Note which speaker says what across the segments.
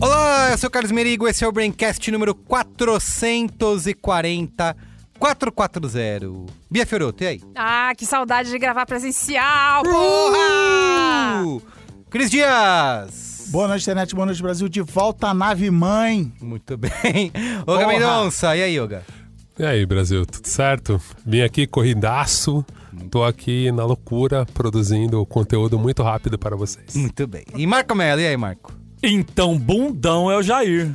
Speaker 1: Olá, eu sou o Carlos Merigo, esse é o Braincast número 440 440. Bia Fiorotto, e aí?
Speaker 2: Ah, que saudade de gravar presencial,
Speaker 1: Uhum.
Speaker 2: porra!
Speaker 1: Uh! Cris Dias!
Speaker 3: Boa noite, internet. Boa noite, Brasil. De volta à nave mãe.
Speaker 1: Muito bem. Olga
Speaker 3: Porra!
Speaker 1: Mendonça, e aí, Olga?
Speaker 4: E aí, Brasil, tudo certo? Vim aqui corridaço, tô aqui na loucura, produzindo conteúdo muito rápido para vocês.
Speaker 1: Muito bem. E Marco Mello, e aí, Marco?
Speaker 5: Então, bundão é o Jair.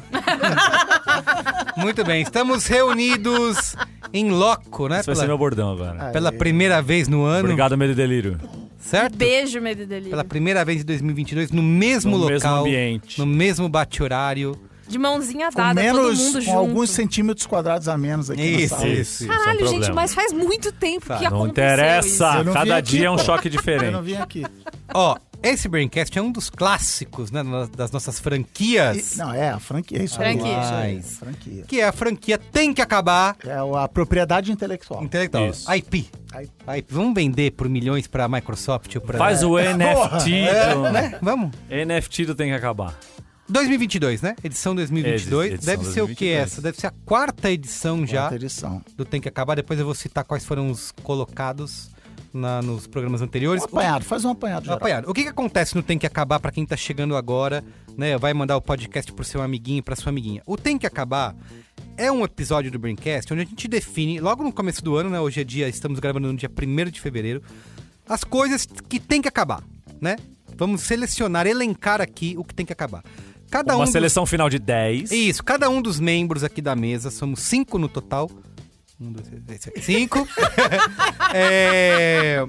Speaker 1: Muito bem, estamos reunidos em loco, né?
Speaker 5: Esse vai ser meu bordão agora.
Speaker 1: pela primeira vez no ano,
Speaker 5: Obrigado, Medo e Delírio.
Speaker 1: certo?
Speaker 2: um Beijo, medo e delírio.
Speaker 1: Pela primeira vez em 2022, no mesmo
Speaker 5: No mesmo
Speaker 1: local,
Speaker 5: ambiente.
Speaker 1: no mesmo bate-horário.
Speaker 2: De mãozinha
Speaker 3: Com
Speaker 2: dada, todo
Speaker 3: menos,
Speaker 2: mundo
Speaker 3: com
Speaker 2: junto.
Speaker 3: alguns centímetros quadrados a menos aqui
Speaker 1: Isso,
Speaker 3: na sala.
Speaker 1: isso.
Speaker 5: Esse é um
Speaker 2: Caralho, gente,
Speaker 5: problema.
Speaker 2: mas faz muito tempo
Speaker 1: Tá,
Speaker 2: que
Speaker 5: Ah, Não
Speaker 2: aconteceu
Speaker 5: interessa,
Speaker 3: Eu não vim
Speaker 5: cada
Speaker 3: aqui,
Speaker 5: dia é um
Speaker 3: pô.
Speaker 5: choque
Speaker 3: Eu não
Speaker 5: diferente.
Speaker 3: vim aqui.
Speaker 1: Ó, esse Braincast é um dos clássicos né, na- das nossas
Speaker 3: E-
Speaker 1: franquias,
Speaker 3: não, é a franquia. é Isso aí,
Speaker 2: Franquia.
Speaker 3: isso aí,
Speaker 1: Mas-
Speaker 3: franquia.
Speaker 1: que é a franquia Tem Que Acabar Então,
Speaker 3: É a propriedade intelectual.
Speaker 1: Intelectual.
Speaker 5: Isso.
Speaker 1: IP.
Speaker 3: Aí-
Speaker 1: IP. Vamos vender por milhões pra Microsoft ou pra...
Speaker 5: Faz um, o NFT
Speaker 1: né? Vamos.
Speaker 5: do... NFT do Tem Que Acabar.
Speaker 1: 2022, né? Edição 2022.
Speaker 5: Edição
Speaker 1: Deve ser o que
Speaker 5: 2022.
Speaker 1: essa? Deve ser a quarta edição já
Speaker 3: Quarta edição.
Speaker 1: do Tem Que Acabar. Depois eu vou citar quais foram os colocados na- nos programas
Speaker 3: Um
Speaker 1: anteriores.
Speaker 3: apanhado, faz um apanhado.
Speaker 1: O,
Speaker 3: geral.
Speaker 1: apanhado. o que, que acontece no Tem Que Acabar pra quem tá chegando agora, né? Vai mandar o podcast pro seu amiguinho, pra sua amiguinha. O Tem Que Acabar é um episódio do Braincast onde a gente define, logo no começo do ano, né? Hoje é dia, estamos gravando no dia 1 de fevereiro, as coisas que tem que acabar, né? Vamos selecionar, elencar aqui o que tem que acabar. Cada
Speaker 5: Uma
Speaker 1: um dos-
Speaker 5: seleção final de 10.
Speaker 1: isso, cada um dos membros aqui da mesa, somos cinco no total. Um, dois, três, três, cinco. É,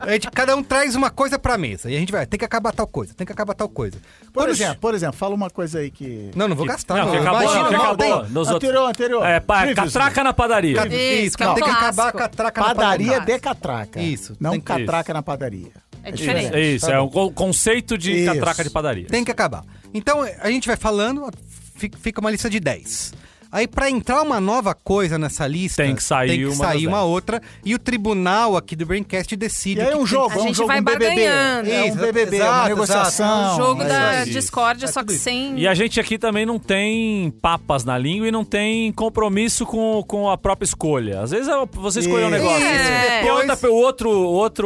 Speaker 1: a gente- cada um traz uma coisa pra mesa. E a gente vai, tem que acabar tal coisa, tem que acabar tal coisa.
Speaker 3: Por
Speaker 1: Quando-
Speaker 3: exemplo, por exemplo, fala uma coisa aí que...
Speaker 1: Não, não vou gastar.
Speaker 5: Não, que acabou,
Speaker 1: Imagina,
Speaker 5: não, que
Speaker 1: mal
Speaker 5: acabou.
Speaker 1: tem.
Speaker 5: Nos
Speaker 3: anterior,
Speaker 5: outros-
Speaker 3: anterior.
Speaker 5: É, pá,
Speaker 3: Previously.
Speaker 5: catraca na padaria.
Speaker 1: Ca-
Speaker 2: Isso,
Speaker 1: Isso,
Speaker 2: que é um
Speaker 1: tem que acabar a
Speaker 2: clássico.
Speaker 1: catraca na
Speaker 3: Padaria
Speaker 1: padaria.
Speaker 3: de catraca.
Speaker 1: Isso,
Speaker 3: Não
Speaker 1: tem que-
Speaker 3: catraca na padaria.
Speaker 2: É diferente.
Speaker 5: É Isso,
Speaker 1: Tá
Speaker 5: é
Speaker 1: bom.
Speaker 5: um co- conceito de
Speaker 3: Isso.
Speaker 5: catraca de padaria.
Speaker 1: Tem que acabar. Então, a gente vai falando, fi- fica uma lista de 10. Aí, pra entrar uma nova coisa nessa lista,
Speaker 5: Tem que sair
Speaker 1: tem que
Speaker 5: uma das
Speaker 1: sair uma
Speaker 5: 10.
Speaker 1: outra. E o tribunal aqui do Braincast decide. o
Speaker 3: E aí é
Speaker 1: que
Speaker 3: um
Speaker 1: que tem
Speaker 3: jogo,
Speaker 2: A
Speaker 3: é um
Speaker 2: gente
Speaker 3: jogo,
Speaker 2: vai
Speaker 3: um BBB.
Speaker 2: barganhando.
Speaker 3: É um
Speaker 1: Exato,
Speaker 3: BBB, é uma
Speaker 1: exato.
Speaker 3: negociação. né?
Speaker 2: O jogo
Speaker 1: É
Speaker 2: da
Speaker 1: isso.
Speaker 2: discórdia,
Speaker 1: É
Speaker 2: só que
Speaker 1: tudo isso.
Speaker 2: sem...
Speaker 5: Tá E a gente aqui também não tem papas na língua e não tem compromisso com, com a própria escolha. Às vezes é- você escolheu um
Speaker 3: Isso.
Speaker 5: negócio.
Speaker 1: Isso, É.
Speaker 5: E
Speaker 1: depois- É,
Speaker 5: outra- o outro,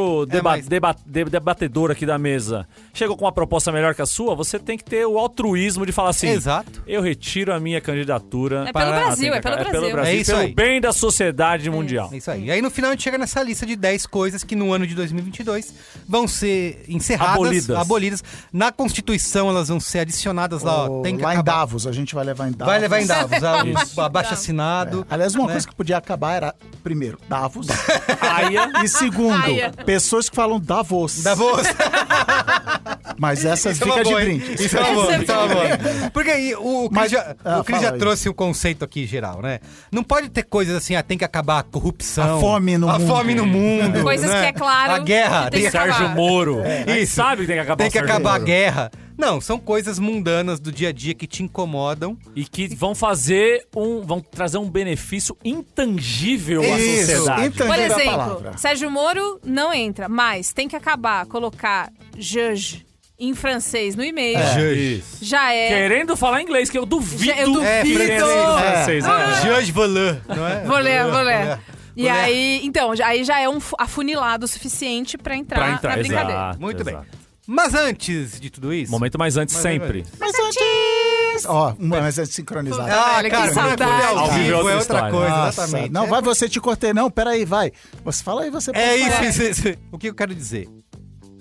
Speaker 5: outro deba-
Speaker 1: mas-
Speaker 5: deba- de- debatedor aqui da mesa chegou com uma proposta melhor que a sua, você tem que ter o altruísmo de falar assim:
Speaker 1: Exato.
Speaker 5: eu retiro a minha
Speaker 2: É
Speaker 5: candidatura.
Speaker 2: pelo
Speaker 5: para-
Speaker 2: Brasil, é pelo
Speaker 5: É pelo
Speaker 2: Brasil.
Speaker 5: Brasil,
Speaker 1: É isso
Speaker 5: pelo
Speaker 1: aí.
Speaker 5: bem da sociedade mundial.
Speaker 1: É isso aí. E aí no final a gente chega nessa lista de 10 coisas que no ano de 2022 vão ser encerradas,
Speaker 5: Abolidas.
Speaker 1: abolidas. Na Constituição elas vão ser adicionadas lá, ó,
Speaker 3: Ou
Speaker 1: tem que
Speaker 3: lá em
Speaker 1: acabar.
Speaker 3: Davos, a gente vai levar em Davos.
Speaker 1: Vai
Speaker 3: É.
Speaker 1: levar em Né? Davos, ah,
Speaker 5: Isso.
Speaker 1: um abaixo assinado. É.
Speaker 3: Aliás, uma coisa que podia acabar era, primeiro, Davos.
Speaker 5: Aia.
Speaker 3: e segundo,
Speaker 2: Aia.
Speaker 3: pessoas que falam Davos.
Speaker 1: Davos.
Speaker 3: Mas essas
Speaker 1: Isso é uma
Speaker 3: fica de
Speaker 1: boa, hein?
Speaker 3: brinde.
Speaker 1: Isso é uma boa,
Speaker 2: Essa
Speaker 1: isso é uma boa. Porque aí o, o Cris
Speaker 3: Mas-
Speaker 1: já,
Speaker 3: Ah,
Speaker 1: o Cris já
Speaker 3: fala aí.
Speaker 1: trouxe o conceito aqui geral, né? Não pode ter coisas assim, ah, tem que acabar a corrupção.
Speaker 3: A fome no
Speaker 1: a
Speaker 3: mundo.
Speaker 1: fome no mundo,
Speaker 2: Coisas
Speaker 1: né?
Speaker 2: que é claro
Speaker 1: A guerra.
Speaker 2: que tem que
Speaker 5: Sérgio
Speaker 2: acabar.
Speaker 5: Moro.
Speaker 1: É. isso.
Speaker 5: Sabe que tem que acabar
Speaker 1: Tem
Speaker 5: o
Speaker 1: que
Speaker 5: Sérgio
Speaker 1: acabar a
Speaker 5: Moro.
Speaker 1: guerra. Não, são coisas mundanas do dia a dia que te incomodam.
Speaker 5: E que vão fazer um. vão trazer um benefício intangível à
Speaker 1: Isso,
Speaker 5: sociedade.
Speaker 3: intangível.
Speaker 2: Por
Speaker 3: Entendeu Então, a
Speaker 2: exemplo,
Speaker 3: palavra.
Speaker 2: Sérgio Moro não entra, mas tem que acabar, colocar judge em francês no
Speaker 3: É.
Speaker 2: e-mail.
Speaker 5: Isso.
Speaker 2: Já é.
Speaker 5: Querendo falar inglês, que eu duvido.
Speaker 2: Já- eu duvido. Ah,
Speaker 1: É,
Speaker 5: que
Speaker 1: francês,
Speaker 3: Ah.
Speaker 5: tenha
Speaker 1: é.
Speaker 5: francês, né?
Speaker 1: Georges Volant, não é?
Speaker 2: Vou ler, vou ler. E
Speaker 1: Vou ler.
Speaker 2: aí, então, já- aí já é um fu- afunilado o suficiente pra entrar,
Speaker 5: Pra entrar,
Speaker 2: na tá. É brincadeira.
Speaker 5: exato,
Speaker 1: Muito bem.
Speaker 5: exato.
Speaker 1: Mas antes de tudo isso...
Speaker 5: Momento mais antes
Speaker 1: Mas
Speaker 5: sempre.
Speaker 3: Mas antes... Ó, uma mas é antes sincronizada.
Speaker 1: Ah,
Speaker 2: Olha, que
Speaker 1: cara,
Speaker 2: saudade.
Speaker 1: ao vivo é outra
Speaker 5: História.
Speaker 1: coisa,
Speaker 3: Nossa,
Speaker 1: exatamente.
Speaker 3: Não, vai você, te cortei. Não, peraí, vai. Você fala aí, você
Speaker 1: É
Speaker 3: pode falar.
Speaker 1: isso, isso, isso. O que eu quero dizer?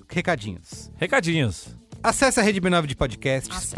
Speaker 1: Recadinhos.
Speaker 5: Recadinhos.
Speaker 1: Acesse a rede B9 de podcasts,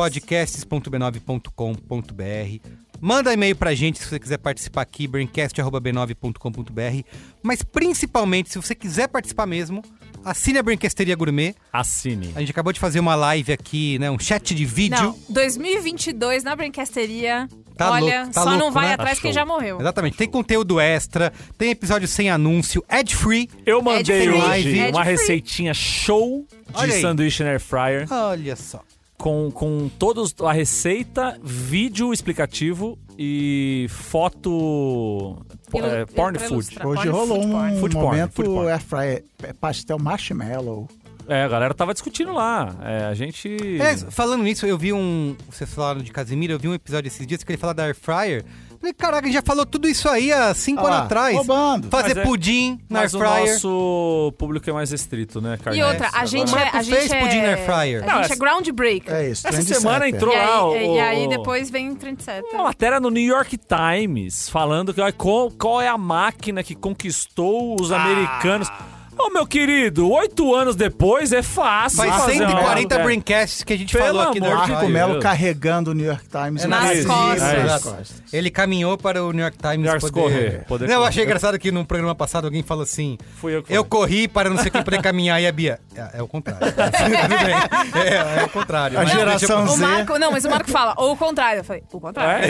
Speaker 1: podcasts.b9.com.br. Manda e-mail pra gente se você quiser participar aqui, braincast.b9.com.br. Mas principalmente, se você quiser participar mesmo, assine a Brinquesteria Gourmet.
Speaker 5: Assine.
Speaker 1: A gente acabou de fazer uma live aqui, né? Um chat de vídeo.
Speaker 2: Não, 2022 na Brinquesteria.
Speaker 1: Tá
Speaker 2: olha,
Speaker 1: louco, tá
Speaker 2: só
Speaker 1: louco,
Speaker 2: não vai
Speaker 1: né?
Speaker 5: Tá
Speaker 2: atrás quem
Speaker 5: show.
Speaker 2: já morreu.
Speaker 1: Exatamente. Tem conteúdo extra, tem episódio sem anúncio, ad-free.
Speaker 5: Eu mandei
Speaker 2: free,
Speaker 5: hoje
Speaker 2: é de
Speaker 5: uma
Speaker 2: free.
Speaker 5: receitinha show de
Speaker 1: Olha aí.
Speaker 5: sanduíche na air fryer
Speaker 1: Olha só.
Speaker 5: com, com todos a receita, vídeo explicativo e foto po-
Speaker 2: Ilu-
Speaker 5: é, porn
Speaker 2: pra
Speaker 5: food.
Speaker 2: ilustrar.
Speaker 3: Hoje
Speaker 2: Porn,
Speaker 3: rolou
Speaker 2: food porn.
Speaker 3: um
Speaker 5: Food porn,
Speaker 3: momento
Speaker 5: food porn.
Speaker 3: air fryer, é pastel marshmallow.
Speaker 5: É, a galera tava discutindo lá. É, a gente
Speaker 1: É, falando nisso, eu vi um. Vocês falaram de Casimiro, eu vi um episódio esses dias que ele fala da Air Fryer. Falei, caraca, ele já falou tudo isso aí há cinco
Speaker 3: Ah lá,
Speaker 1: anos atrás.
Speaker 3: roubando.
Speaker 1: Fazer
Speaker 5: Mas é-
Speaker 1: pudim na Air
Speaker 5: Mas o
Speaker 1: Fryer.
Speaker 5: nosso público é mais restrito, né, Carlinhos?
Speaker 2: E outra, a
Speaker 5: Agora-
Speaker 2: gente
Speaker 1: Agora-
Speaker 2: é. A
Speaker 1: Marco
Speaker 2: gente
Speaker 1: fez
Speaker 2: é,
Speaker 1: pudim na air fryer.
Speaker 2: A
Speaker 5: Não,
Speaker 2: gente é
Speaker 5: essa-
Speaker 2: groundbreaker.
Speaker 3: É isso.
Speaker 5: Essa
Speaker 3: trend
Speaker 5: semana
Speaker 3: setter.
Speaker 5: entrou
Speaker 2: E
Speaker 5: lá
Speaker 2: aí,
Speaker 5: o-
Speaker 2: e aí
Speaker 5: o-
Speaker 2: depois vem 37.
Speaker 5: Uma matéria no New York Times falando que olha, qual, qual é a máquina que conquistou os americanos. Ô, meu querido, oito anos depois é fácil.
Speaker 1: Faz
Speaker 5: fazer uma-
Speaker 1: 140
Speaker 5: é.
Speaker 1: brincasts que a gente
Speaker 5: Pelo
Speaker 1: falou aqui da
Speaker 5: amor
Speaker 1: Air
Speaker 5: de
Speaker 1: Fryer.
Speaker 3: Marco Melo
Speaker 5: Deus.
Speaker 3: carregando o New York Times
Speaker 1: É
Speaker 2: nas
Speaker 3: nas
Speaker 2: costas.
Speaker 1: É
Speaker 3: nas
Speaker 1: isso.
Speaker 3: costas.
Speaker 1: Ele caminhou para o New York Times
Speaker 5: New York
Speaker 1: poder...
Speaker 5: correr, poder
Speaker 1: Não, eu
Speaker 5: correr.
Speaker 1: achei engraçado que num programa passado alguém falou assim...
Speaker 5: Fui eu que
Speaker 1: Eu
Speaker 5: falei.
Speaker 1: corri para não sei quem poder caminhar e a Bia... É, é o contrário. Tudo bem. É, é o contrário.
Speaker 3: A
Speaker 1: Mas deixa eu-
Speaker 3: geração
Speaker 2: O
Speaker 3: Z.
Speaker 2: Marco, não, mas o Marco fala, ou o contrário. Eu falei, o contrário.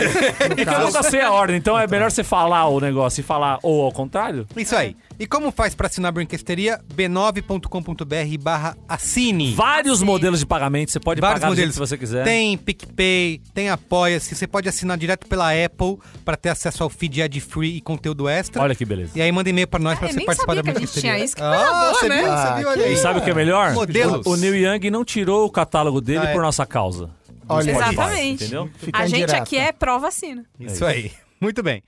Speaker 5: É? Porque eu nunca sei a ordem, então é melhor você falar o negócio e falar ou ao contrário.
Speaker 1: Isso aí.
Speaker 5: É.
Speaker 1: E como faz pra assinar a brinquesteria? b9.com.br barra assine.
Speaker 5: Vários
Speaker 2: Sim.
Speaker 5: modelos de pagamento, você pode pagar do jeito que você quiser.
Speaker 1: Tem PicPay, tem Apoia-se. Você pode assinar direto pela Apple pra ter acesso ao feed ad-free e conteúdo extra.
Speaker 5: Olha que beleza.
Speaker 1: E aí manda e-mail pra nós pra
Speaker 2: eu
Speaker 1: você
Speaker 2: nem
Speaker 1: participar
Speaker 2: sabia
Speaker 1: da
Speaker 2: que a gente
Speaker 1: brinquesteria. Ah,
Speaker 2: tinha isso, que coisa boa,
Speaker 1: você
Speaker 2: né?
Speaker 1: viu? Você viu? Olha
Speaker 5: E
Speaker 1: aí.
Speaker 5: sabe o que é melhor?
Speaker 1: Modelos.
Speaker 5: O Neil Young não tirou o catálogo dele
Speaker 1: Ah, é.
Speaker 5: por nossa causa.
Speaker 3: Olha aí.
Speaker 2: Exatamente.
Speaker 5: Entendeu?
Speaker 3: Fica
Speaker 2: A gente
Speaker 3: indireta.
Speaker 2: aqui é pró-vacina.
Speaker 1: Isso aí. Muito bem.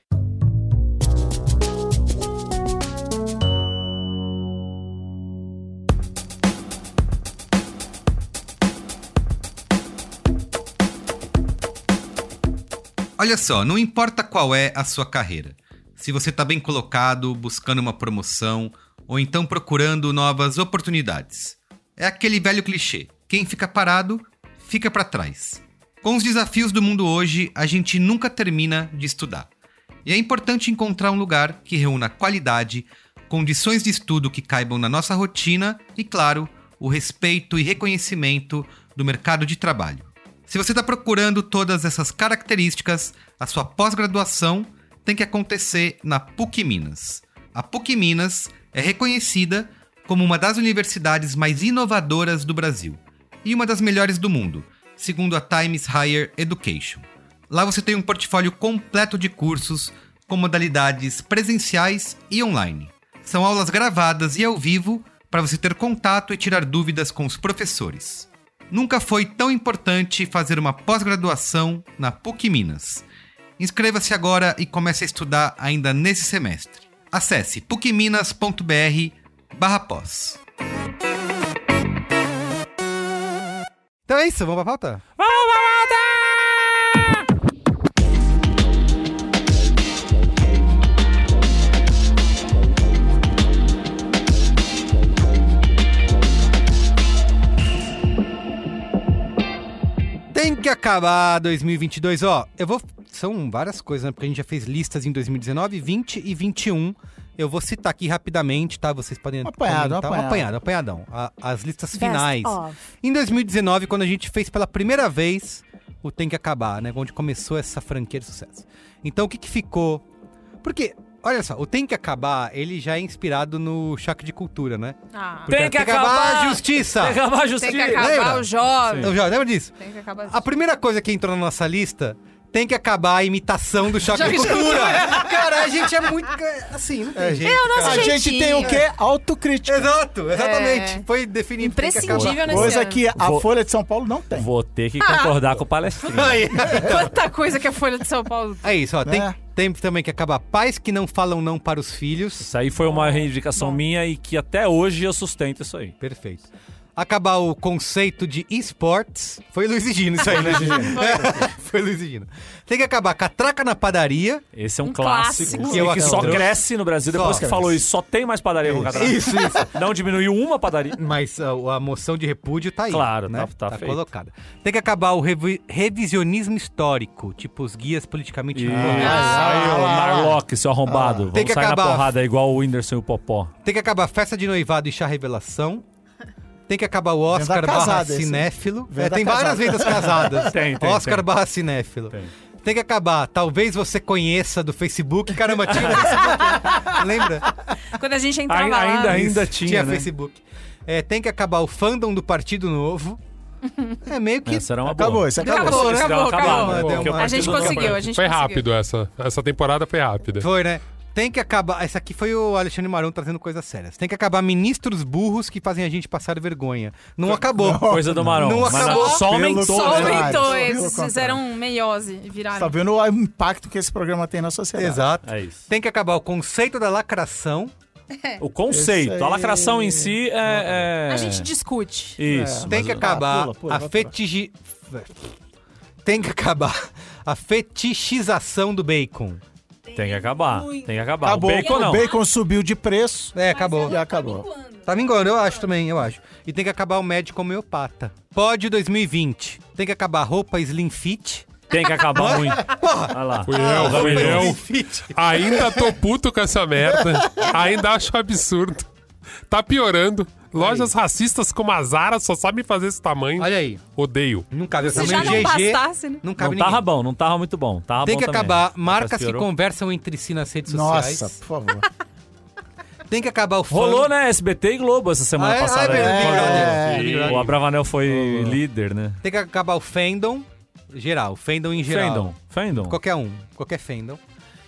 Speaker 1: Olha só, não importa qual é a sua carreira. Se você está bem colocado, buscando uma promoção ou então procurando novas oportunidades. É aquele velho clichê: quem fica parado, fica para trás. Com os desafios do mundo hoje, a gente nunca termina de estudar. E é importante encontrar um lugar que reúna qualidade, condições de estudo que caibam na nossa rotina e, claro, o respeito e reconhecimento do mercado de trabalho. Se você está procurando todas essas características, a sua pós-graduação tem que acontecer na PUC Minas. A PUC Minas é reconhecida como uma das universidades mais inovadoras do Brasil e uma das melhores do mundo, segundo a Times Higher Education. Lá você tem um portfólio completo de cursos com modalidades presenciais e online. São aulas gravadas e ao vivo para você ter contato e tirar dúvidas com os professores. Nunca foi tão importante fazer uma pós-graduação na PUC Minas. Inscreva-se agora e comece a estudar ainda nesse semestre. Acesse pucminas.br barra pós. Então é isso, vamos pra pauta? Tem que acabar 2022, ó. Eu vou. São várias coisas, né? Porque a gente já fez listas em 2019, 20 e 21. Eu vou citar aqui rapidamente, tá? Vocês podem.
Speaker 3: Um apanhado, um
Speaker 1: comentar. apanhado,
Speaker 3: apanhado.
Speaker 1: apanhadão. A- as listas
Speaker 2: Best
Speaker 1: finais.
Speaker 2: of.
Speaker 1: Em 2019, quando a gente fez pela primeira vez o Tem que Acabar, né? Onde começou essa franquia de sucesso. Então, o que, que ficou? Porque, olha só, o Tem que Acabar, ele já é inspirado no choque de cultura, né?
Speaker 2: Ah,
Speaker 1: Porque
Speaker 5: Tem
Speaker 1: é
Speaker 5: que acabar!
Speaker 1: a justiça!
Speaker 5: Tem que acabar a
Speaker 2: tem
Speaker 5: justiça.
Speaker 2: que acabar
Speaker 1: lembra?
Speaker 2: o jovem.
Speaker 1: Eu já lembro disso.
Speaker 2: Tem que acabar
Speaker 1: A primeira coisa que entrou na nossa lista tem que acabar a imitação do choque de cultura. Cara, a gente é muito. Assim, não tem jeito.
Speaker 2: nosso
Speaker 1: cara.
Speaker 3: A gente
Speaker 2: jeitinho.
Speaker 3: tem o quê? Autocrítica.
Speaker 1: Exato, exatamente.
Speaker 2: É.
Speaker 1: Foi definido. tem que acabar.
Speaker 2: Imprescindível nesse
Speaker 3: Coisa
Speaker 2: ano.
Speaker 3: que a
Speaker 5: Vou-
Speaker 3: Folha de São Paulo não tem.
Speaker 5: Vou ter que concordar com o palestrino.
Speaker 1: Aí.
Speaker 2: Quanta coisa que a Folha de São Paulo...
Speaker 1: É isso, ó. Tem,
Speaker 3: É.
Speaker 1: tem também que acabar pais que não falam não para os filhos.
Speaker 5: Isso aí foi uma reivindicação minha e que até hoje eu sustento isso aí.
Speaker 1: Perfeito. acabar o conceito de esportes. Foi Luiz e Gino isso aí, né? Foi Luiz e Gino. Tem que acabar catraca na padaria.
Speaker 5: Esse é um,
Speaker 2: Um
Speaker 5: clássico,
Speaker 2: clássico.
Speaker 1: Que eu
Speaker 5: que, só
Speaker 1: acabei-
Speaker 5: cresce no Brasil.
Speaker 1: Só
Speaker 5: Depois que
Speaker 1: cresce.
Speaker 5: falou isso, só tem mais padaria com catraca.
Speaker 1: Isso, isso.
Speaker 5: Não diminuiu uma padaria.
Speaker 1: Mas ah, a, moção de repúdio tá aí.
Speaker 5: Claro,
Speaker 1: né?
Speaker 5: tá- tá feito.
Speaker 1: colocada. Tem que acabar o revi- revisionismo histórico, tipo os guias politicamente
Speaker 5: Isso.
Speaker 1: incorretos.
Speaker 3: Ah.
Speaker 5: Aí,
Speaker 1: ah,
Speaker 5: o Narlock, seu arrombado. Vamos
Speaker 1: Tem que
Speaker 5: sair
Speaker 1: acabar.
Speaker 5: na porrada igual o Whindersson e o Popó.
Speaker 1: Tem que acabar festa de noivado e chá revelação. Tem que acabar o
Speaker 3: Venda
Speaker 1: Oscar barra
Speaker 3: casada, esse.
Speaker 1: cinéfilo.
Speaker 3: Venda
Speaker 1: É, tem várias
Speaker 3: casada.
Speaker 1: vendas casadas.
Speaker 5: Tem, tem,
Speaker 1: Oscar
Speaker 5: tem.
Speaker 1: barra cinéfilo.
Speaker 5: Tem.
Speaker 1: Tem. que acabar. Talvez você conheça do Facebook. Caramba, tinha no Facebook. Lembra?
Speaker 2: Quando a gente entrava
Speaker 5: Ai-
Speaker 2: lá...
Speaker 5: ainda- ainda- tinha,
Speaker 1: tinha.
Speaker 5: né?
Speaker 1: Facebook. É, tem que acabar o fandom do Partido Novo. É meio que.
Speaker 5: Essa era uma
Speaker 3: Acabou,
Speaker 5: boa.
Speaker 3: isso acabou.
Speaker 2: Acabou,
Speaker 5: Esse
Speaker 2: acabou,
Speaker 5: deu uma acabada,
Speaker 2: acabou.
Speaker 1: acabou.
Speaker 5: porque o
Speaker 1: A
Speaker 2: A
Speaker 5: partido
Speaker 2: gente
Speaker 5: não
Speaker 2: conseguiu, a
Speaker 5: trabalha.
Speaker 2: gente
Speaker 4: Foi
Speaker 2: conseguiu.
Speaker 4: rápido essa. Essa temporada foi rápida.
Speaker 1: Foi, né? Tem que acabar. Essa aqui foi o Alexandre Marão trazendo coisas sérias. Tem que acabar ministros burros que fazem a gente passar vergonha. Não acabou.
Speaker 5: Coisa do Marão.
Speaker 1: Não
Speaker 5: mas
Speaker 1: acabou.
Speaker 5: só
Speaker 3: Pelo
Speaker 5: aumentou.
Speaker 2: Só
Speaker 5: né?
Speaker 3: contrário,
Speaker 2: aumentou,
Speaker 3: só pelo
Speaker 2: eles fizeram meiose e
Speaker 3: Você tá
Speaker 2: viraram.
Speaker 3: vendo o impacto que esse programa tem na sociedade.
Speaker 1: Exato.
Speaker 5: É isso.
Speaker 1: Tem que acabar o conceito da lacração.
Speaker 5: O conceito,
Speaker 3: Esse
Speaker 5: a
Speaker 3: aí-
Speaker 5: lacração em si é. é-
Speaker 2: É. A gente discute.
Speaker 5: Isso.
Speaker 1: Tem
Speaker 5: É, mas
Speaker 1: que
Speaker 5: o- Ah,
Speaker 1: acabar
Speaker 3: pula, pula,
Speaker 1: a
Speaker 3: vai
Speaker 1: fetigi... Tem que acabar a fetichização do bacon.
Speaker 5: Tem que acabar. Tem que acabar.
Speaker 3: Acabou.
Speaker 5: O bacon não.
Speaker 3: bacon subiu de preço.
Speaker 1: É, acabou.
Speaker 3: Já acabou.
Speaker 1: Tá minguando, eu acho também, eu acho. E tem que acabar o médico homeopata. Pode 2020. Tem que acabar a roupa slim fit.
Speaker 5: Tem que acabar muito. Olha lá.
Speaker 4: Fui eu,
Speaker 5: Tá
Speaker 4: fui
Speaker 5: vendo?
Speaker 4: eu.
Speaker 1: Slim fit.
Speaker 4: Ainda tô puto com essa merda. Ainda acho um absurdo. Tá piorando. Lojas racistas como a Zara só sabem fazer esse tamanho.
Speaker 1: Olha aí.
Speaker 4: Odeio.
Speaker 1: Não cabe
Speaker 2: Se
Speaker 1: também
Speaker 2: já
Speaker 1: o
Speaker 2: não
Speaker 1: GG.
Speaker 2: bastasse, né?
Speaker 1: Não cabe
Speaker 5: Não tá tava
Speaker 1: ninguém.
Speaker 5: bom, não tava muito bom. Tava
Speaker 1: Tem
Speaker 5: Tá bom
Speaker 1: que
Speaker 5: também.
Speaker 1: acabar
Speaker 5: Mas
Speaker 1: marcas que
Speaker 5: piorou.
Speaker 1: conversam entre si nas redes sociais.
Speaker 3: Nossa, por favor.
Speaker 1: Tem que acabar o fã.
Speaker 5: Rolou, né? SBT e Globo essa semana
Speaker 1: Ah, é?
Speaker 5: passada.
Speaker 1: Ah, é
Speaker 5: né?
Speaker 1: verdade.
Speaker 5: Quando
Speaker 4: É, é verdade.
Speaker 5: O Abravanel foi líder, né?
Speaker 1: Tem que acabar o fandom geral, fandom em geral.
Speaker 5: Fendon. Fendon.
Speaker 1: Qualquer um, qualquer fandom.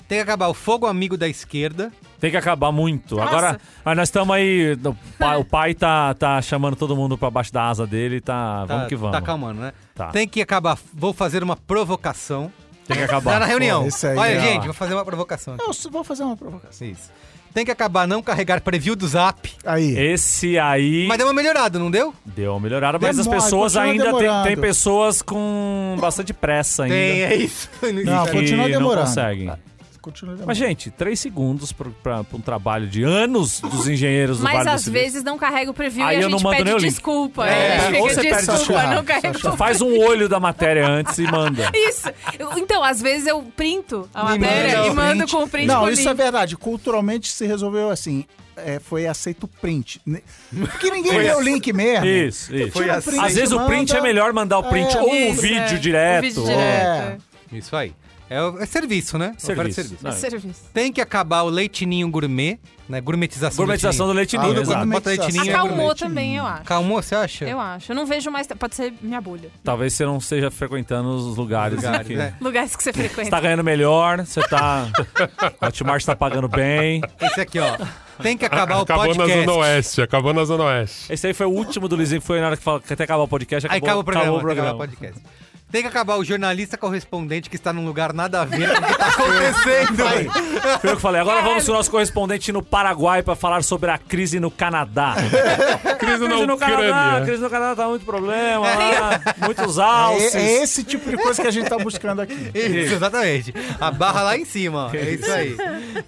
Speaker 1: Tem que acabar o fogo amigo da esquerda.
Speaker 5: Tem que acabar muito.
Speaker 2: Nossa.
Speaker 5: Agora, mas nós estamos aí. O pai, o pai tá, tá chamando todo mundo pra baixo da asa dele. Tá,
Speaker 1: Tá,
Speaker 5: vamos que vamos.
Speaker 1: Tá calmando, né?
Speaker 5: Tá.
Speaker 1: Tem que acabar. Vou fazer uma provocação.
Speaker 5: Tem que
Speaker 1: tá na
Speaker 5: acabar.
Speaker 1: reunião.
Speaker 3: isso aí, é
Speaker 1: Olha,
Speaker 3: ó.
Speaker 1: gente, vou fazer uma provocação aqui.
Speaker 3: Eu só vou fazer uma provocação.
Speaker 1: Isso. Tem que acabar não carregar preview do zap.
Speaker 3: Aí.
Speaker 5: Esse aí
Speaker 1: Mas deu uma melhorada, não deu?
Speaker 5: deu uma melhorada, mas
Speaker 3: Demora,
Speaker 5: as pessoas
Speaker 3: continua
Speaker 5: ainda tem,
Speaker 3: demorando.
Speaker 5: tem pessoas com bastante pressa ainda.
Speaker 1: Tem, é isso.
Speaker 3: Não,
Speaker 5: que
Speaker 3: continua
Speaker 5: Não
Speaker 3: demorando.
Speaker 5: conseguem.
Speaker 3: Continua
Speaker 5: Mas,
Speaker 3: demorando.
Speaker 5: gente, três segundos pro- pra pra um trabalho de anos dos engenheiros do
Speaker 2: Mas
Speaker 5: Vale do
Speaker 2: às
Speaker 5: Silício.
Speaker 2: vezes não carrega o preview
Speaker 5: Aí
Speaker 2: e a
Speaker 5: eu não
Speaker 2: gente
Speaker 5: mando nem o
Speaker 2: pede
Speaker 5: link.
Speaker 2: desculpa.
Speaker 5: É,
Speaker 2: a
Speaker 5: ou
Speaker 2: gente
Speaker 5: você
Speaker 2: fica,
Speaker 5: perde o
Speaker 2: desculpa,
Speaker 5: churrasco,
Speaker 2: não carrega o
Speaker 5: Faz um olho da matéria antes e manda.
Speaker 2: Isso. Eu- Então, às vezes eu printo a
Speaker 1: Me
Speaker 2: matéria
Speaker 1: manda
Speaker 2: e
Speaker 1: o
Speaker 2: mando
Speaker 1: print.
Speaker 2: com o print
Speaker 3: Não,
Speaker 2: com
Speaker 3: isso é
Speaker 2: link.
Speaker 3: verdade. Culturalmente se resolveu assim. É, foi aceito o print. Ne- Porque ninguém
Speaker 5: Foi
Speaker 3: lê o
Speaker 5: isso.
Speaker 3: link mesmo.
Speaker 5: Isso, isso.
Speaker 3: Tira o print,
Speaker 5: Às vezes o print
Speaker 3: É. assim. manda.
Speaker 5: é melhor mandar o print
Speaker 3: É,
Speaker 5: ou o
Speaker 2: Isso,
Speaker 5: vídeo
Speaker 2: é.
Speaker 5: direto.
Speaker 2: O vídeo
Speaker 5: ou-
Speaker 2: direto.
Speaker 1: Isso aí. É, o- é serviço, né? Oferta de
Speaker 5: Serviço.
Speaker 2: É.
Speaker 5: Não,
Speaker 2: Serviço.
Speaker 1: Tem que acabar o leitinho gourmet, né? Gourmetização
Speaker 5: Gourmetização do leite
Speaker 3: Ah,
Speaker 5: ninho,
Speaker 3: do
Speaker 5: exato.
Speaker 3: gourmet.
Speaker 1: Bota leitinho
Speaker 3: Acalmou.
Speaker 2: Acalmou
Speaker 3: gourmet.
Speaker 2: também, eu acho.
Speaker 1: tá? Calmou, você acha?
Speaker 2: Eu acho. Eu não vejo mais. Pode ser minha bolha.
Speaker 5: Talvez você não esteja frequentando os lugares,
Speaker 1: Lugares,
Speaker 5: que...
Speaker 1: né?
Speaker 2: Lugares que você
Speaker 5: Você tá
Speaker 2: frequenta.
Speaker 5: ganhando melhor, você tá... o Hotmart tá pagando bem.
Speaker 1: Esse aqui, ó. Tem que acabar o
Speaker 4: Acabou na
Speaker 1: podcast.
Speaker 4: Zona Oeste. Acabou na Zona Oeste.
Speaker 5: Esse aí foi o último do Luizinho, que foi na hora que, fala, que até acabar o podcast.
Speaker 1: Aí acaba
Speaker 5: Acabou,
Speaker 1: o programa.
Speaker 5: acabou o
Speaker 1: tem que acabar
Speaker 5: programa.
Speaker 1: o podcast. Tem que acabar o jornalista correspondente que está num lugar nada a ver com o que tá acontecendo.
Speaker 5: Foi eu que falei. Agora vamos com o nosso correspondente no Paraguai pra falar sobre a crise no Canadá.
Speaker 4: Crise na
Speaker 5: crise no Canadá,
Speaker 4: Ucrânia.
Speaker 5: crise no Canadá tá muito problema,
Speaker 2: É
Speaker 5: lá, muitos alces.
Speaker 3: É, é esse tipo de coisa que a gente tá buscando aqui.
Speaker 1: Isso, exatamente. A barra lá em cima, ó. É isso aí.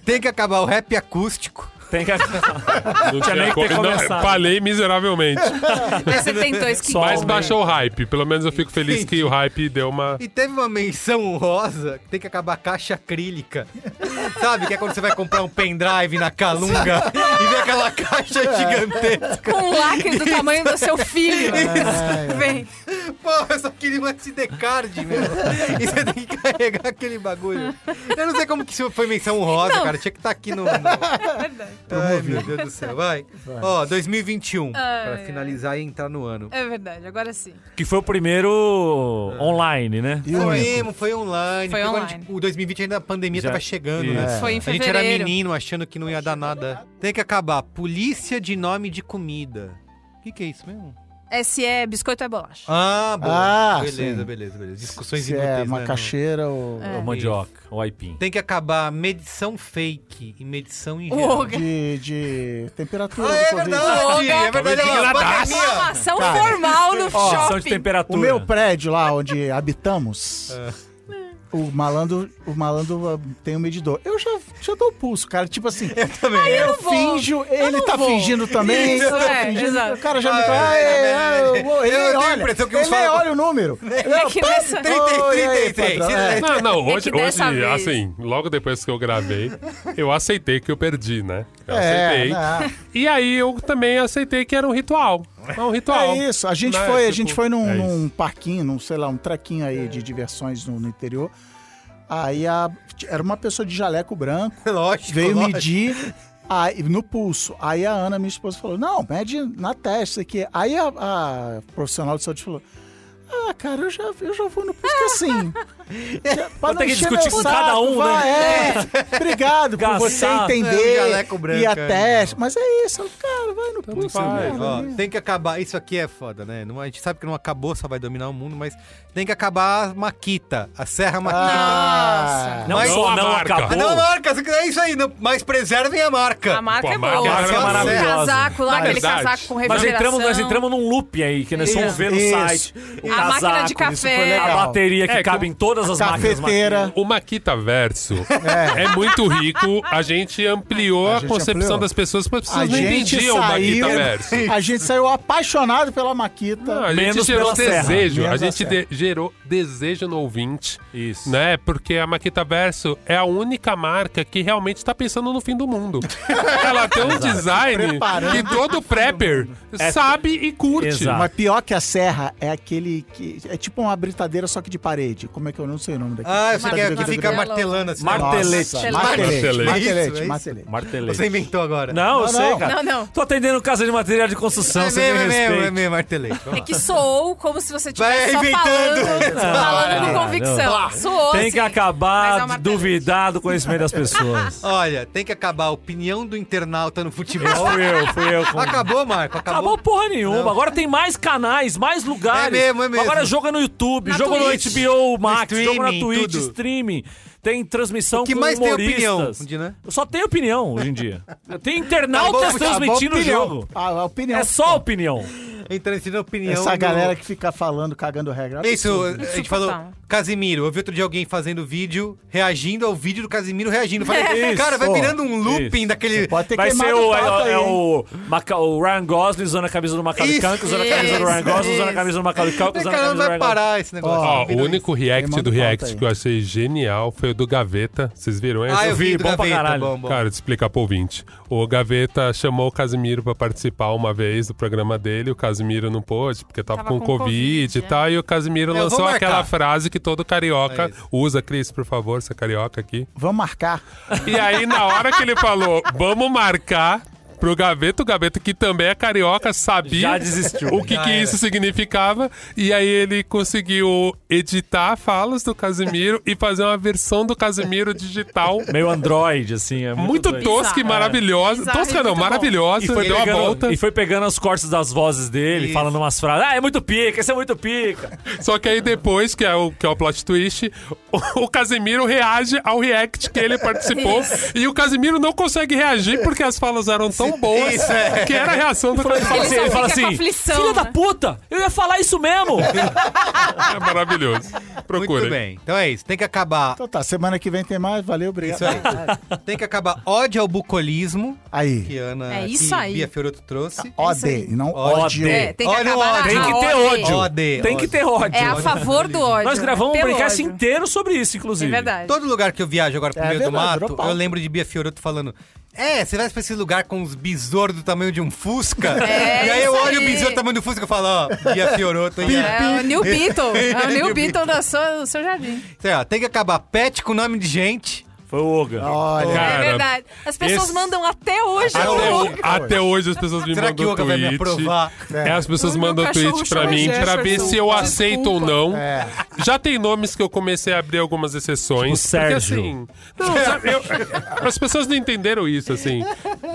Speaker 1: Tem que acabar o rap acústico.
Speaker 5: Tem que...
Speaker 4: Não
Speaker 5: Tinha nem que ter
Speaker 4: Não,
Speaker 5: começado.
Speaker 4: falei miseravelmente.
Speaker 2: Você tentou esquivar.
Speaker 4: Mas
Speaker 5: Homem.
Speaker 4: baixou o hype. Pelo menos eu fico feliz que o hype deu uma.
Speaker 1: E teve uma menção honrosa que tem que acabar a caixa acrílica. Sabe? Que é quando você vai comprar um pendrive na Calunga e vê aquela caixa gigantesca.
Speaker 2: Com um lacre do tamanho do seu filho. É, Vem.
Speaker 1: Pô, eu só queria um SD card, meu. E você tem que carregar aquele bagulho. Eu não sei como que isso foi menção honrosa, cara. Tinha que estar aqui no. no- Ai, meu Deus do céu. Vai. Ó, 2021. pra finalizar e entrar no ano.
Speaker 2: É verdade, agora sim.
Speaker 5: Que foi o primeiro online, né?
Speaker 3: E
Speaker 1: Foi
Speaker 3: o
Speaker 1: mesmo, foi online.
Speaker 2: Foi
Speaker 1: porque agora,
Speaker 2: online.
Speaker 1: tipo, o 2020 ainda a pandemia
Speaker 5: Já-
Speaker 1: tava chegando, né?
Speaker 5: Isso.
Speaker 2: Foi em
Speaker 1: A gente era
Speaker 2: fevereiro.
Speaker 1: menino achando que não ia dar nada. Tem que acabar. Polícia de nome de comida. O que, que é isso mesmo?
Speaker 2: Se é biscoito ou é bolacha.
Speaker 1: Ah, boa.
Speaker 3: Ah,
Speaker 1: beleza,
Speaker 3: sim.
Speaker 1: beleza, beleza. Discussões
Speaker 3: Se
Speaker 1: inúteis,
Speaker 3: é
Speaker 1: né, não.
Speaker 3: macaxeira ou...
Speaker 2: É
Speaker 5: Ou mandioca, ou aipim.
Speaker 1: Tem que acabar medição fake e medição em geral.
Speaker 2: Oga.
Speaker 3: De, de temperatura
Speaker 1: Ah,
Speaker 3: do
Speaker 1: é
Speaker 3: Covid.
Speaker 1: verdade,
Speaker 2: Ô,
Speaker 1: é
Speaker 2: Gabi,
Speaker 1: verdade.
Speaker 4: que
Speaker 1: olha lá,
Speaker 4: gradaço.
Speaker 1: pandemia.
Speaker 2: Informação formal no
Speaker 5: Ó,
Speaker 2: shopping.
Speaker 5: são de
Speaker 3: O
Speaker 5: temperatura.
Speaker 3: meu prédio lá onde habitamos. O malandro, o malandro ah, tem um medidor. Eu já, já dou o pulso, cara. Tipo assim,
Speaker 1: Também.
Speaker 3: eu,
Speaker 2: vou.
Speaker 3: finjo, ele
Speaker 2: não
Speaker 3: tá
Speaker 2: vou.
Speaker 3: fingindo também.
Speaker 2: Isso,
Speaker 3: eu tô
Speaker 2: é,
Speaker 3: fingindo,
Speaker 2: exato.
Speaker 3: O cara já me
Speaker 1: Ah,
Speaker 3: fala.
Speaker 1: é,
Speaker 3: "Ah,
Speaker 1: é,
Speaker 3: eu
Speaker 1: é. Eu
Speaker 3: vou", Ele
Speaker 1: tenho a
Speaker 3: olha,
Speaker 1: impressão que
Speaker 3: ele
Speaker 1: uns falam-
Speaker 3: olha o número.
Speaker 2: É que nessa-
Speaker 3: Oi, aí,
Speaker 1: 33,
Speaker 3: patrão. É.
Speaker 4: Não, não,
Speaker 2: É
Speaker 4: hoje,
Speaker 2: que dessa
Speaker 4: hoje,
Speaker 2: vez-
Speaker 4: assim, logo depois que eu gravei, eu aceitei que eu perdi, né? Eu
Speaker 3: É,
Speaker 4: aceitei.
Speaker 3: né?
Speaker 4: E aí eu também aceitei que era um ritual. É um ritual.
Speaker 3: É isso, a gente
Speaker 4: Né,
Speaker 3: foi, a
Speaker 4: tipo,
Speaker 3: gente foi num,
Speaker 4: é isso.
Speaker 3: num parquinho, num, sei lá, um trequinho aí de diversões no, no interior. Aí a- era uma pessoa de jaleco branco,
Speaker 1: Lógico,
Speaker 3: É. veio
Speaker 1: lógico.
Speaker 3: medir aí, no pulso. Aí a Ana, minha esposa, falou: Não, mede na testa aqui. Aí a, a profissional de saúde falou. Ah, cara, eu já, eu já vou no pulso que assim. já- pra
Speaker 5: Vou ter que
Speaker 3: encher
Speaker 5: discutir
Speaker 3: meu
Speaker 5: com cada um,
Speaker 3: vai, É, obrigado por você
Speaker 5: Gastar.
Speaker 3: entender.
Speaker 1: É, um jaleco branco,
Speaker 3: e a
Speaker 1: é.
Speaker 3: testa. Mas é isso, cara, vai no pulso.
Speaker 4: vai,
Speaker 3: merda,
Speaker 1: Ó,
Speaker 3: né?
Speaker 1: tem que acabar. Isso aqui é foda, né? Não- a gente sabe que não acabou, só vai dominar o mundo, mas tem que acabar a Maquita, a Serra Maquita.
Speaker 3: Ah.
Speaker 5: Não,
Speaker 1: Mas-
Speaker 5: só
Speaker 4: Não
Speaker 5: não
Speaker 4: a marca.
Speaker 1: Ah,
Speaker 5: acabou.
Speaker 1: não, marca, é isso aí, não- mas preservem a marca.
Speaker 2: A marca
Speaker 4: Pô,
Speaker 2: é
Speaker 4: a
Speaker 2: boa.
Speaker 4: marca
Speaker 1: é
Speaker 2: Aquele
Speaker 1: maravilhosa.
Speaker 2: casaco lá,
Speaker 4: Na
Speaker 2: aquele
Speaker 4: verdade.
Speaker 2: casaco com
Speaker 5: Mas
Speaker 2: reverberação.
Speaker 5: entramos, nós entramos num loop aí, que nós vamos
Speaker 2: Isso,
Speaker 5: ver no
Speaker 3: isso,
Speaker 5: site. O
Speaker 2: A máquina
Speaker 5: casaco,
Speaker 2: de café.
Speaker 5: isso foi legal.
Speaker 3: É,
Speaker 5: A bateria que
Speaker 4: com-
Speaker 5: cabe em todas as máquinas.
Speaker 3: Cafeteira.
Speaker 4: O Maquita Verso é. muito rico. A gente ampliou a,
Speaker 3: gente
Speaker 4: concepção
Speaker 3: ampliou.
Speaker 4: das pessoas, porque as
Speaker 3: A
Speaker 4: pessoas não
Speaker 3: gente
Speaker 4: entendiam o
Speaker 3: saiu-
Speaker 4: Maquita Verso.
Speaker 3: A gente saiu apaixonado pela Maquita.
Speaker 4: Não, a gente
Speaker 5: Menos
Speaker 4: gerou
Speaker 5: pela serra.
Speaker 4: desejo.
Speaker 3: Menos
Speaker 4: a
Speaker 3: a
Speaker 4: gente
Speaker 3: serra.
Speaker 4: de- gerou desejo no ouvinte.
Speaker 5: Isso.
Speaker 4: Né? Porque a Maquita Verso é a única marca que realmente tá pensando no fim do mundo. Ela tem um design
Speaker 3: Preparando
Speaker 4: que todo prepper sabe e curte.
Speaker 5: Exato.
Speaker 3: Mas pior que a serra é aquele que. É tipo uma britadeira, só que de parede. Como é que eu não sei o nome daquele?
Speaker 1: Ah, eu sei que é
Speaker 2: Martelo.
Speaker 1: que fica martelando assim.
Speaker 5: Martelo. Martelete.
Speaker 3: Nossa,
Speaker 1: Isso,
Speaker 3: Martelete.
Speaker 4: Martelete.
Speaker 1: é
Speaker 3: Martelete.
Speaker 1: isso.
Speaker 3: Martelete.
Speaker 5: Martelete.
Speaker 1: Você inventou agora.
Speaker 5: Não, eu
Speaker 3: Não,
Speaker 5: sei,
Speaker 3: não.
Speaker 5: cara.
Speaker 2: Não, não.
Speaker 5: Tô atendendo casa de material de construção,
Speaker 1: é
Speaker 5: você tem
Speaker 1: mesmo, é mesmo, é
Speaker 5: respeito.
Speaker 1: mesmo, martelete. Vamos
Speaker 2: É
Speaker 1: lá.
Speaker 2: que soou como se você
Speaker 1: Vai
Speaker 2: estivesse só
Speaker 1: inventando.
Speaker 2: falando, falando
Speaker 5: não,
Speaker 2: com
Speaker 5: não.
Speaker 2: convicção. Soou
Speaker 5: Tem que
Speaker 2: assim. Mas é
Speaker 5: acabar
Speaker 2: uma
Speaker 5: de duvidar do conhecimento das pessoas.
Speaker 1: Olha, tem que acabar a opinião do internauta no futebol.
Speaker 5: fui eu, fui eu. com-
Speaker 1: Acabou, Marco, acabou.
Speaker 5: Acabou porra nenhuma. Agora tem mais canais, mais lugares.
Speaker 1: É mesmo, é mesmo.
Speaker 5: Agora joga no YouTube,
Speaker 2: Na
Speaker 5: joga
Speaker 2: Twitch.
Speaker 5: no HBO Max,
Speaker 1: No
Speaker 5: joga na
Speaker 1: streaming,
Speaker 5: Twitch,
Speaker 1: tudo.
Speaker 5: streaming. Tem transmissão
Speaker 1: O que
Speaker 5: com
Speaker 1: mais tem
Speaker 5: humoristas.
Speaker 1: opinião, né? Dina?
Speaker 5: Eu só tenho opinião hoje em dia.
Speaker 1: Acabou,
Speaker 5: Tem internautas
Speaker 1: acabou
Speaker 5: transmitindo o
Speaker 1: opinião.
Speaker 5: jogo.
Speaker 3: Ah, A, a opinião.
Speaker 5: É só opinião.
Speaker 1: Entrando assim na opinião.
Speaker 3: Essa
Speaker 1: do-
Speaker 3: galera que fica falando, cagando regra.
Speaker 1: Isso, a gente falou,
Speaker 2: Insuportável.
Speaker 1: Casimiro, eu vi outro dia alguém fazendo vídeo, reagindo ao vídeo do Casimiro reagindo. Eu Falei,
Speaker 5: Isso,
Speaker 1: cara, vai
Speaker 5: ó,
Speaker 1: virando um looping
Speaker 5: isso.
Speaker 1: daquele...
Speaker 3: Pode ter
Speaker 5: Vai ser
Speaker 3: queimado
Speaker 5: o,
Speaker 3: papo
Speaker 5: é,
Speaker 3: aí,
Speaker 5: é
Speaker 3: hein?
Speaker 5: o, Maca- o Ryan Gosling usando a camisa do Macaulay
Speaker 1: Isso,
Speaker 5: Culkin, usando a camisa do Ryan
Speaker 1: isso,
Speaker 5: Gosling, usando a
Speaker 1: isso.
Speaker 5: camisa do Macaulay Culkin, usando a
Speaker 1: Cara,
Speaker 5: camisa
Speaker 1: não
Speaker 5: do
Speaker 1: vai
Speaker 5: Ryan Gosling.
Speaker 1: parar esse negócio.
Speaker 4: Ó,
Speaker 1: Viram
Speaker 4: o único react
Speaker 3: Queimando
Speaker 4: do react
Speaker 3: pauta aí.
Speaker 4: que eu achei genial foi o do Gaveta. Vocês viram
Speaker 1: isso?
Speaker 4: esse?
Speaker 1: Ah, eu
Speaker 5: eu
Speaker 1: vi,
Speaker 5: vi,
Speaker 1: do
Speaker 5: bom pra
Speaker 1: gaveta,
Speaker 5: caralho.
Speaker 1: bom, bom.
Speaker 4: Cara, te explicar pro ouvinte. O Gaveta chamou o Casimiro pra participar uma vez do programa dele. O Casimiro não pôde, porque tava,
Speaker 2: Tava
Speaker 4: com,
Speaker 2: com
Speaker 4: Covid, e
Speaker 2: Covid, é.
Speaker 4: tal. E o Casimiro
Speaker 1: Eu vou
Speaker 4: lançou
Speaker 1: marcar.
Speaker 4: aquela frase que todo carioca
Speaker 1: É isso.
Speaker 4: usa. Cris, por favor, você é carioca aqui.
Speaker 3: Vamos marcar.
Speaker 4: E aí, na hora que ele falou, vamos marcar pro Gaveta, o Gaveta, que também é carioca, sabia
Speaker 5: Já desistiu.
Speaker 4: o que,
Speaker 1: Já
Speaker 4: que
Speaker 1: era.
Speaker 4: isso significava. E aí ele conseguiu editar falas do Casimiro e fazer uma versão do Casimiro digital.
Speaker 5: Meio Android, assim. É muito,
Speaker 4: Muito
Speaker 5: doido.
Speaker 4: tosca e
Speaker 2: Bizarro.
Speaker 4: maravilhosa.
Speaker 2: Bizarro e
Speaker 4: tosca não,
Speaker 2: muito bom.
Speaker 4: maravilhosa.
Speaker 5: E foi,
Speaker 4: deu a
Speaker 5: pegando,
Speaker 4: volta.
Speaker 5: e foi pegando os cortes das vozes dele,
Speaker 1: Isso.
Speaker 5: falando umas frases. Ah, é muito pica, esse é muito pica.
Speaker 4: Só que aí depois, que é o, que é o plot twist, o, o Casimiro reage ao react que ele participou. e o Casimiro não consegue reagir porque as falas eram tão boas
Speaker 1: Isso, é.
Speaker 4: que era a reação do
Speaker 5: Ele fala
Speaker 4: Casimiro.
Speaker 5: assim,
Speaker 2: só
Speaker 5: ele fala
Speaker 2: fica com
Speaker 5: assim
Speaker 2: aflição,
Speaker 5: filha da
Speaker 2: né?"
Speaker 5: puta, eu ia falar isso mesmo.
Speaker 4: É maravilhoso. Procura.
Speaker 1: Muito bem, então é isso, tem que acabar...
Speaker 3: Então tá, semana que vem tem mais. Valeu, obrigado.
Speaker 1: Isso aí. tem que acabar ódio ao bucolismo, que
Speaker 3: Aí.
Speaker 1: Ana
Speaker 2: É
Speaker 1: que
Speaker 2: isso aí. Tá.
Speaker 1: Bia Fiorotto trouxe.
Speaker 3: Ode,
Speaker 2: aí.
Speaker 3: e não
Speaker 1: Ode.
Speaker 3: ódio.
Speaker 2: É, tem que
Speaker 1: Olha o
Speaker 2: acabar na
Speaker 1: ódio.
Speaker 5: Tem que ter
Speaker 2: ordem.
Speaker 5: ódio.
Speaker 1: Ódio,
Speaker 5: Tem que ter ódio.
Speaker 2: É a favor do ódio. né?
Speaker 5: Nós gravamos um
Speaker 2: Pelo
Speaker 5: podcast
Speaker 2: ódio.
Speaker 5: inteiro sobre isso, inclusive.
Speaker 2: É verdade.
Speaker 1: Todo lugar que eu viajo agora pro
Speaker 3: É
Speaker 1: meio
Speaker 3: verdade,
Speaker 1: do
Speaker 3: virou
Speaker 1: mato,
Speaker 3: pauta.
Speaker 1: eu lembro de Bia Fiorotto falando: É, você vai pra esse lugar com uns besouros do tamanho de um Fusca?
Speaker 2: É
Speaker 1: e aí eu
Speaker 2: isso
Speaker 1: olho
Speaker 2: aí.
Speaker 1: o besouro do tamanho do Fusca e falo: Ó, Bia Fiorotto. e é.
Speaker 2: É o New Beetle. É o
Speaker 1: New
Speaker 2: New Beetle do seu, do seu jardim.
Speaker 1: Sei lá, tem que acabar pet com nome de gente.
Speaker 5: Foi o Olga.
Speaker 3: Olha.
Speaker 4: Cara,
Speaker 2: é verdade. As pessoas
Speaker 4: esse-
Speaker 2: mandam até hoje.
Speaker 4: Até,
Speaker 2: o
Speaker 4: ho-
Speaker 2: Olga.
Speaker 4: até hoje as pessoas me
Speaker 1: Será que o Yoga
Speaker 4: mandam
Speaker 1: vai me
Speaker 4: tweet.
Speaker 1: aprovar?
Speaker 4: É, as pessoas
Speaker 2: O meu
Speaker 4: mandam
Speaker 2: cachorro
Speaker 4: tweet pra
Speaker 2: chama
Speaker 4: mim pra ver
Speaker 2: Jefferson.
Speaker 4: se eu
Speaker 2: Desculpa.
Speaker 4: aceito ou não.
Speaker 3: É.
Speaker 4: Já tem nomes que eu comecei a abrir algumas exceções.
Speaker 5: Tipo Sérgio.
Speaker 4: Porque assim. não, sabe, eu- as pessoas não entenderam isso, assim.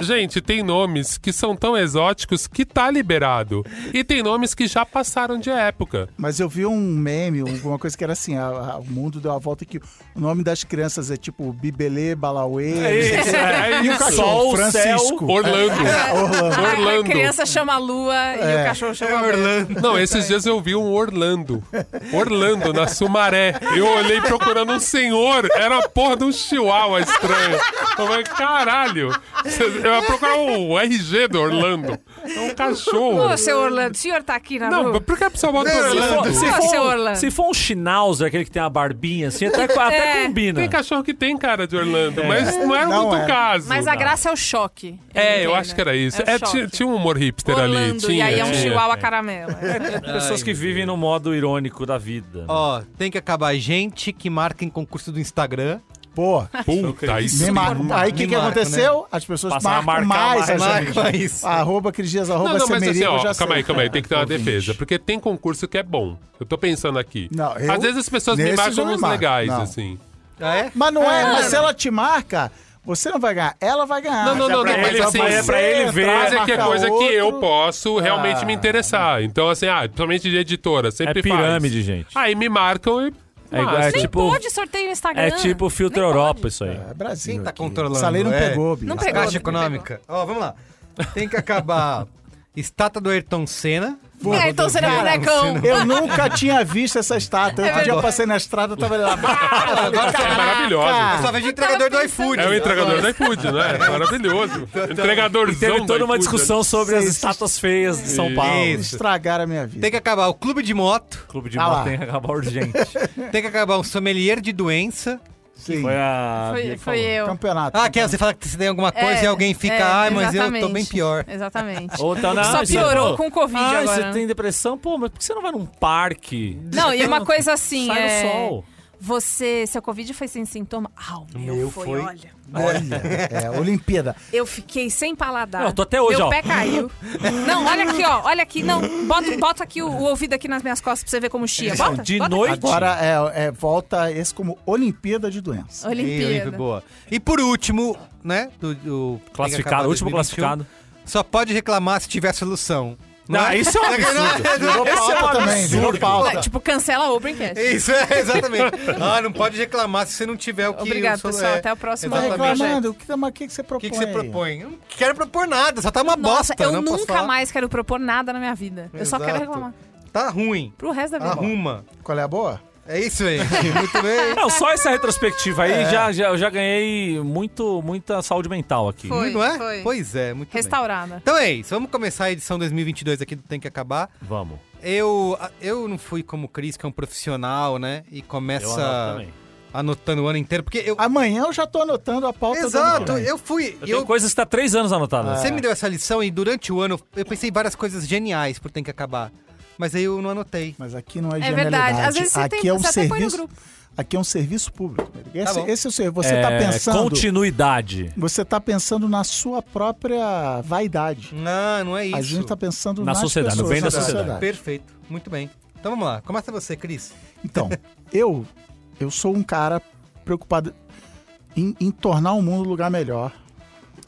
Speaker 4: Gente, tem nomes que são tão exóticos que tá liberado. E tem nomes que já passaram de época.
Speaker 3: Mas eu vi um meme, alguma coisa que era assim, a- a- o mundo deu a volta que o nome das crianças é tipo Bibelê, Balauê.
Speaker 5: isso, é
Speaker 3: E o
Speaker 5: isso.
Speaker 3: cachorro,
Speaker 5: Sol, céu,
Speaker 3: Francisco.
Speaker 4: Orlando.
Speaker 2: É.
Speaker 3: Orlando.
Speaker 2: A
Speaker 4: Orlando.
Speaker 2: criança chama a lua e o cachorro chama a lua.
Speaker 4: Não, esses dias eu vi um Orlando. Orlando, na Sumaré. Eu olhei procurando um senhor. Era a porra de um chihuahua estranho. Eu falei, caralho. Eu ia procurar o RG do Orlando. É um cachorro.
Speaker 2: Ô, seu Orlando, o senhor tá aqui na
Speaker 4: Não,
Speaker 2: rua?
Speaker 4: por que a pessoa bota
Speaker 5: Se for,
Speaker 4: Orlando?
Speaker 5: se,
Speaker 2: Ah, seu
Speaker 5: for,
Speaker 2: Orlando.
Speaker 5: se for um schnauzer, aquele que tem a barbinha assim, até, até
Speaker 2: É.
Speaker 5: combina.
Speaker 4: Tem cachorro que tem cara de Orlando, mas não era
Speaker 3: Não
Speaker 4: muito
Speaker 3: era.
Speaker 4: caso.
Speaker 2: Mas a graça é o choque.
Speaker 4: É, eu
Speaker 2: entendo.
Speaker 4: acho que era isso.
Speaker 2: É,
Speaker 4: É,
Speaker 2: o choque.
Speaker 4: tinha, tinha um humor hipster ali.
Speaker 2: Orlando,
Speaker 4: Tinha,
Speaker 2: e aí é um
Speaker 4: tinha. É,
Speaker 2: chihuahua caramelo.
Speaker 5: Pessoas que vivem no modo irônico da vida.
Speaker 1: Ó, tem que acabar gente que marca em concurso do Instagram.
Speaker 3: Pô,
Speaker 4: Puta, isso.
Speaker 3: me marca. Aí
Speaker 1: Me
Speaker 3: o que, que
Speaker 4: né?
Speaker 1: marca,
Speaker 3: aconteceu? As pessoas
Speaker 5: Passaram a
Speaker 3: marcam
Speaker 5: marcar
Speaker 3: mais. as
Speaker 5: mais, né?
Speaker 3: amigas.
Speaker 1: Marca isso.
Speaker 3: Arroba Cris Dias, arroba
Speaker 4: Não, não, mas assim,
Speaker 3: Semerico,
Speaker 4: ó,
Speaker 3: já
Speaker 4: calma
Speaker 3: sei.
Speaker 4: aí, calma aí, tem que ter uma
Speaker 3: Ouvinte.
Speaker 4: defesa, porque tem concurso que é bom. Eu tô pensando aqui.
Speaker 3: Não, eu-
Speaker 4: Às vezes as pessoas me
Speaker 3: nesses eu
Speaker 4: marcam
Speaker 3: me
Speaker 4: uns
Speaker 3: marco,
Speaker 4: legais,
Speaker 3: não.
Speaker 4: assim.
Speaker 1: Ah, é?
Speaker 3: Mas não é, mas se ela te marca, você não vai ganhar, ela vai ganhar.
Speaker 4: Não,
Speaker 3: Mas
Speaker 4: não,
Speaker 3: é
Speaker 4: não,
Speaker 3: pra
Speaker 4: não, mas
Speaker 3: ele-
Speaker 4: assim,
Speaker 3: você
Speaker 4: é pra
Speaker 5: ele ver,
Speaker 3: entrar,
Speaker 4: Mas é que é
Speaker 3: marcar
Speaker 4: coisa que eu
Speaker 3: outro.
Speaker 4: posso realmente
Speaker 3: Ah.
Speaker 4: me interessar. Então, assim, ah, principalmente de editora, sempre
Speaker 5: É pirâmide,
Speaker 4: faz.
Speaker 5: gente.
Speaker 4: Aí me marcam e.
Speaker 5: É igual-
Speaker 4: Mas-
Speaker 5: é
Speaker 2: Ah, Nem
Speaker 5: tipo-
Speaker 2: pode sorteio no Instagram.
Speaker 5: É tipo filtro
Speaker 2: Nem
Speaker 5: Europa
Speaker 2: pode.
Speaker 5: isso aí.
Speaker 3: É Brasil.
Speaker 1: Quem tá
Speaker 3: aqui.
Speaker 1: controlando?
Speaker 3: Essa lei não
Speaker 1: é?
Speaker 3: pegou, bicho.
Speaker 2: Não
Speaker 1: A
Speaker 2: pegou.
Speaker 1: Caixa econômica. Ó, vamos lá. Tem que acabar estátua do Ayrton Senna.
Speaker 2: É, então você não é bonecão.
Speaker 3: Eu nunca tinha visto essa estátua.
Speaker 2: É
Speaker 3: Outro dia eu
Speaker 1: verdade.
Speaker 3: passei na estrada, eu tava lá.
Speaker 4: Agora é
Speaker 1: Eu
Speaker 4: maravilhoso.
Speaker 1: só vejo entregador do
Speaker 2: pensando.
Speaker 1: iFood.
Speaker 4: É o entregador da iFood, né? É maravilhoso. Entregadorzão
Speaker 5: Teve
Speaker 4: do
Speaker 5: toda uma
Speaker 4: iFood,
Speaker 5: discussão sobre as
Speaker 3: Sim.
Speaker 5: estátuas feias de São
Speaker 4: Ah, Isso.
Speaker 5: Paulo.
Speaker 1: Isso.
Speaker 3: Estragaram a minha vida.
Speaker 1: Tem que acabar o clube de moto.
Speaker 5: Clube de
Speaker 3: Ah
Speaker 5: moto
Speaker 3: lá.
Speaker 5: tem que acabar urgente.
Speaker 1: Tem que acabar um sommelier de doença.
Speaker 3: Sim.
Speaker 5: Foi a. Bia
Speaker 2: Foi,
Speaker 5: que
Speaker 2: foi
Speaker 5: falou.
Speaker 2: eu.
Speaker 3: Campeonato.
Speaker 1: Ah, que é, você fala que você tem alguma coisa
Speaker 2: É,
Speaker 1: e alguém fica,
Speaker 2: é,
Speaker 1: ai, mas eu tô
Speaker 2: exatamente.
Speaker 1: bem pior.
Speaker 2: Exatamente.
Speaker 5: Ou tá na-
Speaker 2: Só
Speaker 5: você-
Speaker 2: piorou
Speaker 5: pô,
Speaker 2: com o Covid
Speaker 5: ah,
Speaker 2: agora,
Speaker 5: você
Speaker 2: né?
Speaker 5: tem depressão? Pô, mas por que você não vai num parque?
Speaker 2: Não, e uma coisa assim,
Speaker 5: Sai
Speaker 2: é...
Speaker 5: no sol.
Speaker 2: Você, seu Covid foi sem sintoma? Ah, o meu,
Speaker 1: meu
Speaker 2: foi,
Speaker 1: foi.
Speaker 2: olha.
Speaker 3: Olha, é, Olimpíada.
Speaker 2: Eu fiquei sem paladar.
Speaker 5: Não, eu tô até hoje,
Speaker 2: Meu
Speaker 5: ó.
Speaker 2: pé caiu. Não, olha aqui, ó. Olha aqui. Não, bota, bota aqui o, o ouvido aqui nas minhas costas pra você ver como chia. Bota.
Speaker 5: De
Speaker 2: bota.
Speaker 5: noite.
Speaker 3: Agora é, é, volta esse como Olimpíada de doença.
Speaker 1: Ei, Olimpíada,
Speaker 2: Olimpíada.
Speaker 1: boa. E por último, né? Do, do- tem que acabar
Speaker 5: Classificado,
Speaker 1: 2021,
Speaker 5: último classificado.
Speaker 1: Só pode reclamar se tiver solução. Não,
Speaker 5: Ah,
Speaker 1: é?
Speaker 5: isso é um
Speaker 3: Virou
Speaker 5: Esse é um
Speaker 3: pauta também,
Speaker 5: absurdo.
Speaker 3: virou pauta.
Speaker 2: Ué, tipo, cancela o Braincast.
Speaker 1: Isso, é, exatamente. Ah, não pode reclamar se você não tiver o que...
Speaker 2: Obrigado,
Speaker 1: o solu-
Speaker 2: pessoal.
Speaker 1: é,
Speaker 2: Até o próximo
Speaker 3: Tá
Speaker 1: Exatamente.
Speaker 3: reclamando, o que, mas o que, que você
Speaker 1: O
Speaker 3: propõe?
Speaker 1: que, que você
Speaker 3: aí?
Speaker 1: propõe? Eu não quero propor nada, só tá uma
Speaker 2: Nossa,
Speaker 1: bosta.
Speaker 2: eu
Speaker 1: não posso
Speaker 2: nunca
Speaker 1: falar.
Speaker 2: mais quero propor nada na minha vida. Eu só quero
Speaker 1: Exato.
Speaker 2: reclamar.
Speaker 1: Tá ruim.
Speaker 2: Pro resto da vida.
Speaker 1: Arruma.
Speaker 3: Qual é a boa?
Speaker 1: É isso aí. Muito bem.
Speaker 5: Não, só essa retrospectiva aí já, já, eu já ganhei muito, muita saúde mental aqui.
Speaker 2: Foi.
Speaker 1: não é? Pois é, muito bem.
Speaker 2: Restaurada.
Speaker 1: Então é isso, vamos começar a edição 2022 aqui do Tem Que Acabar.
Speaker 5: Vamos.
Speaker 1: Eu, eu não fui como o Cris, que é um profissional, né? E
Speaker 5: Eu anoto
Speaker 1: começa
Speaker 5: também.
Speaker 1: anotando o ano inteiro, porque eu...
Speaker 3: Amanhã eu já tô anotando a pauta do ano que
Speaker 1: Exato,
Speaker 3: vem.
Speaker 1: eu fui...
Speaker 5: Eu,
Speaker 1: eu-
Speaker 5: tenho coisas que tá três anos anotadas.
Speaker 1: Você me deu essa lição e durante o ano eu pensei em várias coisas geniais pro Tem Que Acabar. Mas aí eu não anotei.
Speaker 3: Mas aqui não é
Speaker 2: É
Speaker 3: genialidade.
Speaker 2: verdade. Às vezes você,
Speaker 3: aqui
Speaker 2: tem,
Speaker 3: é um
Speaker 2: você até põe no
Speaker 3: serviço,
Speaker 2: grupo.
Speaker 3: Aqui é um serviço público. Merigo. Esse,
Speaker 1: Tá bom.
Speaker 3: esse é o serviço. Você está
Speaker 5: É,
Speaker 3: pensando.
Speaker 5: Continuidade.
Speaker 3: Você tá pensando na sua própria vaidade.
Speaker 1: Não, não é isso.
Speaker 3: A gente está pensando
Speaker 5: Na
Speaker 3: nas
Speaker 5: sociedade, no
Speaker 3: pessoas,
Speaker 5: bem da
Speaker 3: na
Speaker 5: sociedade.
Speaker 1: Perfeito, muito bem. Então vamos lá, começa você, Cris.
Speaker 3: Então, eu, eu sou um cara preocupado em, em tornar o mundo um lugar melhor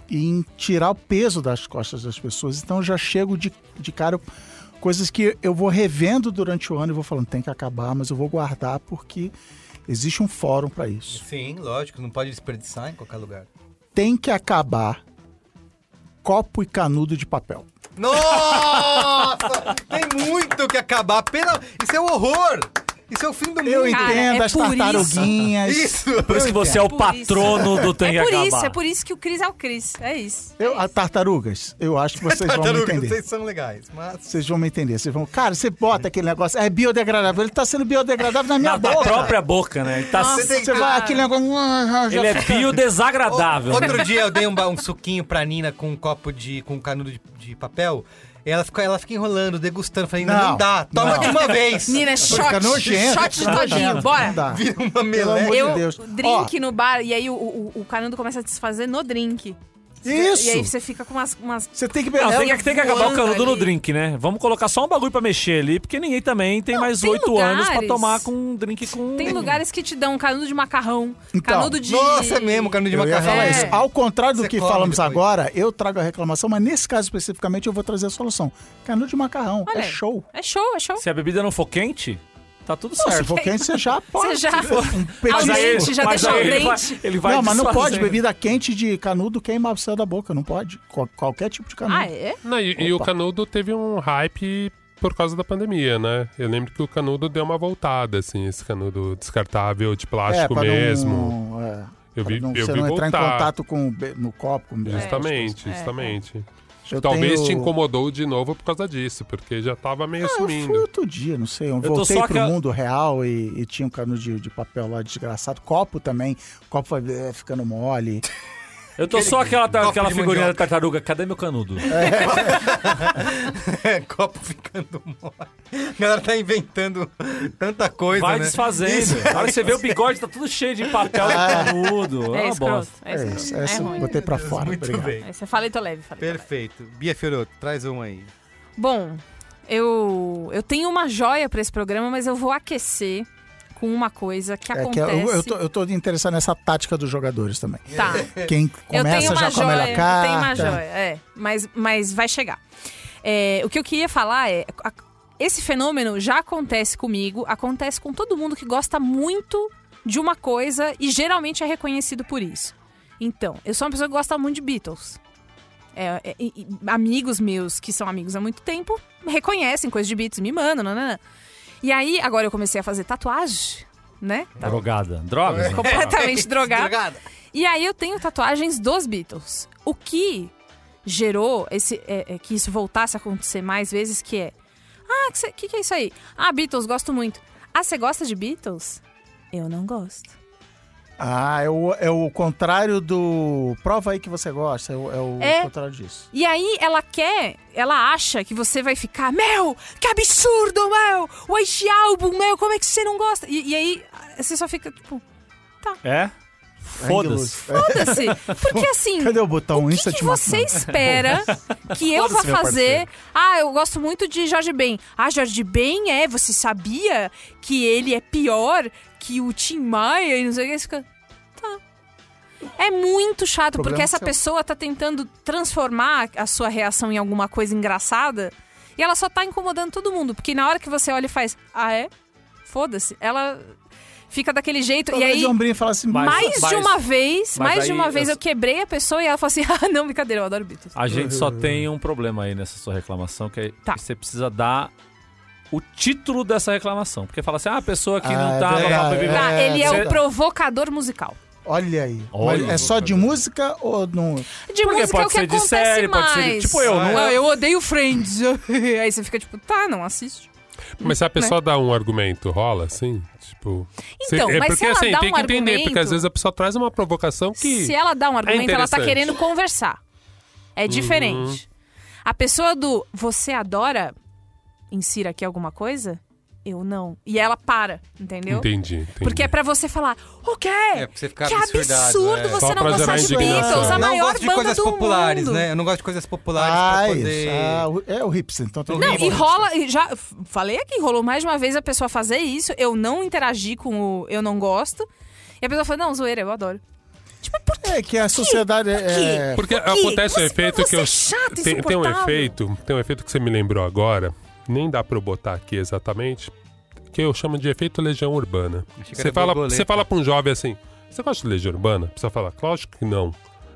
Speaker 3: e em tirar o peso das costas das pessoas. Então, eu já chego de, de cara eu- coisas que eu vou revendo durante o ano e vou falando, tem que acabar, mas eu vou guardar porque existe um fórum para isso.
Speaker 1: Sim, lógico, não pode desperdiçar em qualquer lugar.
Speaker 3: tem que acabar copo e canudo de papel.
Speaker 1: Nossa! tem muito o que acabar. Pela... Isso é um horror! Isso é o fim do mundo.
Speaker 3: Eu
Speaker 2: Cara,
Speaker 3: entendo
Speaker 2: é
Speaker 3: as
Speaker 2: por
Speaker 3: tartaruguinhas.
Speaker 1: Isso!
Speaker 5: Por isso que você é o
Speaker 2: Por
Speaker 5: patrono do Tem que
Speaker 2: é por
Speaker 5: acabar.
Speaker 2: isso, é por isso que o Cris é o Cris. É isso.
Speaker 3: Eu, as tartarugas, eu acho que vocês vão me
Speaker 1: Tartaruga,
Speaker 3: entender.
Speaker 1: vocês são legais, mas.
Speaker 3: Vocês vão me entender. Vocês vão. Cara, você bota aquele negócio. É biodegradável. Ele tá sendo biodegradável na minha
Speaker 5: Na
Speaker 2: tá
Speaker 5: da
Speaker 3: boca.
Speaker 5: própria boca, né? Ele, tá,
Speaker 1: Nossa.
Speaker 3: Você vai, aquele negócio. ah, já
Speaker 5: ele é
Speaker 3: fica-
Speaker 5: biodesagradável.
Speaker 1: Outro dia eu dei um, ba- um suquinho pra Nina com um copo de. com um canudo de, de papel. E ela fica, ela fica enrolando, degustando, falando, não,
Speaker 3: Não,
Speaker 1: dá, toma
Speaker 3: não.
Speaker 1: de uma vez.
Speaker 2: Nina, é shot.
Speaker 3: nojento,
Speaker 2: Shot de
Speaker 3: fica
Speaker 2: todinho.
Speaker 3: nojento.
Speaker 2: Bora.
Speaker 3: Não dá.
Speaker 1: Vira uma
Speaker 3: Pelo amor
Speaker 1: meleca.
Speaker 3: de
Speaker 2: Eu
Speaker 3: Deus.
Speaker 2: drink no bar e aí o, o, o canudo começa a desfazer no drink.
Speaker 3: Isso!
Speaker 2: E aí você fica com umas. umas-
Speaker 3: Você tem que
Speaker 5: Não,
Speaker 3: pegar.
Speaker 5: tem, que, tem que acabar o
Speaker 6: voando
Speaker 5: canudo no
Speaker 6: ali.
Speaker 5: drink, né? Vamos colocar só um bagulho pra mexer ali, porque ninguém também tem mais
Speaker 2: tem
Speaker 5: oito
Speaker 2: lugares-
Speaker 5: anos pra tomar com um drink com.
Speaker 2: Tem lugares que te dão canudo de macarrão,
Speaker 3: Então,
Speaker 2: canudo de.
Speaker 1: Nossa, é mesmo, canudo de
Speaker 3: Eu ia
Speaker 1: macarrão.
Speaker 3: falar
Speaker 2: É.
Speaker 3: isso. Ao contrário do
Speaker 1: Você
Speaker 3: que
Speaker 1: come
Speaker 3: falamos
Speaker 1: depois.
Speaker 3: agora, eu trago a reclamação, mas nesse caso especificamente eu vou trazer a solução. Canudo de macarrão,
Speaker 2: Olha
Speaker 3: é
Speaker 2: aí.
Speaker 3: show.
Speaker 2: É show, é show.
Speaker 5: Se a bebida não for quente, tá tudo
Speaker 3: Não, se
Speaker 5: certo.
Speaker 3: for quente, você já pode.
Speaker 2: Você já. Mas
Speaker 3: Um petisco.
Speaker 2: aí- dente, já deixa o
Speaker 5: ele vai-
Speaker 2: dente.
Speaker 5: ele vai
Speaker 3: não, mas não pode.
Speaker 5: desfazendo.
Speaker 3: Bebida quente de canudo queima o céu da boca. Não pode. Qual- qualquer tipo de canudo.
Speaker 2: Ah, é?
Speaker 4: Não, e, e o Canudo teve um hype por causa da pandemia, né? Eu lembro que o Canudo deu uma voltada, assim, esse Canudo descartável de
Speaker 2: É,
Speaker 4: plástico
Speaker 3: É, pra
Speaker 4: mesmo.
Speaker 3: Não, é,
Speaker 4: Eu
Speaker 3: pra
Speaker 4: vi-
Speaker 3: não,
Speaker 4: eu
Speaker 3: você
Speaker 4: vi
Speaker 3: não entrar
Speaker 4: voltar.
Speaker 3: em contato com, o be- no copo. Com o be-
Speaker 2: é.
Speaker 4: Justamente, justamente.
Speaker 3: Eu
Speaker 4: Talvez
Speaker 3: tenho-
Speaker 4: te incomodou de novo por causa disso, porque já tava meio
Speaker 3: Ah, eu fui
Speaker 4: sumindo.
Speaker 3: outro dia, não sei. Eu,
Speaker 5: tô
Speaker 3: voltei
Speaker 5: só
Speaker 3: pro
Speaker 5: ca-
Speaker 3: mundo real e, e tinha um canudo de, de papel lá desgraçado. Copo também. Copo vai é, ficando mole.
Speaker 5: Eu tô só aquela,
Speaker 1: copo
Speaker 5: aquela
Speaker 1: de
Speaker 5: figurinha da
Speaker 1: mandioca.
Speaker 5: tartaruga. Cadê meu canudo?
Speaker 1: É, copo ficando mole. A galera tá inventando tanta coisa,
Speaker 5: Vai
Speaker 1: né? Isso.
Speaker 5: desfazendo. Na hora que você vê o bigode, tá tudo cheio de papel de canudo. É
Speaker 2: É
Speaker 5: uma
Speaker 2: escroto.
Speaker 5: bosta.
Speaker 2: É,
Speaker 3: É
Speaker 2: escroto.
Speaker 3: isso.
Speaker 2: É
Speaker 3: Essa eu
Speaker 2: ruim.
Speaker 3: botei pra fora.
Speaker 1: Muito
Speaker 3: obrigado.
Speaker 1: bem.
Speaker 2: É, Você fala e tô leve, falei. tô leve.
Speaker 1: Perfeito. Bia Fiorotto, traz um aí.
Speaker 2: Bom, eu, eu tenho uma joia pra esse programa, mas eu vou aquecer com uma coisa que
Speaker 3: É que
Speaker 2: acontece.
Speaker 3: eu, eu, tô, eu tô interessado nessa tática dos jogadores também.
Speaker 2: Tá.
Speaker 3: Quem
Speaker 2: Eu tenho
Speaker 3: começa
Speaker 2: uma
Speaker 3: já
Speaker 2: joia.
Speaker 3: come a
Speaker 2: eu
Speaker 3: carta.
Speaker 2: tenho uma joia, é. Mas, mas vai chegar. É, o que eu queria falar é. a- esse fenômeno já acontece comigo, acontece com todo mundo que gosta muito de uma coisa e geralmente é reconhecido por isso. Então, eu sou uma pessoa que gosta muito de Beatles. É, é, e- e amigos meus, que são amigos há muito tempo, reconhecem coisas de Beatles, me mandam, nananã. E aí, agora eu comecei a fazer tatuagem, né?
Speaker 5: Tá Drogada. Drogas? né?
Speaker 2: Completamente drogada. E aí eu tenho tatuagens dos Beatles. O que gerou esse, é, é, que isso voltasse a acontecer mais vezes, que é... Ah, o que, que, que é isso aí? Ah, Beatles, gosto muito. Ah, você gosta de Beatles? Eu não gosto.
Speaker 3: Ah, é o, é o contrário do. Prova aí que você gosta. É o, é o
Speaker 2: É.
Speaker 3: contrário disso.
Speaker 2: E aí ela quer, ela acha que você vai ficar, meu, que absurdo, meu, o este álbum, meu, como é que você não gosta? E, e aí você só fica, tipo,
Speaker 5: É? Foda-se.
Speaker 2: foda-se. Porque assim,
Speaker 3: Cadê o botão?
Speaker 2: O que,
Speaker 3: Instant
Speaker 2: que
Speaker 3: Mac-
Speaker 2: você espera que eu vá
Speaker 5: Foda-se, meu
Speaker 2: fazer? Ah, eu gosto muito de Jorge Ben. Ah, Jorge Ben é, você sabia que ele é pior que o Tim Maia e não sei o que. Você fica, Tá. É muito chato,
Speaker 3: Problema
Speaker 2: porque essa
Speaker 3: seu.
Speaker 2: pessoa tá tentando transformar a sua reação em alguma coisa engraçada e ela só tá incomodando todo mundo. Porque na hora que você olha e faz, ah, é? Foda-se. Ela fica daquele jeito. E
Speaker 3: Talvez
Speaker 2: aí.
Speaker 3: o ombrinho fala assim,
Speaker 5: Mas-
Speaker 2: Mais de uma vez,
Speaker 5: mas
Speaker 2: mais de
Speaker 5: aí
Speaker 2: uma vez
Speaker 5: eu-
Speaker 2: eu quebrei a pessoa e ela falou assim: ah, não, brincadeira, eu adoro Beatles.
Speaker 5: A gente só tem um problema aí nessa sua reclamação, que é
Speaker 2: Tá.
Speaker 5: você precisa dar o título dessa reclamação. Porque fala assim, ah, a pessoa que
Speaker 3: Ah,
Speaker 5: não
Speaker 3: é
Speaker 5: tá...
Speaker 3: verdade,
Speaker 5: papapá,
Speaker 3: é.
Speaker 2: Tá, ele é
Speaker 5: Cê-
Speaker 2: o provocador musical.
Speaker 3: olha aí.
Speaker 5: Olha.
Speaker 3: Mas é só de música ou não?
Speaker 2: De
Speaker 5: Porque
Speaker 2: música é o
Speaker 5: pode
Speaker 2: que
Speaker 5: ser de
Speaker 2: acontece
Speaker 5: série, pode
Speaker 2: mais. Ah,
Speaker 5: ser de- tipo eu, não
Speaker 2: eu odeio Friends. Aí você fica tipo, tá, não assiste.
Speaker 4: Mas se
Speaker 2: né?
Speaker 4: a pessoa dá um argumento, rola, assim? Tipo. se- assim,
Speaker 2: Então, mas se ela dá
Speaker 4: tem
Speaker 2: um
Speaker 4: que entender, porque
Speaker 2: argumento-
Speaker 4: às vezes a pessoa traz uma provocação que.
Speaker 2: Se ela
Speaker 5: é
Speaker 2: dá um argumento, ela tá
Speaker 4: interessante.
Speaker 2: querendo conversar. É
Speaker 5: Uhum.
Speaker 2: diferente. A pessoa do você adora, insira aqui alguma coisa? Eu não. E ela para, entendeu?
Speaker 4: Entendi, entendi.
Speaker 2: Porque é pra você falar, o quê?
Speaker 1: É, pra você ficar
Speaker 2: que
Speaker 1: absurdado,
Speaker 2: absurdo
Speaker 1: é.
Speaker 4: Só
Speaker 2: você não
Speaker 4: pra
Speaker 2: gostar
Speaker 4: gerar
Speaker 2: de
Speaker 4: indignação.
Speaker 2: Beatles, a
Speaker 4: Não
Speaker 1: não
Speaker 2: maior
Speaker 1: gosto de
Speaker 2: banda
Speaker 1: coisas
Speaker 2: do
Speaker 1: populares,
Speaker 2: mundo.
Speaker 1: né? Eu não gosto de coisas populares
Speaker 3: Ah,
Speaker 1: pra
Speaker 3: isso.
Speaker 1: poder...
Speaker 3: Ah, o- é o hipster. Então tem
Speaker 2: Não,
Speaker 3: que-
Speaker 2: e rola, e já f- falei aqui, rolou mais de uma vez a pessoa fazer isso, eu não interagi com o eu não gosto, e a pessoa fala, não, zoeira, eu adoro. Tipo, por quê?
Speaker 3: É que a sociedade é.
Speaker 4: Porque
Speaker 2: Por quê?
Speaker 4: acontece um
Speaker 2: Você-
Speaker 4: efeito
Speaker 2: você
Speaker 4: que eu.
Speaker 2: é chato,
Speaker 4: tem, tem um
Speaker 2: insuportável.
Speaker 4: efeito. Tem um efeito que você me lembrou agora. Nem dá pra eu botar aqui exatamente. Que eu chamo de efeito legião urbana.
Speaker 1: Achei que
Speaker 4: Você
Speaker 1: era
Speaker 4: fala,
Speaker 1: borboleta.
Speaker 4: você fala pra um jovem assim: Você gosta de legião urbana? A pessoa fala, lógico que não.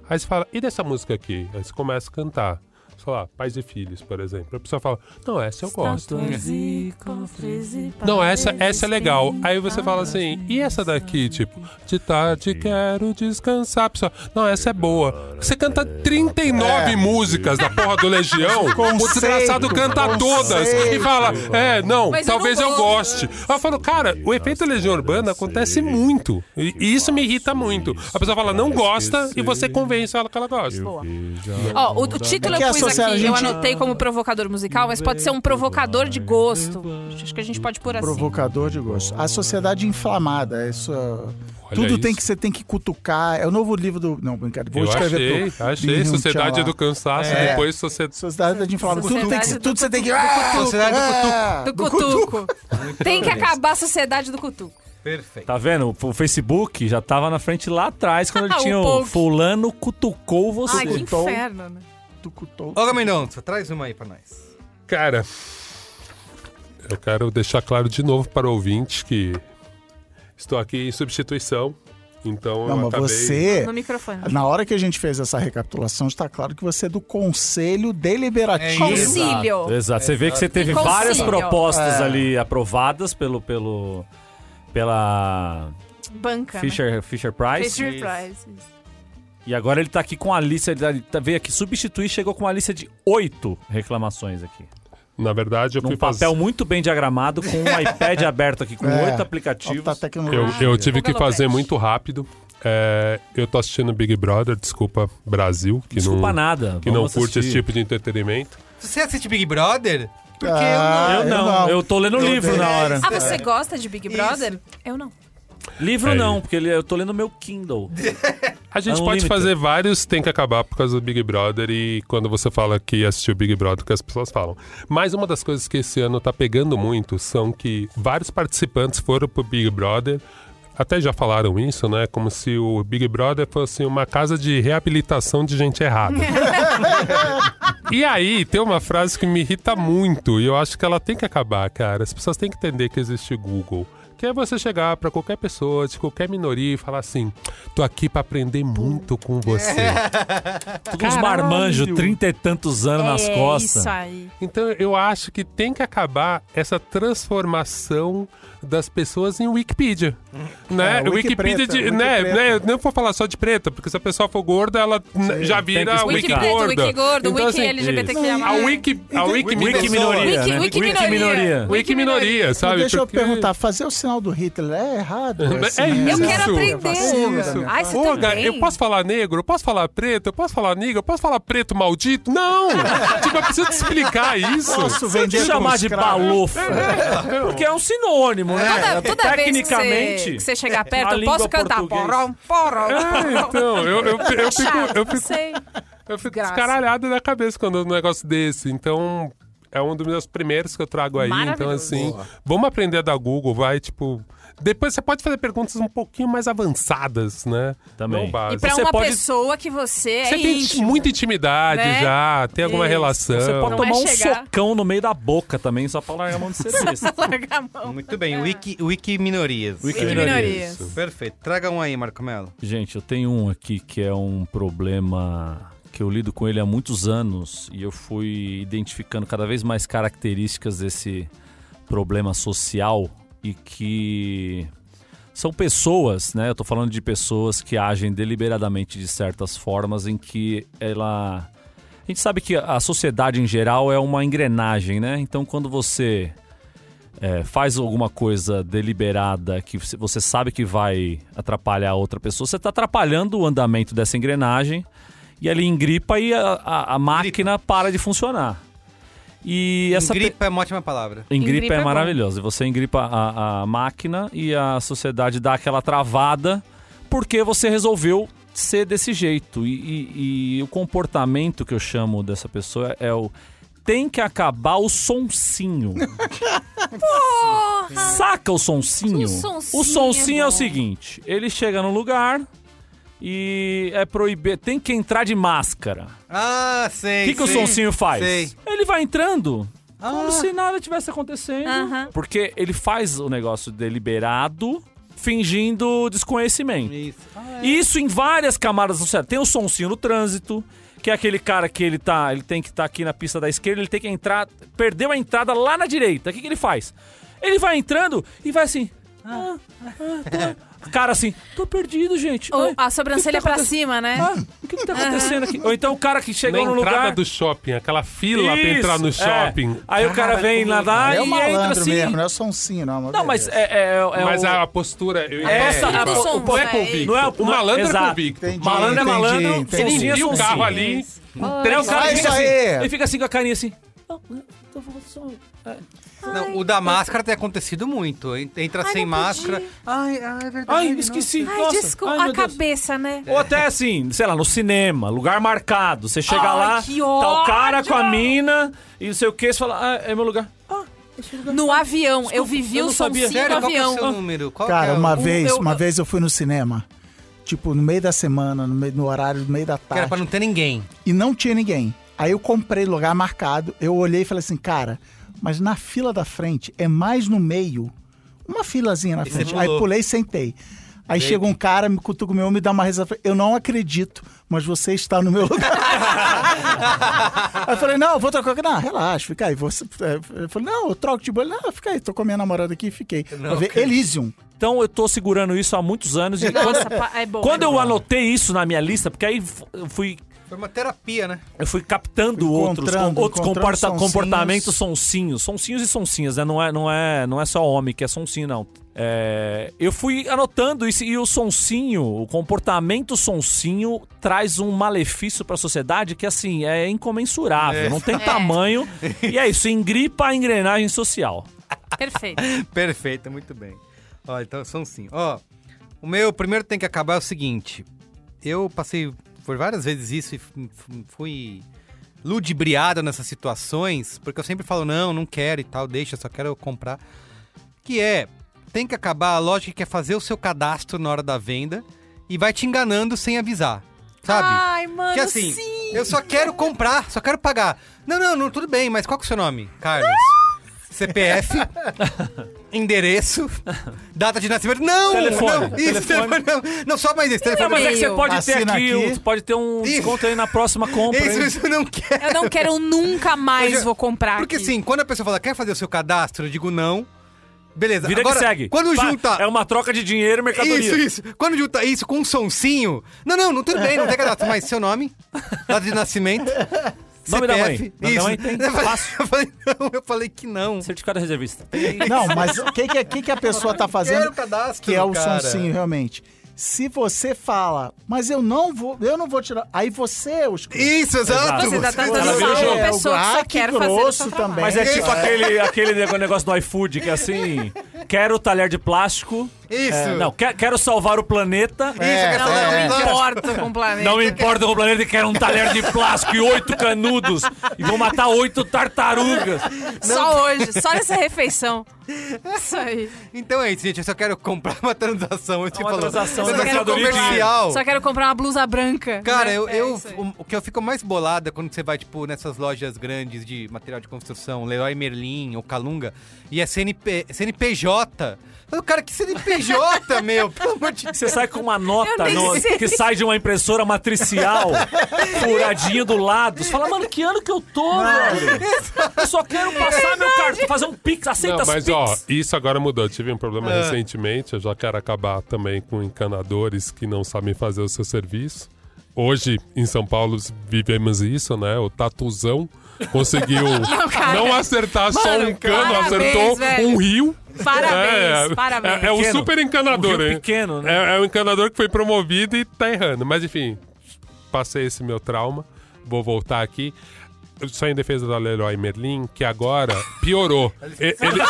Speaker 4: Aí você fala, e dessa música aqui? Aí você começa a cantar. Sei lá, pais e filhos, por exemplo. A pessoa fala, não, essa eu
Speaker 2: tá
Speaker 4: gosto. Não, essa, essa é legal. Aí
Speaker 2: Ah.
Speaker 4: você fala assim, e essa daqui, tipo, de tarde quero descansar, pessoal. Não, essa é boa. Você canta 39 músicas da porra do Legião, o
Speaker 3: É. Conceito,
Speaker 4: desgraçado canta
Speaker 3: conceito.
Speaker 4: todas e fala, é, não,
Speaker 2: Mas eu
Speaker 4: talvez
Speaker 2: não
Speaker 4: eu, goste. Aí eu falo, cara, o efeito Legião Urbana acontece muito. E e isso me irrita muito. A pessoa fala, não gosta, e você convence ela que ela gosta.
Speaker 2: Ó, o, o título
Speaker 3: É que
Speaker 2: eu
Speaker 3: a
Speaker 2: pus aqui.
Speaker 3: associar a
Speaker 2: Eu
Speaker 3: gente-
Speaker 2: anotei como provocador musical, mas pode ser um provocador de gosto. Acho que a gente pode pôr assim.
Speaker 3: Provocador de gosto. A sociedade inflamada, isso. Tudo
Speaker 4: isso.
Speaker 3: tem que você tem que cutucar. É o novo livro do. Não, brincadeira. Vou
Speaker 4: Eu
Speaker 3: escrever
Speaker 4: achei,
Speaker 3: pro-
Speaker 4: achei.
Speaker 3: Ih, não,
Speaker 4: Sociedade
Speaker 3: tchau.
Speaker 4: do Cansaço,
Speaker 3: É.
Speaker 4: depois Sociedade...
Speaker 3: Sociedade inflamada. Tudo, tem que,
Speaker 2: Sociedade do
Speaker 3: tudo você tem que.
Speaker 1: Sociedade do
Speaker 3: Ah,
Speaker 2: Do cutuco. Tem que acabar a sociedade do cutuco.
Speaker 3: Ah.
Speaker 1: Perfeito.
Speaker 5: Tá vendo? O Facebook já tava na frente lá atrás, quando ele
Speaker 2: O
Speaker 5: tinha o
Speaker 2: poke.
Speaker 5: fulano cutucou você.
Speaker 2: Ai, que
Speaker 3: Cutucou.
Speaker 2: inferno, né?
Speaker 3: Tucutou.
Speaker 1: Olga Mendonça, traz uma aí pra nós.
Speaker 4: Cara, eu quero deixar claro de novo para o ouvinte que estou aqui em substituição, então
Speaker 3: Não,
Speaker 4: eu
Speaker 3: mas
Speaker 4: acabei...
Speaker 3: você.
Speaker 2: No microfone.
Speaker 3: Na hora que a gente fez essa recapitulação, está claro que você é do Conselho Deliberativo.
Speaker 1: É isso.
Speaker 2: Concílio.
Speaker 5: Exato. Exato. Você vê que você teve
Speaker 2: Concílio.
Speaker 5: várias propostas ali aprovadas pelo pelo pela
Speaker 2: Banca. né?
Speaker 5: Fisher Fisher Price.
Speaker 2: Fisher Price.
Speaker 5: E agora ele tá aqui com a lista, ele tá- ele tá- veio aqui substituir, chegou com uma lista de oito reclamações aqui.
Speaker 4: Na verdade, eu
Speaker 5: Num
Speaker 4: fui fazer...
Speaker 5: papel muito bem diagramado, com um iPad aberto aqui, com
Speaker 3: É.
Speaker 5: oito
Speaker 3: Alta
Speaker 5: aplicativos.
Speaker 4: Eu,
Speaker 3: tecnologia.
Speaker 4: eu tive que
Speaker 2: Fogo Lopes.
Speaker 4: fazer muito rápido. É, eu tô assistindo Big Brother, desculpa Brasil, que
Speaker 5: Desculpa
Speaker 4: não,
Speaker 5: nada.
Speaker 4: que não
Speaker 5: vamos
Speaker 4: curte esse
Speaker 5: assistir.
Speaker 4: tipo de entretenimento.
Speaker 1: Você assiste Big Brother? Porque
Speaker 3: Ah,
Speaker 5: Eu não, eu,
Speaker 3: não.
Speaker 5: tô lendo
Speaker 1: Eu
Speaker 5: livro na
Speaker 1: odeio.
Speaker 5: hora.
Speaker 2: Ah, você gosta de Big Brother? Eu não.
Speaker 5: Livro
Speaker 4: É.
Speaker 5: não, porque ele- eu tô lendo meu Kindle. É um
Speaker 4: A gente pode
Speaker 5: Unlimited.
Speaker 4: fazer vários tem que acabar por causa do Big Brother e quando você fala que assistiu Big Brother, o que as pessoas falam. Mas uma das coisas que esse ano tá pegando muito são que vários participantes foram pro Big Brother. Até já falaram isso, né? Como se o Big Brother fosse uma casa de reabilitação de gente errada. E aí, tem uma frase que me irrita muito e eu acho que ela tem que acabar, cara. As pessoas têm que entender que existe Google. Que é você chegar pra qualquer pessoa, de qualquer minoria e falar assim: tô aqui pra aprender muito com você.
Speaker 5: Tudo uns marmanjos, trinta e tantos anos nas
Speaker 2: é
Speaker 5: costas.
Speaker 2: isso aí.
Speaker 4: Então eu acho que tem que acabar essa transformação das pessoas em Wikipedia. Né?
Speaker 3: É,
Speaker 4: Wikipedia
Speaker 3: Wikipreta,
Speaker 4: de. Né,
Speaker 3: Wikipreta.
Speaker 4: né, eu não vou falar só de preta, porque se a pessoa for gorda, ela n- já
Speaker 5: tem que
Speaker 4: vira
Speaker 5: explicar.
Speaker 4: Wiki
Speaker 5: Wikipreta,
Speaker 4: gorda.
Speaker 2: Wikigordo,
Speaker 4: Então,
Speaker 2: Wiki
Speaker 4: assim,
Speaker 2: LGBTQIA+.
Speaker 4: a Wiki. A Wiki,
Speaker 5: Wiki minoria,
Speaker 2: Wiki-
Speaker 5: né?
Speaker 2: Wiki
Speaker 5: Wiki minoria.
Speaker 2: minoria.
Speaker 4: Wiki minoria, sabe?
Speaker 3: Deixa
Speaker 4: Porque-
Speaker 3: eu perguntar, fazer o sinal do Hitler é errado? assim,
Speaker 4: É isso.
Speaker 2: Eu quero
Speaker 4: Isso.
Speaker 2: aprender.
Speaker 3: Isso.
Speaker 2: Ai, você
Speaker 4: Pô, cara,
Speaker 2: também?
Speaker 4: eu posso falar negro, eu posso falar preto, eu posso falar negro, eu posso falar preto maldito? Não! tipo, eu preciso te explicar isso.
Speaker 3: Posso
Speaker 5: Não
Speaker 3: vender
Speaker 5: te chamar
Speaker 3: como
Speaker 5: de
Speaker 3: escravo?
Speaker 5: balofo. Porque é um sinônimo, né?
Speaker 2: Toda, toda vez que
Speaker 5: Tecnicamente.
Speaker 2: você, que você chegar
Speaker 5: a
Speaker 2: perto, eu
Speaker 5: língua
Speaker 2: posso cantar.
Speaker 5: portuguesa.
Speaker 2: Porão, porão,
Speaker 4: É,
Speaker 2: porão.
Speaker 4: então, eu, eu, eu fico,
Speaker 2: Chato,
Speaker 4: eu fico,
Speaker 2: sei.
Speaker 4: eu fico
Speaker 2: Graça.
Speaker 4: descaralhado na cabeça quando é um negócio desse. Então, é um dos meus primeiros que eu trago aí. Então,
Speaker 2: Maravilhoso.
Speaker 4: assim, vamos aprender da Google, vai, tipo. Depois você pode fazer perguntas um pouquinho mais avançadas, né?
Speaker 5: Também.
Speaker 4: Não básicas.
Speaker 2: E pra
Speaker 5: Você
Speaker 2: uma
Speaker 5: pode-
Speaker 2: pessoa que você,
Speaker 4: Você
Speaker 2: é
Speaker 4: tem
Speaker 2: íntimo.
Speaker 4: muita intimidade
Speaker 2: Né?
Speaker 4: já, tem alguma
Speaker 2: Isso.
Speaker 4: relação.
Speaker 5: Você pode
Speaker 2: Não é
Speaker 5: tomar um
Speaker 2: chegar.
Speaker 5: socão no meio da boca também, só pra largar a mão de serviço.
Speaker 2: Larga a mão.
Speaker 1: Muito bem, Wiki, Wiki Minorias.
Speaker 5: Wiki
Speaker 2: Wiki
Speaker 5: minoria.
Speaker 2: minorias.
Speaker 1: Perfeito. Traga um aí, Marco Melo.
Speaker 5: Gente, eu tenho um aqui que é um problema que eu lido com ele há muitos anos e eu fui identificando cada vez mais características desse problema social e que são pessoas, né? Eu tô falando de pessoas que agem deliberadamente de certas formas em que ela a gente sabe que a sociedade em geral é uma engrenagem, né? Então quando você é, faz alguma coisa deliberada que você- você sabe que vai atrapalhar a outra pessoa, você está atrapalhando o andamento dessa engrenagem e ali engripa e a, a- a máquina para de funcionar. E essa pe-
Speaker 1: Gripa é uma ótima palavra.
Speaker 5: Engripa
Speaker 2: Engripa é
Speaker 5: é,
Speaker 2: bom.
Speaker 5: maravilhoso. E Você engripa a, a máquina e a sociedade dá aquela travada porque você resolveu ser desse jeito. E, e- e o comportamento que eu chamo dessa pessoa é o tem que acabar o sonsinho. Saca o sonsinho?
Speaker 2: O sonsinho
Speaker 5: o sonsinho é,
Speaker 2: é
Speaker 5: o
Speaker 2: bom.
Speaker 5: seguinte: ele chega no lugar e é proibido. Tem que entrar de máscara.
Speaker 1: Ah,
Speaker 5: O
Speaker 1: sei.
Speaker 5: que, que o
Speaker 1: sei.
Speaker 5: sonsinho faz?
Speaker 1: Sei.
Speaker 5: Ele vai entrando como
Speaker 1: Ah.
Speaker 5: se nada tivesse acontecendo.
Speaker 2: Aham.
Speaker 5: Porque ele faz o negócio deliberado, fingindo desconhecimento.
Speaker 1: Isso. Ah, é.
Speaker 5: E Isso em várias camadas da sociedade. Tem o sonsinho no trânsito, que é aquele cara que ele tá. Ele tem que estar aqui na pista da esquerda, ele tem que entrar. Perdeu a entrada lá na direita. O que, que ele faz? Ele vai entrando e vai assim. ah, ah, tô- Cara, assim, tô perdido, gente.
Speaker 2: Ou
Speaker 5: Ai,
Speaker 2: a sobrancelha
Speaker 5: que que tá
Speaker 2: pra cima, né?
Speaker 5: ah, o que, que tá acontecendo aqui? Ou então o cara que
Speaker 4: Na
Speaker 5: chegou no
Speaker 4: entrada
Speaker 5: lugar.
Speaker 4: do shopping, aquela fila pra
Speaker 5: Isso,
Speaker 4: entrar
Speaker 5: é.
Speaker 4: no shopping.
Speaker 5: Aí o cara vem lá, lá
Speaker 3: É
Speaker 5: e
Speaker 3: o malandro
Speaker 5: entra assim.
Speaker 3: mesmo, não é só um sim, não. é uma
Speaker 5: Não, mas
Speaker 3: beleza.
Speaker 5: é, é, é
Speaker 4: Mas
Speaker 5: o...
Speaker 4: a postura. Eu entendo,
Speaker 5: É, essa-
Speaker 4: eu
Speaker 5: a-
Speaker 4: falo.
Speaker 2: o- o-
Speaker 4: não é
Speaker 2: é-
Speaker 4: convicto.
Speaker 5: não é-
Speaker 4: o malandro
Speaker 5: exato.
Speaker 4: é convicto.
Speaker 3: Entendi,
Speaker 5: Malandro é
Speaker 3: entendi,
Speaker 5: malandro,
Speaker 3: entendi.
Speaker 4: Ele
Speaker 5: sonsinho é
Speaker 4: envia o
Speaker 5: sonsinho.
Speaker 4: carro ali,
Speaker 5: Entendeu? O cara
Speaker 3: Faz
Speaker 5: fica
Speaker 3: isso
Speaker 5: assim,
Speaker 3: aí. é.
Speaker 5: ele fica assim com a carinha assim.
Speaker 1: Não, o da máscara tem acontecido muito. En- Entra sem máscara. Ai, ai, é verdade.
Speaker 5: Ai, me
Speaker 1: nossa.
Speaker 5: esqueci.
Speaker 2: Ai,
Speaker 5: Nossa.
Speaker 2: desculpa,
Speaker 5: Ai,
Speaker 2: a
Speaker 5: meu Deus.
Speaker 2: cabeça, né?
Speaker 5: Ou até assim, sei lá, no cinema, lugar marcado. Você chega
Speaker 2: Ai,
Speaker 5: lá,
Speaker 2: que
Speaker 5: tá o cara
Speaker 2: ódio!
Speaker 5: com a mina e não sei o que, você fala, ah, é meu lugar. Ah, esse lugar.
Speaker 2: No avião, eu vivi
Speaker 5: eu
Speaker 2: o
Speaker 5: não sabia.
Speaker 2: sonzinho
Speaker 1: Sério,
Speaker 2: do
Speaker 1: qual que é o
Speaker 2: avião.
Speaker 1: seu número? Qual que
Speaker 3: Cara,
Speaker 1: é o-
Speaker 3: uma vez,
Speaker 2: eu-
Speaker 3: uma vez eu fui no cinema. Tipo, no meio da semana, no, meio, no horário, no meio da
Speaker 1: Que era
Speaker 3: tarde.
Speaker 1: pra não ter ninguém.
Speaker 3: E não tinha ninguém. Aí eu comprei lugar marcado, eu olhei e falei assim, cara, mas na fila da frente, é mais no meio. Uma filazinha na
Speaker 1: você
Speaker 3: frente.
Speaker 1: pulou.
Speaker 3: Aí pulei e sentei. Aí chega um cara, me cutuca o meu, me dá uma reza. Eu não acredito, mas você está no meu lugar. aí eu falei, não, eu vou trocar. aqui. Não, relaxa, fica aí. Você... é, Eu falei, não, eu troco de bolha. Não, fica aí, tô com a minha namorada aqui e fiquei. Pra ver Elysium.
Speaker 5: Então eu tô segurando isso há muitos anos e
Speaker 2: Nossa,
Speaker 5: quando,
Speaker 2: pa- é bom.
Speaker 5: quando eu anotei isso na minha lista, porque aí f- eu fui
Speaker 1: Foi uma terapia, né?
Speaker 5: eu fui captando outros,
Speaker 3: Encontrando,
Speaker 5: com- outros comporta-
Speaker 3: encontrando sonsinhos.
Speaker 5: comportamentos sonsinhos. Sonsinhos e sonsinhas, né? Não é, não é, não é só homem que é sonsinho, não. É, eu fui anotando isso e o sonsinho, o comportamento sonsinho traz um malefício pra sociedade que, assim, é incomensurável. Não tem tamanho. E é isso, engripa a engrenagem social.
Speaker 2: Perfeito.
Speaker 1: Perfeito, muito bem. Ó, então são sim. Ó, o meu primeiro tem que acabar é o seguinte. Eu passei por várias vezes isso e f- f- fui ludibriado nessas situações, porque eu sempre falo, não, não quero e tal, deixa, só quero comprar. Que é, tem que acabar a loja que quer fazer o seu cadastro na hora da venda e vai te enganando sem avisar, sabe?
Speaker 2: Ai, mano,
Speaker 1: que assim,
Speaker 2: sim.
Speaker 1: eu só quero comprar, só quero pagar. Não, não, não, tudo bem, mas qual que é o seu nome? Carlos. CPF, endereço, data de nascimento. Não!
Speaker 5: Telefone,
Speaker 1: Não, isso,
Speaker 5: telefone.
Speaker 1: telefone. não, não, só mais esse
Speaker 5: Não,
Speaker 1: telefone.
Speaker 5: mas é que você
Speaker 2: Meu,
Speaker 5: pode ter
Speaker 3: assina
Speaker 5: aqui,
Speaker 3: aqui.
Speaker 5: um- pode ter um
Speaker 1: Isso.
Speaker 5: desconto aí na próxima compra.
Speaker 1: Isso,
Speaker 5: hein?
Speaker 1: isso eu não quero.
Speaker 2: Eu não quero, eu nunca mais
Speaker 1: Eu já-
Speaker 2: vou comprar.
Speaker 1: Porque
Speaker 2: aqui.
Speaker 1: assim, quando a pessoa fala, quer fazer o seu cadastro? Eu digo não. Beleza,
Speaker 5: Vida
Speaker 1: agora,
Speaker 5: que segue.
Speaker 1: quando
Speaker 5: Pá,
Speaker 1: junta...
Speaker 5: É uma troca de dinheiro e mercadoria.
Speaker 1: Isso, isso. Quando junta isso com um sonsinho... Não, não, não, tudo bem, não tem cadastro, mas seu nome, data de nascimento,
Speaker 5: Nome da mãe.
Speaker 1: CPF,
Speaker 5: Nome da
Speaker 1: isso. é
Speaker 5: mãe tem.
Speaker 1: Eu falei-
Speaker 5: Fácil.
Speaker 1: Eu falei, não, eu falei que não.
Speaker 5: Certificado reservista.
Speaker 3: Não, mas o que, que, que, que a pessoa tá
Speaker 1: Quero
Speaker 3: fazendo?
Speaker 1: o cadastro,
Speaker 3: que é o
Speaker 1: cara.
Speaker 3: sonsinho, realmente. Se você fala, mas eu não vou, eu não vou tirar. Aí você é o escroto.
Speaker 1: Isso, exato.
Speaker 5: Exato.
Speaker 2: Você tá
Speaker 5: Ela
Speaker 2: tentando
Speaker 5: viu
Speaker 2: salvar
Speaker 5: jogo.
Speaker 2: uma pessoa que
Speaker 3: Ah,
Speaker 2: só
Speaker 3: que
Speaker 2: quer fazer o
Speaker 3: grosso
Speaker 2: seu trabalho.
Speaker 3: também.
Speaker 5: Mas é
Speaker 1: Ninguém
Speaker 5: tipo
Speaker 1: fala.
Speaker 5: aquele, aquele nego- negócio do iFood, que é assim... Quero o talher de plástico.
Speaker 1: Isso.
Speaker 5: É, não, que- quero salvar o planeta.
Speaker 1: É,
Speaker 2: Não,
Speaker 1: é, é.
Speaker 2: não me importa com o planeta.
Speaker 5: Não me importa com o planeta, quero um talher de plástico e oito canudos. E vou matar oito tartarugas.
Speaker 2: Só hoje, só nessa refeição. Isso aí.
Speaker 1: Então é isso, gente. Eu só quero comprar uma transação. Isso que
Speaker 5: uma
Speaker 1: falou.
Speaker 5: transação,
Speaker 1: Uma
Speaker 5: né?
Speaker 1: transação
Speaker 5: Mercadoria de
Speaker 1: comercial.
Speaker 2: Só quero comprar uma blusa branca.
Speaker 1: Oh. Cara,
Speaker 2: né?
Speaker 1: eu,
Speaker 2: É
Speaker 1: eu-
Speaker 2: isso aí.
Speaker 1: o, o que eu fico mais bolado é quando você vai, tipo, nessas lojas grandes de material de construção, Leroy Merlin ou Calunga, e é CNP, CNPJ. O cara, que CNPJ, meu? Pelo amor de Deus.
Speaker 5: Você sai com uma nota
Speaker 2: Eu nem
Speaker 5: no-
Speaker 2: sei.
Speaker 5: que sai de uma impressora matricial, furadinha do lado. Você fala, mano, que ano que eu tô, velho? Eu só quero passar meu cartão, fazer um pix, aceita
Speaker 4: Não,
Speaker 5: as
Speaker 4: mas
Speaker 5: pix.
Speaker 4: ó, isso agora mudou. Eu tive um problema
Speaker 2: Ah.
Speaker 4: recentemente. Eu já quero acabar também com encanadores que não sabem fazer o seu serviço. Hoje, em São Paulo, vivemos isso, né? O Tatuzão conseguiu não,
Speaker 2: cara.
Speaker 4: acertar só
Speaker 2: Mano,
Speaker 4: um cano,
Speaker 2: parabéns,
Speaker 4: acertou
Speaker 2: velho.
Speaker 4: um rio.
Speaker 2: Parabéns, parabéns.
Speaker 4: É, é o
Speaker 5: Pequeno.
Speaker 4: super encanador,
Speaker 5: Um rio
Speaker 4: hein?
Speaker 5: pequeno, né?
Speaker 4: É, é um encanador que foi promovido e tá errando. Mas enfim, passei esse meu trauma. Vou voltar aqui. Só em defesa da Leroy Merlin, que agora piorou. E- ele-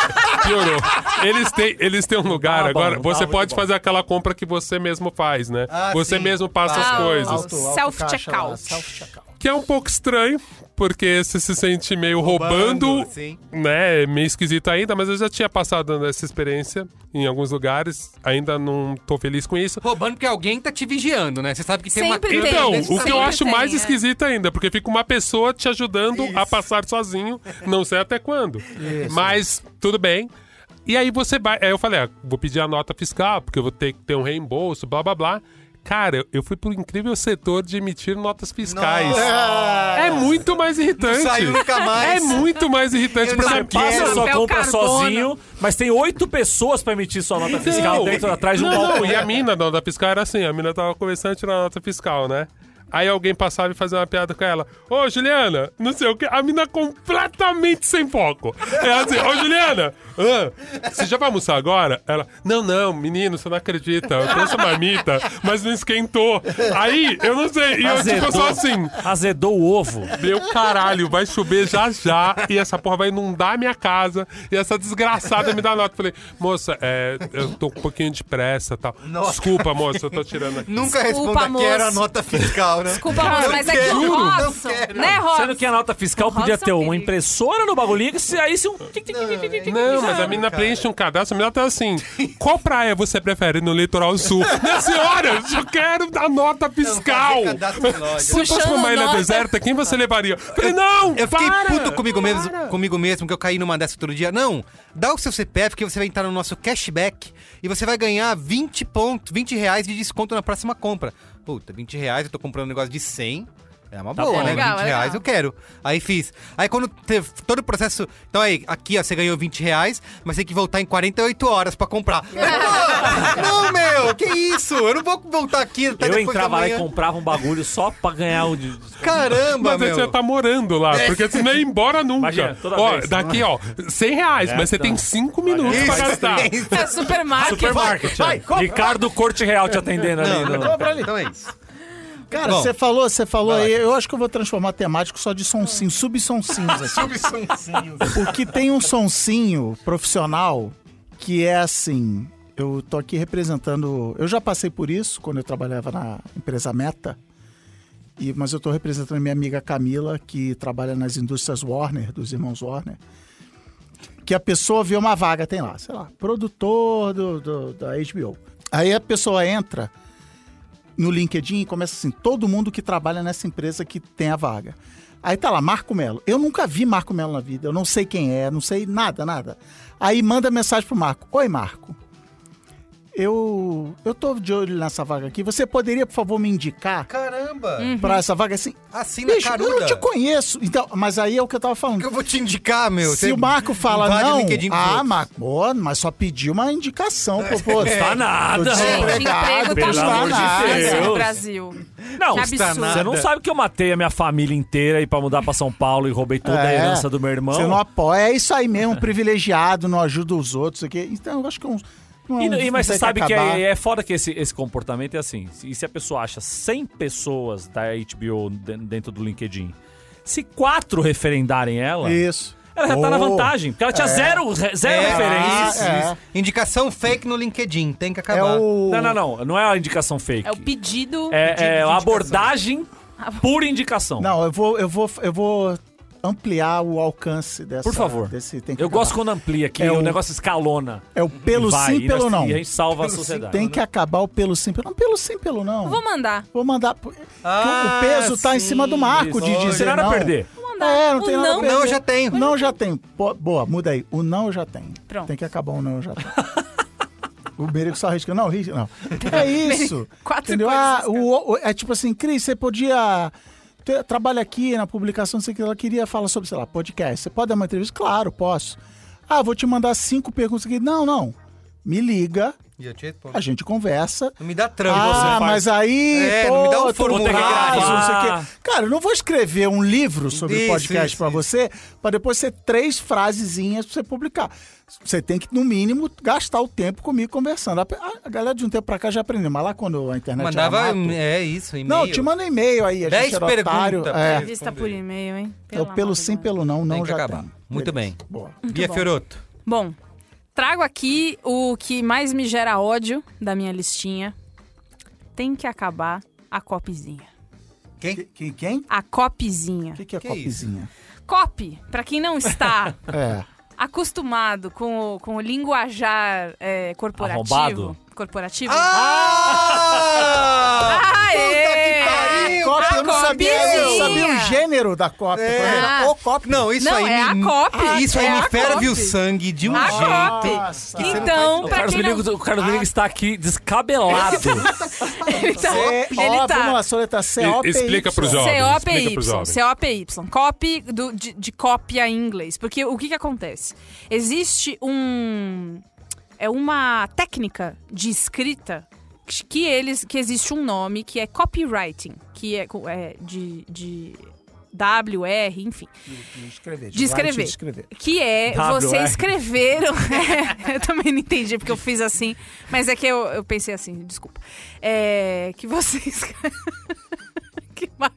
Speaker 4: piorou. Eles têm, eles têm um lugar
Speaker 5: Tá bom,
Speaker 4: agora.
Speaker 5: tá
Speaker 4: você
Speaker 5: muito
Speaker 4: pode
Speaker 5: bom.
Speaker 4: fazer aquela compra que você mesmo faz, né?
Speaker 1: Ah,
Speaker 4: você
Speaker 1: sim.
Speaker 4: mesmo passa
Speaker 5: Tá
Speaker 2: Ah,
Speaker 4: as
Speaker 2: o-
Speaker 4: coisas.
Speaker 2: Alto, alto Self-checkout. caixa lá,
Speaker 3: Self-checkout.
Speaker 4: Que é um pouco estranho, porque você se sente meio roubando,
Speaker 1: Roubando, sim.
Speaker 4: né? É meio esquisito ainda, mas eu já tinha passado essa experiência em alguns lugares. Ainda não tô feliz com isso.
Speaker 1: Roubando porque alguém tá te vigiando, né? Você sabe que tem
Speaker 2: Sempre
Speaker 1: uma...
Speaker 2: tem.
Speaker 4: Então,
Speaker 2: Tem,
Speaker 4: o que
Speaker 2: sempre
Speaker 4: eu acho
Speaker 2: tem,
Speaker 4: mais
Speaker 2: é.
Speaker 4: esquisito ainda, porque fica uma pessoa te ajudando a passar sozinho, não sei até quando. Mas tudo bem. E aí você vai. Aí eu falei, ah, vou pedir a nota fiscal, porque eu vou ter que ter um reembolso, blá blá blá. Cara, eu fui pro incrível setor de emitir notas fiscais. É muito mais irritante.
Speaker 1: Saiu nunca
Speaker 4: É
Speaker 1: mais.
Speaker 4: muito mais irritante,
Speaker 1: Eu
Speaker 4: porque
Speaker 1: não
Speaker 4: você
Speaker 1: quero.
Speaker 4: passa
Speaker 5: Passa sua
Speaker 2: Papel
Speaker 5: compra
Speaker 2: carbono.
Speaker 5: sozinho, mas tem oito pessoas pra emitir sua nota fiscal dentro, atrás de um
Speaker 4: não, é
Speaker 5: balcão.
Speaker 4: não, e a mina da nota fiscal era assim, a mina tava começando a tirar a nota fiscal, né? Aí alguém passava e fazia uma piada com ela. Ô, Juliana, não sei o quê. A mina completamente sem foco. Ela assim, ô, Juliana, hã? você já vai almoçar agora? Ela, não, não, menino, você não acredita. Eu trouxe marmita, mas não esquentou. Aí, eu não sei. E eu, tipo, eu só assim...
Speaker 5: Azedou o ovo.
Speaker 4: Meu caralho, vai chover já já e essa porra vai inundar a minha casa e essa desgraçada me dá nota. Falei, moça, é, eu tô com um pouquinho de pressa e tal.
Speaker 7: Nossa.
Speaker 4: Desculpa, moça, eu tô tirando aqui.
Speaker 7: Nunca
Speaker 2: Desculpa,
Speaker 7: responda
Speaker 2: moço.
Speaker 7: quero a nota fiscal, né?
Speaker 2: Desculpa, mano, mas é que
Speaker 7: quero,
Speaker 2: o
Speaker 7: não
Speaker 2: Robson.
Speaker 7: quero.
Speaker 2: Né, Robson?
Speaker 5: Sendo que a nota fiscal
Speaker 2: O
Speaker 5: podia
Speaker 2: Robson
Speaker 5: ter uma
Speaker 2: Felipe.
Speaker 5: impressora no bagulho, e aí se um.
Speaker 4: Não, mas a menina preenche um cadastro, a menina tá assim, qual praia você prefere no litoral sul? Minha senhora, eu só quero dar nota fiscal.
Speaker 7: fazer cadastro em loja.
Speaker 4: Se fosse
Speaker 2: Puxando
Speaker 4: pra uma ilha
Speaker 2: nota.
Speaker 4: deserta, quem você levaria? Falei, não,
Speaker 1: Eu fiquei
Speaker 4: para.
Speaker 1: puto comigo mesmo, comigo mesmo, que eu caí numa dessa outro dia. Não, dá o seu CPF que você vai entrar no nosso cashback e você vai ganhar 20 pontos, 20 reais de desconto na próxima compra. Puta, 20 reais, eu tô comprando um negócio de 100. É uma
Speaker 4: Tá
Speaker 1: boa,
Speaker 5: bom.
Speaker 1: né?
Speaker 2: Legal,
Speaker 1: 20
Speaker 2: legal.
Speaker 1: reais eu quero. Aí fiz. Aí quando teve todo o processo. Então aí, aqui ó, você ganhou 20 reais, mas tem que voltar em 48 horas pra comprar. não, não, meu, que isso? Eu não vou voltar aqui até
Speaker 5: Eu
Speaker 1: depois
Speaker 5: entrava
Speaker 1: da
Speaker 5: lá e
Speaker 1: manhã.
Speaker 5: comprava um bagulho só pra ganhar o. de-
Speaker 1: Caramba,
Speaker 4: Mas aí
Speaker 1: meu. É.
Speaker 4: você tá morando lá, porque você nem ia embora nunca.
Speaker 5: Imagina, toda
Speaker 4: ó,
Speaker 5: vez.
Speaker 4: daqui, ó, 100 reais,
Speaker 5: É,
Speaker 4: mas você
Speaker 5: então.
Speaker 4: tem 5 minutos
Speaker 1: Isso,
Speaker 4: pra gastar.
Speaker 2: É supermarket.
Speaker 5: Supermarket.
Speaker 7: Ah, vai,
Speaker 5: ó.
Speaker 7: compra.
Speaker 5: Ricardo Corte Real te atendendo ali. no-
Speaker 1: Então é isso.
Speaker 3: Cara,
Speaker 1: Bom.
Speaker 3: você falou, você falou aí, eu acho que eu vou transformar temático só de sonsinho, subsonsinhos aqui. Porque tem um sonsinho profissional que é assim. Eu tô aqui representando. Eu já passei por isso quando eu trabalhava na empresa Meta. E, mas eu tô representando minha amiga Camila, que trabalha nas indústrias Warner, dos irmãos Warner. Que a pessoa vê uma vaga, tem lá, sei lá, produtor do, do- da HBO. Aí a pessoa entra no LinkedIn e começa assim: todo mundo que trabalha nessa empresa que tem a vaga. Aí tá lá, Marco Melo. Eu nunca vi Marco Melo na vida, eu não sei quem é, não sei nada, nada. Aí manda mensagem pro Marco: Oi, Marco. Eu, eu tô de olho nessa vaga aqui. Você poderia, por favor, me indicar
Speaker 7: Caramba!
Speaker 2: Hum.
Speaker 3: pra essa vaga assim?
Speaker 1: Assim na
Speaker 3: Bicho, eu não
Speaker 1: Uhum. caruda.
Speaker 3: te conheço. Então, mas aí é o que eu tava falando.
Speaker 1: que eu vou te indicar, meu?
Speaker 3: Se
Speaker 1: Você
Speaker 3: o Marco fala
Speaker 1: invade o
Speaker 3: não,
Speaker 1: LinkedIn pros
Speaker 3: ah,
Speaker 1: outros.
Speaker 3: Marco, pô, mas só pediu uma indicação, pô, pô.
Speaker 5: Tá nada.
Speaker 3: Tô
Speaker 2: Gente,
Speaker 3: desempregado,
Speaker 2: É, emprego tá
Speaker 5: pelo amor de
Speaker 2: difícil no
Speaker 5: Deus.
Speaker 2: Brasil.
Speaker 5: Não,
Speaker 2: Que absurdo.
Speaker 5: você
Speaker 3: tá
Speaker 5: não sabe que eu matei a minha família inteira e pra mudar pra São Paulo e roubei toda a
Speaker 3: É.
Speaker 5: herança do meu
Speaker 3: Você não
Speaker 5: irmão.
Speaker 3: apoia, é isso aí mesmo, privilegiado, não ajuda os outros aqui. Então, eu acho que é um. não é
Speaker 5: E,
Speaker 3: um-
Speaker 5: e- mas
Speaker 3: não tem
Speaker 5: você sabe que,
Speaker 3: acabar.
Speaker 5: é, é foda que esse, esse comportamento é assim. E se a pessoa acha 100 pessoas da HBO de- dentro do LinkedIn, se quatro referendarem ela,
Speaker 3: Isso.
Speaker 5: ela já tá na
Speaker 3: Oh.
Speaker 5: vantagem. Porque ela tinha zero, re- zero
Speaker 1: É,
Speaker 5: referências.
Speaker 1: isso,
Speaker 3: é.
Speaker 1: isso. Indicação fake no LinkedIn, tem que
Speaker 3: É
Speaker 1: acabar.
Speaker 3: o.
Speaker 5: né, Não, não, não. Não é a indicação fake.
Speaker 2: É o pedido. Ah,
Speaker 5: É, é a abordagem por indicação.
Speaker 3: Não, eu vou, eu vou, eu vou ampliar o alcance dessa.
Speaker 5: Por favor.
Speaker 3: Desse, tem que
Speaker 5: Eu
Speaker 3: acabar.
Speaker 5: gosto quando amplia, que
Speaker 3: É
Speaker 5: o
Speaker 3: o-
Speaker 5: negócio escalona.
Speaker 3: É o pelo
Speaker 5: E vai,
Speaker 3: sim,
Speaker 5: e
Speaker 3: pelo
Speaker 5: nós-
Speaker 3: não.
Speaker 5: E a gente né? salva a sociedade.
Speaker 3: Tem que acabar o pelo sim, pelo não. Pelo sim, pelo não.
Speaker 2: Eu Vou mandar.
Speaker 3: Vou mandar. porque
Speaker 1: Ah,
Speaker 3: o peso tá em
Speaker 1: sim,
Speaker 3: cima do marco de
Speaker 1: isso.
Speaker 3: dizer.
Speaker 5: Não tem nada a
Speaker 3: não.
Speaker 5: perder.
Speaker 2: Vou mandar.
Speaker 3: É, não tem
Speaker 2: o
Speaker 3: nada a
Speaker 2: não.
Speaker 3: perder.
Speaker 1: Não, eu já tenho.
Speaker 3: O não eu já tenho. Bo- Boa, muda aí. O não eu já tenho.
Speaker 2: Pronto.
Speaker 3: Tem que acabar o não eu já tenho. O Merico só arrisca. Não, risca, não. É isso.
Speaker 2: Quatro
Speaker 3: Entendeu?
Speaker 2: coisas,
Speaker 3: Ah,
Speaker 2: cara.
Speaker 3: o- o- é tipo assim, Cris, você podia. ter- Trabalha aqui na publicação, não sei o que ela queria falar sobre, sei lá, podcast. Você pode dar uma entrevista? Claro, posso. Ah, vou te mandar cinco perguntas aqui. Não, não. Me liga,
Speaker 1: E eu te respondo.
Speaker 3: a gente conversa.
Speaker 1: Não me dá trampo.
Speaker 3: Ah,
Speaker 1: você faz.
Speaker 3: mas aí.
Speaker 1: É,
Speaker 3: pô,
Speaker 1: não me dá um
Speaker 3: todo
Speaker 1: formulário, Ah.
Speaker 3: prazo, não sei o
Speaker 5: gravar.
Speaker 3: quê. Cara, eu não vou escrever um livro sobre
Speaker 1: Isso,
Speaker 3: podcast
Speaker 1: isso,
Speaker 3: pra
Speaker 1: isso.
Speaker 3: você, pra depois ser três frasezinhas pra você publicar. Você tem que, no mínimo, gastar o tempo comigo conversando. A, a galera de um tempo pra cá já aprendeu, mas lá quando a internet era
Speaker 1: Mandava.
Speaker 3: mato-
Speaker 1: É isso, e-mail.
Speaker 3: Não, te manda um e-mail aí, a
Speaker 1: Dez
Speaker 3: gente era
Speaker 1: perguntas
Speaker 3: otário.
Speaker 1: pra
Speaker 3: É,
Speaker 1: ele.
Speaker 2: Entrevista por e-mail, hein?
Speaker 3: pelo,
Speaker 2: amor
Speaker 3: pelo
Speaker 2: de
Speaker 3: sim,
Speaker 2: Deus.
Speaker 3: pelo não, não
Speaker 1: Tem que
Speaker 3: já
Speaker 1: acabar.
Speaker 3: tem.
Speaker 1: Muito bem.
Speaker 3: Boa.
Speaker 1: Bia Fioroto.
Speaker 2: Bom, trago aqui o que mais me gera ódio da minha listinha. Tem que acabar a copizinha.
Speaker 3: Que- que- Quem? O
Speaker 2: A copizinha.
Speaker 3: que, que é
Speaker 1: Que
Speaker 3: copizinha?
Speaker 2: Copy, pra quem não está
Speaker 3: É.
Speaker 2: acostumado com o, com o linguajar é, corporativo.
Speaker 5: Arrombado?
Speaker 2: Corporativo.
Speaker 1: Ah!
Speaker 2: Aê!
Speaker 1: que pariu!
Speaker 3: Copy, eu não sabia, eu não sabia
Speaker 2: copizinha.
Speaker 3: o gênero da cópia.
Speaker 1: É.
Speaker 3: É
Speaker 2: Ah.
Speaker 1: o cop. Não, isso
Speaker 2: Não,
Speaker 1: aí
Speaker 2: é a
Speaker 1: me.
Speaker 2: copy.
Speaker 1: Isso
Speaker 2: É
Speaker 1: aí
Speaker 2: a
Speaker 1: me ferve
Speaker 2: copy.
Speaker 1: o sangue de um
Speaker 2: A Então,
Speaker 1: jeito.
Speaker 2: copy.
Speaker 3: Nossa.
Speaker 2: Então,
Speaker 5: O
Speaker 2: pra
Speaker 5: Carlos
Speaker 2: quem não... Ah.
Speaker 5: Rodrigues o Carlos Rodrigues está aqui descabelado.
Speaker 2: Então,
Speaker 3: Ó,
Speaker 2: ele
Speaker 3: Vamos
Speaker 2: tá...
Speaker 3: lá, soleta C,
Speaker 4: E-
Speaker 3: O, P,
Speaker 4: explica
Speaker 3: Y.
Speaker 4: pro Jó. jovens, explica
Speaker 2: COPY,
Speaker 4: pros jovens.
Speaker 2: COPY, copy do- de, de cópia em inglês. Porque o que, que acontece? Existe um. É uma técnica de escrita que eles que existe um nome que é copywriting, que é, co- é de, de WR, enfim.
Speaker 3: De escrever.
Speaker 2: De escrever.
Speaker 3: De escrever.
Speaker 2: Que é
Speaker 5: WR.
Speaker 2: você escrever. um- É, eu também não entendi porque eu fiz assim. Mas é que eu, eu pensei assim, desculpa. É, que você escreve. que Marco.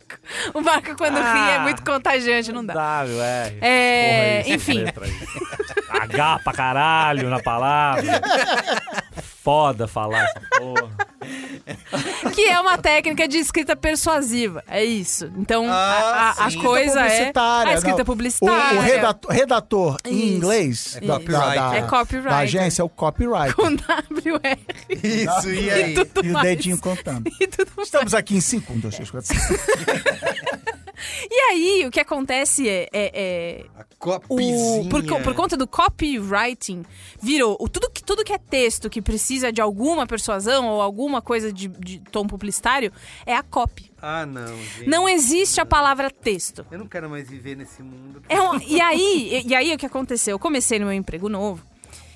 Speaker 2: O Marco, quando ri, é muito contagiante, não dá.
Speaker 5: W, R.
Speaker 2: É,
Speaker 5: Porra, isso,
Speaker 2: enfim.
Speaker 5: letra aí. H pra caralho na palavra. Foda falar essa porra.
Speaker 2: Que é uma técnica de escrita persuasiva. É isso. Então, a- a, a
Speaker 7: sim.
Speaker 2: coisa é.
Speaker 3: publicitária,
Speaker 2: A escrita
Speaker 3: não.
Speaker 2: publicitária.
Speaker 3: O, o redator, redator
Speaker 2: Isso.
Speaker 3: em inglês da, da,
Speaker 7: copyright.
Speaker 3: da-
Speaker 2: É copyright.
Speaker 3: da agência é o copyright.
Speaker 2: Com WR
Speaker 7: Isso, e aí?
Speaker 2: tudo
Speaker 3: E o
Speaker 2: mais.
Speaker 3: dedinho contando.
Speaker 2: E tudo mais.
Speaker 3: Estamos aqui em um, 5, 1, 2, 3, 4, 5.
Speaker 2: E aí, o que acontece é. é- é
Speaker 7: A
Speaker 2: o-
Speaker 7: copizinha.
Speaker 2: por, co- por conta do copywriting, virou o, tudo, que, tudo que é texto que precisa de alguma persuasão ou alguma coisa de, de tom publicitário é a copy.
Speaker 1: Ah, não, gente.
Speaker 2: Não existe a palavra texto.
Speaker 1: Eu não quero mais viver nesse mundo.
Speaker 2: É um- e aí, e, e aí o que aconteceu? Eu comecei no meu emprego novo.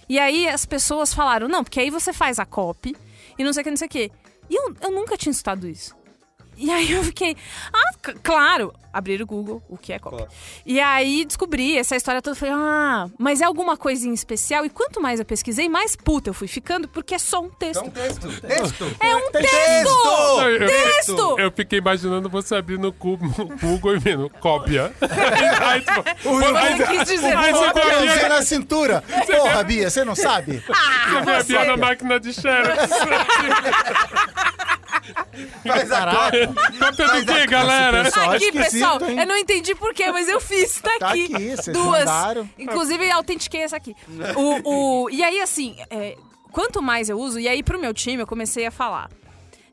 Speaker 2: E aí as pessoas falaram, não, porque aí você faz a copy e não sei o que, não sei o que. E eu, eu nunca tinha estudado isso. E aí eu fiquei, ah, c- claro, abrir o Google, o que é copy. E aí descobri essa história toda, falei, ah, mas é alguma coisa em especial? E quanto mais eu pesquisei, mais puta eu fui ficando, porque é só um texto.
Speaker 7: É
Speaker 1: Então,
Speaker 7: um texto. Texto.
Speaker 2: É um texto!
Speaker 7: Texto!
Speaker 4: Eu- eu-
Speaker 2: Texto!
Speaker 4: Eu fiquei imaginando você abrindo o cu- o Google e vendo cópia. aí, tipo,
Speaker 2: Você
Speaker 4: aí,
Speaker 2: quis dizer
Speaker 4: aí
Speaker 3: é
Speaker 4: você
Speaker 2: copy.
Speaker 4: vai abrir-
Speaker 3: Você na cintura. Porra, Bia, você não sabe?
Speaker 2: Ah,
Speaker 4: você vai abrir na máquina de xerox.
Speaker 7: Faz a cópia.
Speaker 4: Cópia do Tá
Speaker 1: é
Speaker 4: quê, galera?
Speaker 3: Só
Speaker 2: aqui,
Speaker 3: esquisito,
Speaker 2: pessoal.
Speaker 3: hein?
Speaker 2: Eu não entendi porquê, mas eu fiz. Tá,
Speaker 3: Tá aqui, vocês
Speaker 2: Duas.
Speaker 3: mandaram.
Speaker 2: Inclusive, autentiquei essa aqui. O, o- e aí, assim, é, quanto mais eu uso, e aí pro meu time eu comecei a falar.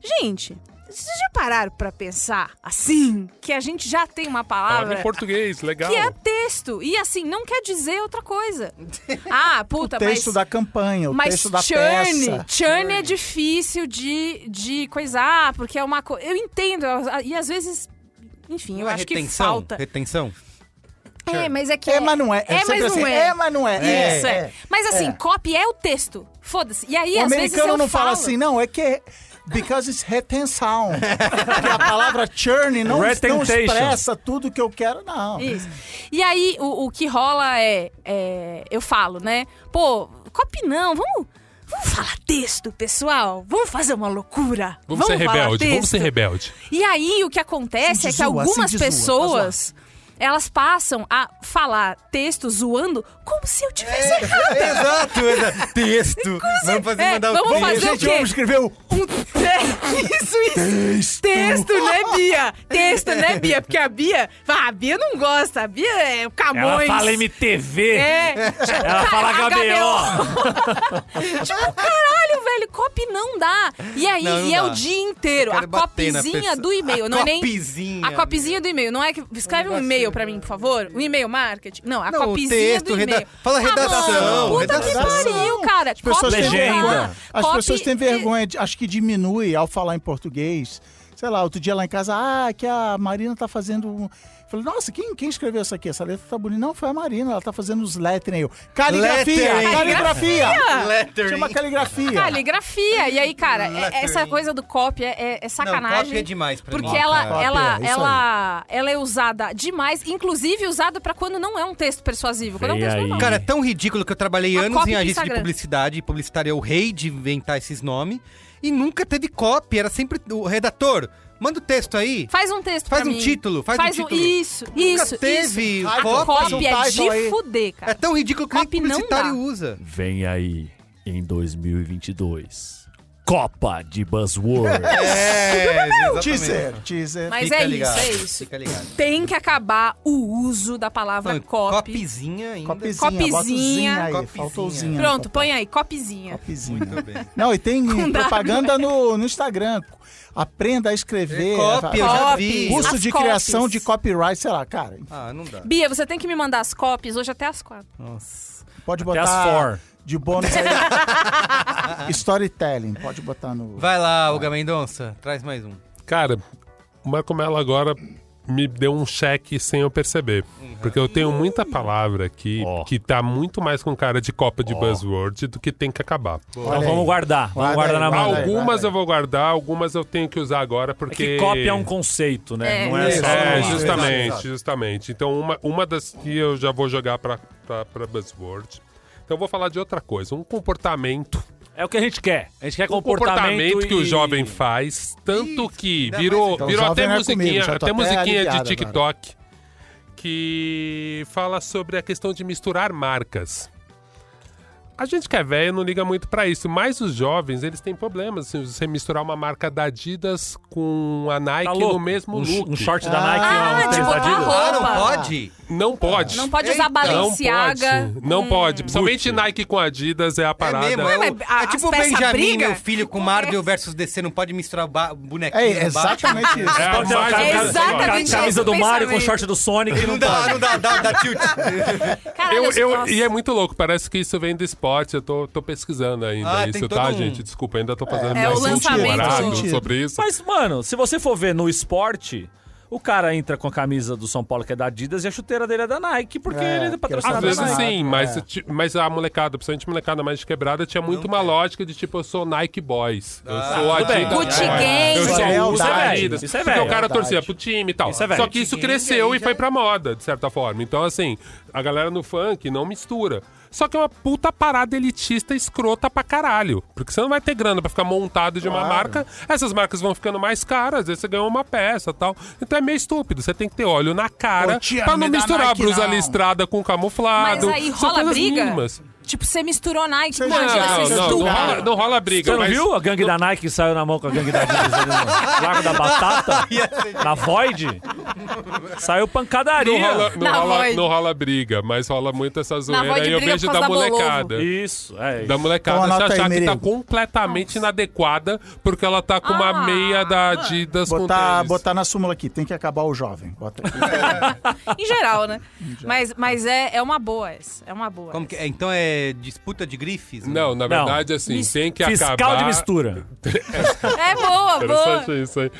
Speaker 2: Gente, vocês já pararam pra pensar assim? Que a gente já tem uma
Speaker 4: Fala
Speaker 2: palavra.
Speaker 4: em português, legal.
Speaker 2: Que é texto. E assim, não quer dizer outra coisa. Ah, puta,
Speaker 3: O texto
Speaker 2: mas
Speaker 3: da campanha, o
Speaker 2: mas
Speaker 3: texto da
Speaker 2: churn,
Speaker 3: peça.
Speaker 2: churn é difícil de, de coisar, porque é uma coisa. Eu entendo, eu- e às vezes. Enfim, eu
Speaker 1: é
Speaker 2: acho que
Speaker 1: retenção?
Speaker 2: falta.
Speaker 1: Retenção?
Speaker 2: É, mas é que.
Speaker 3: É, mas não é.
Speaker 2: É,
Speaker 3: sempre
Speaker 2: mas
Speaker 3: assim,
Speaker 2: não é.
Speaker 3: É, mas não é.
Speaker 2: Isso, é. Mas assim,
Speaker 3: é.
Speaker 2: copy é o texto. Foda-se. E aí,
Speaker 3: O
Speaker 2: às vezes.
Speaker 3: americano
Speaker 2: eu
Speaker 3: não fala
Speaker 2: falo-
Speaker 3: assim, não, é que é because it's retenção. Porque a palavra churn não, não
Speaker 5: Retentation.
Speaker 3: expressa tudo que eu quero, não.
Speaker 2: Isso. E aí, o, o que rola é, é, Eu falo, né? Pô, copy não, vamos. Vamos falar texto, pessoal. Vamos fazer uma loucura.
Speaker 4: Vamos, ser
Speaker 2: falar
Speaker 4: rebelde, vamos ser
Speaker 2: texto.
Speaker 4: rebelde.
Speaker 2: E aí o que acontece
Speaker 3: Assim
Speaker 2: é que
Speaker 3: desua,
Speaker 2: algumas
Speaker 3: assim desua,
Speaker 2: pessoas elas passam a falar texto zoando como se eu tivesse errado.
Speaker 7: Exato, exato. Texto. Vamos fazer
Speaker 2: É,
Speaker 7: mandar
Speaker 2: vamos
Speaker 7: o texto.
Speaker 2: fazer o
Speaker 3: Gente,
Speaker 2: quê? É,
Speaker 3: vamos escrever o
Speaker 2: isso, isso. Texto. né, Bia? Texto, né, Bia? Porque a Bia, ah, a Bia não gosta, a Bia é o
Speaker 5: Ela
Speaker 2: Camões.
Speaker 5: fala MTV.
Speaker 2: É,
Speaker 5: Ela fala
Speaker 2: Cara,
Speaker 5: HBO.
Speaker 2: tipo, caralho, velho, copy não dá. E aí,
Speaker 7: Não, não
Speaker 2: e é o
Speaker 7: dá.
Speaker 2: dia inteiro,
Speaker 7: Eu
Speaker 2: a
Speaker 7: quero bater na
Speaker 2: copizinha
Speaker 7: pessoa.
Speaker 2: do e-mail,
Speaker 7: A
Speaker 2: não é nem
Speaker 7: copizinha.
Speaker 2: A copizinha do e-mail, não é que escreve um e-mail pra mim, por favor? Um e-mail marketing? Não, a
Speaker 1: Não, o
Speaker 2: copizinha
Speaker 1: texto,
Speaker 2: do
Speaker 1: reda-
Speaker 2: e-mail.
Speaker 1: fala
Speaker 2: Ah,
Speaker 1: redação,
Speaker 2: mano, Puta que
Speaker 1: redação.
Speaker 2: pariu, cara. As
Speaker 3: pessoas
Speaker 5: têm vergonha.
Speaker 3: As pessoas têm vergonha, de- acho que diminui ao falar em português. Sei lá, outro dia lá em casa, ah, que a Marina tá fazendo. um- Eu Falei, nossa, quem, quem escreveu isso aqui? Essa letra tá bonita. Não, foi a Marina, ela tá fazendo os lettering. Eu, Caligrafia!
Speaker 7: Lettering.
Speaker 3: Caligrafia!
Speaker 2: Ah,
Speaker 7: Lettering.
Speaker 3: Tinha uma caligrafia.
Speaker 2: Caligrafia. E aí, cara, é- essa
Speaker 7: Lettering.
Speaker 2: coisa do copy é, é- é sacanagem.
Speaker 1: Não, cópia é demais pra
Speaker 2: Porque
Speaker 1: mim.
Speaker 2: ela, é
Speaker 3: cara.
Speaker 2: ela,
Speaker 1: é,
Speaker 3: Cópia, isso
Speaker 2: ela, ela é usada demais, inclusive usada pra quando não é um texto persuasivo. Quando é um
Speaker 5: Vem
Speaker 2: texto
Speaker 5: aí.
Speaker 2: normal.
Speaker 1: Cara, é tão ridículo que eu trabalhei
Speaker 2: A
Speaker 1: anos
Speaker 2: cópia
Speaker 1: em
Speaker 2: do
Speaker 1: agência de
Speaker 2: Instagram.
Speaker 1: publicidade, e publicitário é o rei de inventar esses nomes, e nunca teve copy, era sempre o redator, manda o texto aí,
Speaker 2: Faz um texto
Speaker 1: faz
Speaker 2: pra
Speaker 1: um
Speaker 2: mim.
Speaker 1: título, faz um título.
Speaker 2: Isso,
Speaker 1: Nunca
Speaker 2: isso,
Speaker 1: teve
Speaker 2: isso.
Speaker 1: cópia,
Speaker 2: A cópia é
Speaker 3: faz um
Speaker 2: de
Speaker 3: title aí.
Speaker 2: fuder, cara.
Speaker 1: é tão ridículo que nem
Speaker 2: Copy não
Speaker 1: publicitário
Speaker 2: dá.
Speaker 1: usa.
Speaker 5: Vem aí, em 2022. Copa de Buzzword.
Speaker 1: É,
Speaker 3: Teaser, teaser.
Speaker 2: Mas é isso, é isso.
Speaker 1: Fica ligado.
Speaker 2: Tem que acabar o uso da palavra
Speaker 1: Não,
Speaker 2: copy.
Speaker 1: Copizinha ainda.
Speaker 3: Copizinha, bota o zinho aí,
Speaker 1: Copizinha.
Speaker 3: faltou o zinho.
Speaker 2: Pronto, põe aí, copizinha.
Speaker 3: Copizinha.
Speaker 1: Muito bem.
Speaker 3: Não, e tem
Speaker 2: Com
Speaker 3: propaganda no, no Instagram. Aprenda a escrever.
Speaker 1: Copy, eu já
Speaker 2: Copy.
Speaker 1: vi.
Speaker 3: curso
Speaker 2: As
Speaker 3: de
Speaker 2: copies.
Speaker 3: criação de copyright, sei lá, cara.
Speaker 1: Ah, não dá.
Speaker 2: Bia, você tem que me mandar as copies hoje até as quatro.
Speaker 1: Nossa.
Speaker 3: Pode
Speaker 5: Até as
Speaker 3: botar
Speaker 5: four.
Speaker 3: de bônus aí. Storytelling, pode botar no.
Speaker 1: Vai lá, Olga Mendonça, traz mais um.
Speaker 4: Cara, mas como ela agora me deu um cheque sem eu perceber. Porque eu tenho muita palavra aqui
Speaker 5: Uhum. Ó.
Speaker 4: que tá muito mais com cara de copa de buzzword do que tem que acabar.
Speaker 5: Então vamos guardar. Vamos
Speaker 3: Guarda aí,
Speaker 5: guardar na mão.
Speaker 3: guarda aí.
Speaker 4: Algumas eu vou guardar, algumas eu tenho que usar agora
Speaker 5: É
Speaker 4: porque.
Speaker 5: que cópia é um conceito, né?
Speaker 2: É.
Speaker 5: Não é só.
Speaker 4: É,
Speaker 5: uma-
Speaker 4: justamente, justamente. Então, uma, uma das que eu já vou jogar pra, pra, pra Buzzword. Então, eu vou falar de outra coisa. Um comportamento.
Speaker 5: É o que a gente quer. A gente quer
Speaker 4: Um comportamento,
Speaker 5: comportamento.
Speaker 4: que
Speaker 5: e-
Speaker 4: o jovem faz. Tanto que
Speaker 7: Ainda mais
Speaker 4: virou,
Speaker 7: então.
Speaker 4: virou
Speaker 3: O
Speaker 4: até
Speaker 3: jovem é
Speaker 4: musiquinha,
Speaker 3: comigo, já tô
Speaker 4: até
Speaker 3: até
Speaker 4: musiquinha de
Speaker 3: aliviado
Speaker 4: TikTok. Que fala sobre a questão de misturar marcas. A gente que é velho não liga muito pra isso, mas os jovens, eles têm problemas. Se você misturar uma marca da Adidas com a Nike
Speaker 5: Tá
Speaker 4: no
Speaker 5: louco.
Speaker 4: mesmo
Speaker 5: um, sh-
Speaker 4: look.
Speaker 5: um short da Nike
Speaker 2: Ah,
Speaker 5: um
Speaker 2: de
Speaker 5: tênis da
Speaker 2: botar
Speaker 5: Adidas.
Speaker 2: roupa.
Speaker 7: Ah, não
Speaker 2: Opa!
Speaker 7: pode?
Speaker 1: É
Speaker 4: Não pode.
Speaker 2: Não pode usar
Speaker 7: Eita.
Speaker 2: Balenciaga.
Speaker 4: Não pode. Não pode. Principalmente Nike com Adidas é a
Speaker 1: É
Speaker 4: parada.
Speaker 1: mesmo, é, o-
Speaker 2: Ué, mas a-
Speaker 1: é tipo
Speaker 2: as
Speaker 1: o
Speaker 2: peças é?
Speaker 1: Benjamin,
Speaker 2: briga?
Speaker 1: meu filho, com
Speaker 2: Que
Speaker 1: Marvel versus DC. Não pode misturar ba- bonequinho
Speaker 3: É
Speaker 1: no Batman.
Speaker 3: exatamente isso.
Speaker 4: É a
Speaker 5: Pode ter uma
Speaker 4: marca-
Speaker 2: É
Speaker 5: camisa-
Speaker 2: exatamente
Speaker 5: camisa
Speaker 2: esse
Speaker 5: do Mario com
Speaker 2: pensamento.
Speaker 5: short do Sonic.
Speaker 1: Não dá, não dá, dá, dá tilt.
Speaker 2: Caralho,
Speaker 4: Eu, eu-
Speaker 2: nossa.
Speaker 4: e é muito louco, parece que isso vem do esporte. Eu tô, tô pesquisando ainda
Speaker 1: Ah, tem
Speaker 4: isso,
Speaker 1: todo
Speaker 4: tá,
Speaker 1: um-
Speaker 4: gente? Desculpa, ainda tô fazendo
Speaker 2: É, é o
Speaker 4: mais
Speaker 2: lançamento
Speaker 4: doutorado
Speaker 3: do-
Speaker 4: sobre isso.
Speaker 5: Mas, mano, se você for ver no esporte, o cara entra com a camisa do São Paulo, que é da Adidas, e a chuteira dele é da Nike, porque
Speaker 3: É,
Speaker 5: ele é
Speaker 3: porque
Speaker 4: Às
Speaker 5: patrocinado da
Speaker 4: vezes
Speaker 5: Nike.
Speaker 4: sim, mas,
Speaker 3: É.
Speaker 4: ti- mas a molecada, principalmente a molecada mais de quebrada, tinha muito uma lógica de tipo, eu sou Nike Boys. Eu sou
Speaker 5: tudo bem.
Speaker 4: Adidas. Boys,
Speaker 2: Gucci Gang.
Speaker 3: Isso
Speaker 4: Eu
Speaker 3: é
Speaker 4: sou uso
Speaker 3: lealdade.
Speaker 4: Adidas.
Speaker 5: Isso é
Speaker 4: porque o cara
Speaker 3: lealdade.
Speaker 4: torcia pro time e tal.
Speaker 5: Isso é velho.
Speaker 4: Só que isso cresceu e foi pra moda, de certa forma. Então, assim, a galera no funk não mistura. Só que é uma puta parada elitista escrota pra caralho. Porque você não vai ter grana pra ficar montado de uma marca. Essas marcas vão ficando mais caras, às vezes você ganha uma peça e tal. Então é meio estúpido. Você tem que ter óleo na cara
Speaker 3: Ô, tia,
Speaker 4: pra não
Speaker 3: me dá
Speaker 4: misturar
Speaker 3: Nike,
Speaker 4: brusa
Speaker 3: não.
Speaker 4: listrada com camuflado.
Speaker 2: Mas aí
Speaker 4: São
Speaker 2: rola
Speaker 4: coisas
Speaker 2: briga?
Speaker 4: mínimas.
Speaker 2: Tipo, você misturou Nike com
Speaker 4: Não,
Speaker 2: Adidas.
Speaker 4: não,
Speaker 2: você
Speaker 4: não, não
Speaker 2: estupra.
Speaker 4: rola, não rola briga.
Speaker 5: Você não
Speaker 4: mas-
Speaker 5: viu a gangue da Nike que saiu na mão com a gangue da Adidas ali no Largo da Batata? na Void? Saiu
Speaker 4: Não
Speaker 5: pancadaria.
Speaker 4: rola, não,
Speaker 2: Na
Speaker 4: rola,
Speaker 2: void.
Speaker 4: não rola briga, mas rola muito essa zoeira.
Speaker 2: void
Speaker 4: E eu
Speaker 2: briga
Speaker 4: vejo
Speaker 2: por
Speaker 4: da
Speaker 2: causa da
Speaker 4: molecada.
Speaker 5: Isso, é isso.
Speaker 4: Da molecada
Speaker 3: Então
Speaker 4: se
Speaker 3: anota
Speaker 4: achar
Speaker 3: aí,
Speaker 4: que tá
Speaker 3: Merigo.
Speaker 4: completamente inadequada porque ela tá com uma
Speaker 2: Ah,
Speaker 4: meia da Adidas
Speaker 3: Botar,
Speaker 4: com tênis.
Speaker 3: botar na súmula aqui, tem que acabar o jovem. Bota aí.
Speaker 2: Em geral, né? Mas, mas é, é uma boa essa. É uma boa.
Speaker 1: Como que-
Speaker 2: essa.
Speaker 1: é, então é disputa de grifes? né?
Speaker 4: Não, na
Speaker 5: Não.
Speaker 4: verdade, assim,
Speaker 2: Mis-
Speaker 4: tem que
Speaker 5: Fiscal
Speaker 4: acabar...
Speaker 5: de mistura.
Speaker 2: É boa, boa.
Speaker 4: Interessante é isso aí.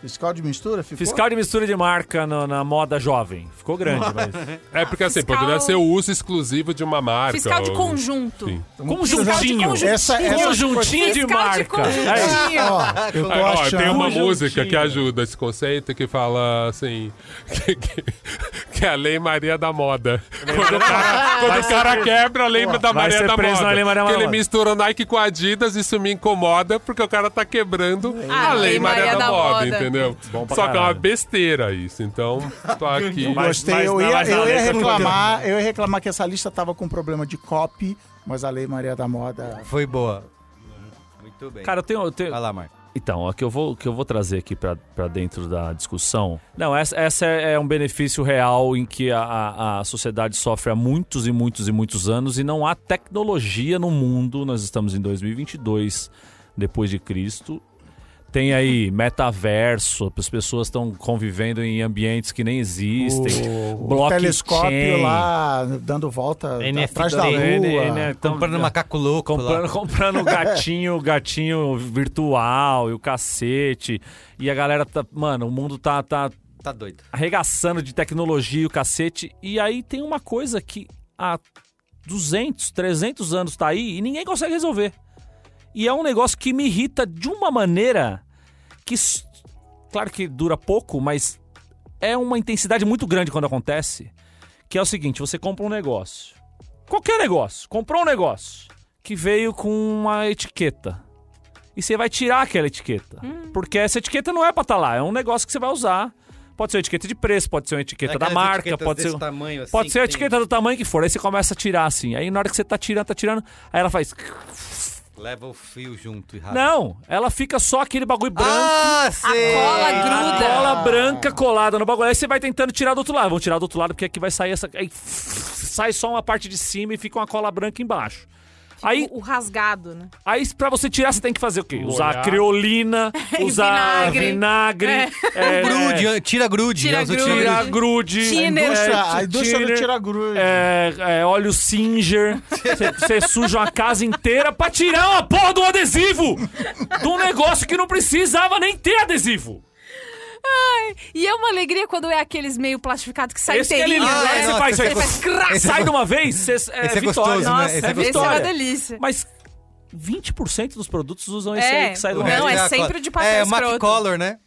Speaker 3: Fiscal de mistura? Ficou?
Speaker 5: Fiscal de mistura de marca no- na moda jovem. Ficou grande, mas.
Speaker 4: É porque, assim,
Speaker 2: Fiscal-
Speaker 4: poderia ser o uso exclusivo de uma marca.
Speaker 2: Fiscal de
Speaker 4: ou-
Speaker 5: então,
Speaker 2: conjunto.
Speaker 4: Sim.
Speaker 3: Então
Speaker 5: Conjuntinho.
Speaker 2: conjuntinho.
Speaker 3: Essa- essa-
Speaker 5: Conjuntinho de
Speaker 2: Fiscal de
Speaker 5: marca. É isso.
Speaker 2: conjuntinho.
Speaker 3: Ó, eu tô
Speaker 4: Ah, ó,
Speaker 3: achando...
Speaker 4: tem uma
Speaker 5: Conjuntinho.
Speaker 4: música que ajuda esse conceito que fala assim: que, que- que é a Lei Maria da Moda. Quando o cara, quando o cara quebra, lembra da
Speaker 5: vai
Speaker 4: Maria
Speaker 5: ser
Speaker 4: da
Speaker 5: preso
Speaker 4: Moda.
Speaker 5: na Lei Maria da
Speaker 4: Porque ele
Speaker 5: Moda.
Speaker 4: mistura Nike com Adidas, isso me incomoda, porque o cara tá quebrando
Speaker 5: Ah,
Speaker 4: a Lei Maria, da, moda, entendeu? Só
Speaker 5: pra
Speaker 4: que é uma
Speaker 5: caralho.
Speaker 4: besteira isso, então tô aqui.
Speaker 3: Eu Gostei,
Speaker 5: mas
Speaker 3: eu,
Speaker 5: na-
Speaker 3: ia,
Speaker 5: mas na
Speaker 3: eu ia
Speaker 5: letra é
Speaker 3: reclamar, eu ia reclamar que essa lista tava com problema de copy, mas a Lei Maria da Moda.
Speaker 1: Foi boa. Muito bem.
Speaker 5: Cara, eu tenho, eu tenho-
Speaker 1: Vai lá, Marco.
Speaker 5: Então, a que eu vou, o que eu vou trazer aqui pra pra dentro da discussão. Não, essa, essa é é um benefício real em que a, a, a sociedade sofre há muitos e muitos e muitos anos e não há tecnologia no mundo. Nós estamos em 2022 depois de Cristo. Tem aí metaverso, as pessoas estão convivendo em ambientes que nem existem.
Speaker 3: O, o
Speaker 5: blockchain.
Speaker 3: telescópio lá dando volta
Speaker 1: NFT.
Speaker 3: atrás da lua.
Speaker 1: Comprando um macaco louco
Speaker 5: é, Comprando,
Speaker 1: lá.
Speaker 5: comprando gatinho, gatinho virtual e o cacete. E a galera tá. Mano, o mundo tá, tá
Speaker 1: Tá doido.
Speaker 5: arregaçando de tecnologia e o cacete. E aí tem uma coisa que há 200, 300 anos tá aí e ninguém consegue resolver. E é um negócio que me irrita de uma maneira que, s- claro que dura pouco, mas é uma intensidade muito grande quando acontece. Que é o seguinte: você compra um negócio. Qualquer negócio. Comprou um negócio que veio com uma etiqueta. E você vai tirar aquela etiqueta.
Speaker 1: Hum.
Speaker 5: Porque essa etiqueta não é pra estar lá. É um negócio que você vai usar. Pode ser uma etiqueta de preço, pode ser uma etiqueta da
Speaker 1: Aquelas
Speaker 5: marca,
Speaker 1: etiquetas
Speaker 5: pode ser. um-
Speaker 1: desse tamanho, assim,
Speaker 5: Pode ser a
Speaker 1: que tem-
Speaker 5: etiqueta do tamanho que for. Aí você começa a tirar assim. Aí na hora que você tá tirando, tá tirando. Aí ela faz.
Speaker 1: Leva o fio junto e rasga.
Speaker 5: Não! Ela fica só aquele bagulho branco.
Speaker 1: Ah, sei.
Speaker 2: Cola
Speaker 5: A
Speaker 2: gruda.
Speaker 5: cola branca colada no bagulho. Aí você vai tentando tirar do outro lado. Vamos tirar do outro lado, porque aqui vai sair essa. Aí sai só uma parte de cima e fica uma cola branca embaixo. Aí,
Speaker 2: O, o rasgado, né?
Speaker 5: aí, pra você tirar, você tem que fazer o quê? Usar
Speaker 4: Molhar.
Speaker 5: criolina, usar
Speaker 2: vinagre.
Speaker 5: vinagre, é,
Speaker 1: Grude, an- tira grude.
Speaker 2: Tira
Speaker 1: né, os
Speaker 2: grude.
Speaker 5: tira
Speaker 1: utilizadores.
Speaker 5: grude.
Speaker 3: A
Speaker 2: Tiner.
Speaker 3: indústria, a
Speaker 5: É,
Speaker 3: indústria do
Speaker 5: tiner.
Speaker 3: tira-grua.
Speaker 5: é, é, óleo Singer. Você suja uma casa inteira pra tirar uma porra do adesivo! De um negócio que não precisava nem ter adesivo!
Speaker 2: E é uma alegria quando é aqueles meio plastificados que sai
Speaker 5: Esse que é
Speaker 2: inteirinho,
Speaker 5: lindo,
Speaker 2: né?
Speaker 5: né? Você
Speaker 1: nossa,
Speaker 5: faz isso aí.
Speaker 1: esse
Speaker 2: Faz crá!
Speaker 1: Esse é
Speaker 5: Sai
Speaker 1: go-
Speaker 5: de uma vez, cês- é,
Speaker 1: Esse é
Speaker 5: vitória.
Speaker 1: gostoso, né?
Speaker 2: Nossa,
Speaker 1: Esse é
Speaker 2: esse é uma
Speaker 5: gostoso.
Speaker 2: delícia.
Speaker 5: Mas 20% dos produtos usam esse
Speaker 2: É.
Speaker 5: aí que sai do
Speaker 2: Não,
Speaker 5: resto.
Speaker 2: é
Speaker 1: da
Speaker 2: sempre
Speaker 1: cola.
Speaker 2: de papel
Speaker 1: É,
Speaker 2: escroto.
Speaker 1: Mac-Color, né?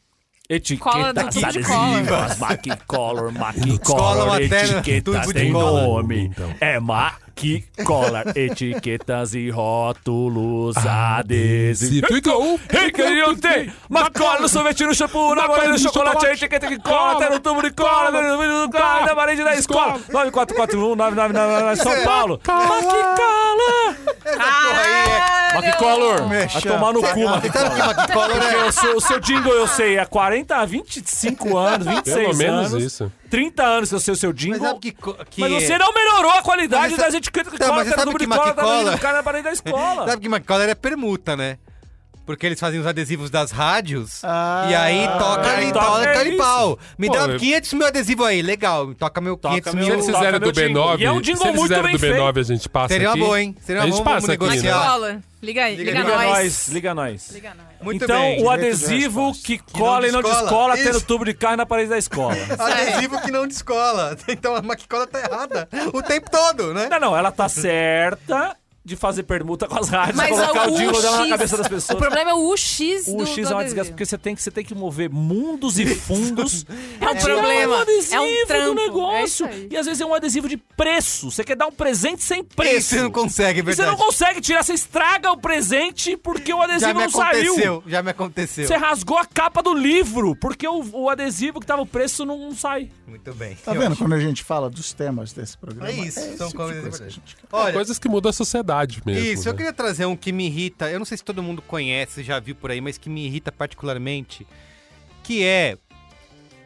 Speaker 2: Cola do tubo de cola.
Speaker 5: adesivas, Mac-Color,
Speaker 1: Colam
Speaker 5: Mac-Color,
Speaker 1: até no
Speaker 5: etiquetas
Speaker 1: tubo de
Speaker 5: tem
Speaker 1: cola.
Speaker 5: nome. É Mac-Color, etiquetas e rótulos adesivos.
Speaker 4: Ficou!
Speaker 5: Ei, querido, tem Mac-Color no sorvete, no shampoo, na
Speaker 4: Mac-Cola
Speaker 5: bolinha, no
Speaker 4: no
Speaker 5: chocolate,
Speaker 4: chocolate.
Speaker 5: a etiqueta que cola, até no tubo de cola,
Speaker 4: Cola.
Speaker 5: no vídeo do carro, na parede da escola. 9441999 São Paulo. Mac-Color.
Speaker 1: Porra, aí
Speaker 5: Mac-Color, vai
Speaker 1: Mexa.
Speaker 5: tomar no cu,
Speaker 1: é...
Speaker 5: Mac-Color.
Speaker 1: Sabe que Mac-Color
Speaker 5: Porque
Speaker 1: é...
Speaker 5: eu sou- o seu jingle eu sei é há 40, 25 anos, 26
Speaker 4: Pelo menos
Speaker 5: anos.
Speaker 4: isso.
Speaker 5: 30 anos que eu sei o seu jingle.
Speaker 1: Mas
Speaker 5: Mas,
Speaker 1: sabe que... co- que...
Speaker 5: você não melhorou a qualidade
Speaker 1: Mas você-
Speaker 5: das etiquetas que
Speaker 1: Tá,
Speaker 5: cola,
Speaker 1: mas você
Speaker 5: cara,
Speaker 1: sabe
Speaker 5: do
Speaker 1: que
Speaker 5: bricola,
Speaker 1: maquicola-
Speaker 5: tá do cara na parede da escola.
Speaker 1: Sabe que Mac-Color é permuta, né? Porque eles fazem os adesivos das rádios
Speaker 3: Ah.
Speaker 1: e aí toca
Speaker 5: Aí
Speaker 1: ali,
Speaker 5: toca é
Speaker 1: toca ali
Speaker 5: isso.
Speaker 1: pau. Me
Speaker 4: Pô,
Speaker 1: dá
Speaker 4: eu-
Speaker 1: 500 mil adesivo aí, legal. Toca meu
Speaker 5: Toca
Speaker 1: 500
Speaker 5: meu-
Speaker 4: Se
Speaker 1: mil.
Speaker 4: eles
Speaker 5: Toca
Speaker 4: fizerem
Speaker 5: meu
Speaker 4: do B9,
Speaker 5: jingle. E é um jingle
Speaker 4: se eles
Speaker 5: muito
Speaker 4: fizerem do
Speaker 5: bem
Speaker 4: B9 a gente passa
Speaker 1: Seria uma
Speaker 4: aqui.
Speaker 1: boa, hein? Seria uma
Speaker 4: a gente
Speaker 1: boa,
Speaker 4: passa
Speaker 1: vamos
Speaker 4: aqui, né?
Speaker 1: negociar.
Speaker 2: Cola. Liga aí, liga,
Speaker 1: Liga
Speaker 5: é Liga
Speaker 2: nós.
Speaker 5: nós, liga nós.
Speaker 2: Liga nós.
Speaker 1: Muito
Speaker 5: então,
Speaker 1: bem.
Speaker 5: o
Speaker 3: de
Speaker 5: adesivo
Speaker 3: resposta.
Speaker 5: que cola e não descola até no
Speaker 1: Isso.
Speaker 5: tubo de carne na parede da escola.
Speaker 1: Adesivo que não descola. Então a Mac-Cola tá errada o tempo todo, né?
Speaker 5: não, não, ela tá certa de fazer permuta com as rádios,
Speaker 2: Mas
Speaker 5: colocar
Speaker 2: o
Speaker 5: o jingle dela na
Speaker 2: UX
Speaker 5: cabeça das pessoas.
Speaker 2: O problema é o UX do
Speaker 5: O X
Speaker 2: do
Speaker 5: é uma
Speaker 2: adesivo.
Speaker 5: desgraça, porque você tem, que, você tem que mover mundos e fundos.
Speaker 2: É um
Speaker 5: pra tirar
Speaker 2: problema.
Speaker 5: um adesivo
Speaker 2: É um trampo.
Speaker 5: do
Speaker 2: É isso
Speaker 5: negócio.
Speaker 2: aí.
Speaker 5: e às vezes é um adesivo de preço. Você quer dar um presente sem
Speaker 1: E
Speaker 5: preço.
Speaker 1: você não consegue, é
Speaker 5: E você
Speaker 1: verdade.
Speaker 5: não consegue tirar, você estraga o presente porque o
Speaker 1: já
Speaker 5: adesivo
Speaker 1: me
Speaker 5: não
Speaker 1: aconteceu,
Speaker 5: saiu.
Speaker 1: já me aconteceu.
Speaker 5: Você é rasgou a capa do livro porque o, o adesivo que tava o preço não, não sai.
Speaker 1: Muito bem.
Speaker 3: Tá vendo quando a gente fala dos temas desse programa?
Speaker 1: É isso,
Speaker 3: esse
Speaker 1: são
Speaker 3: tipo de
Speaker 1: coisas
Speaker 3: coisa que a gente quer.
Speaker 1: Olha,
Speaker 4: Coisas que mudam a sociedade mesmo.
Speaker 1: Isso, eu
Speaker 4: né?
Speaker 1: queria trazer um que me irrita. Eu não sei se todo mundo conhece, já viu por aí, mas que me irrita particularmente. Que é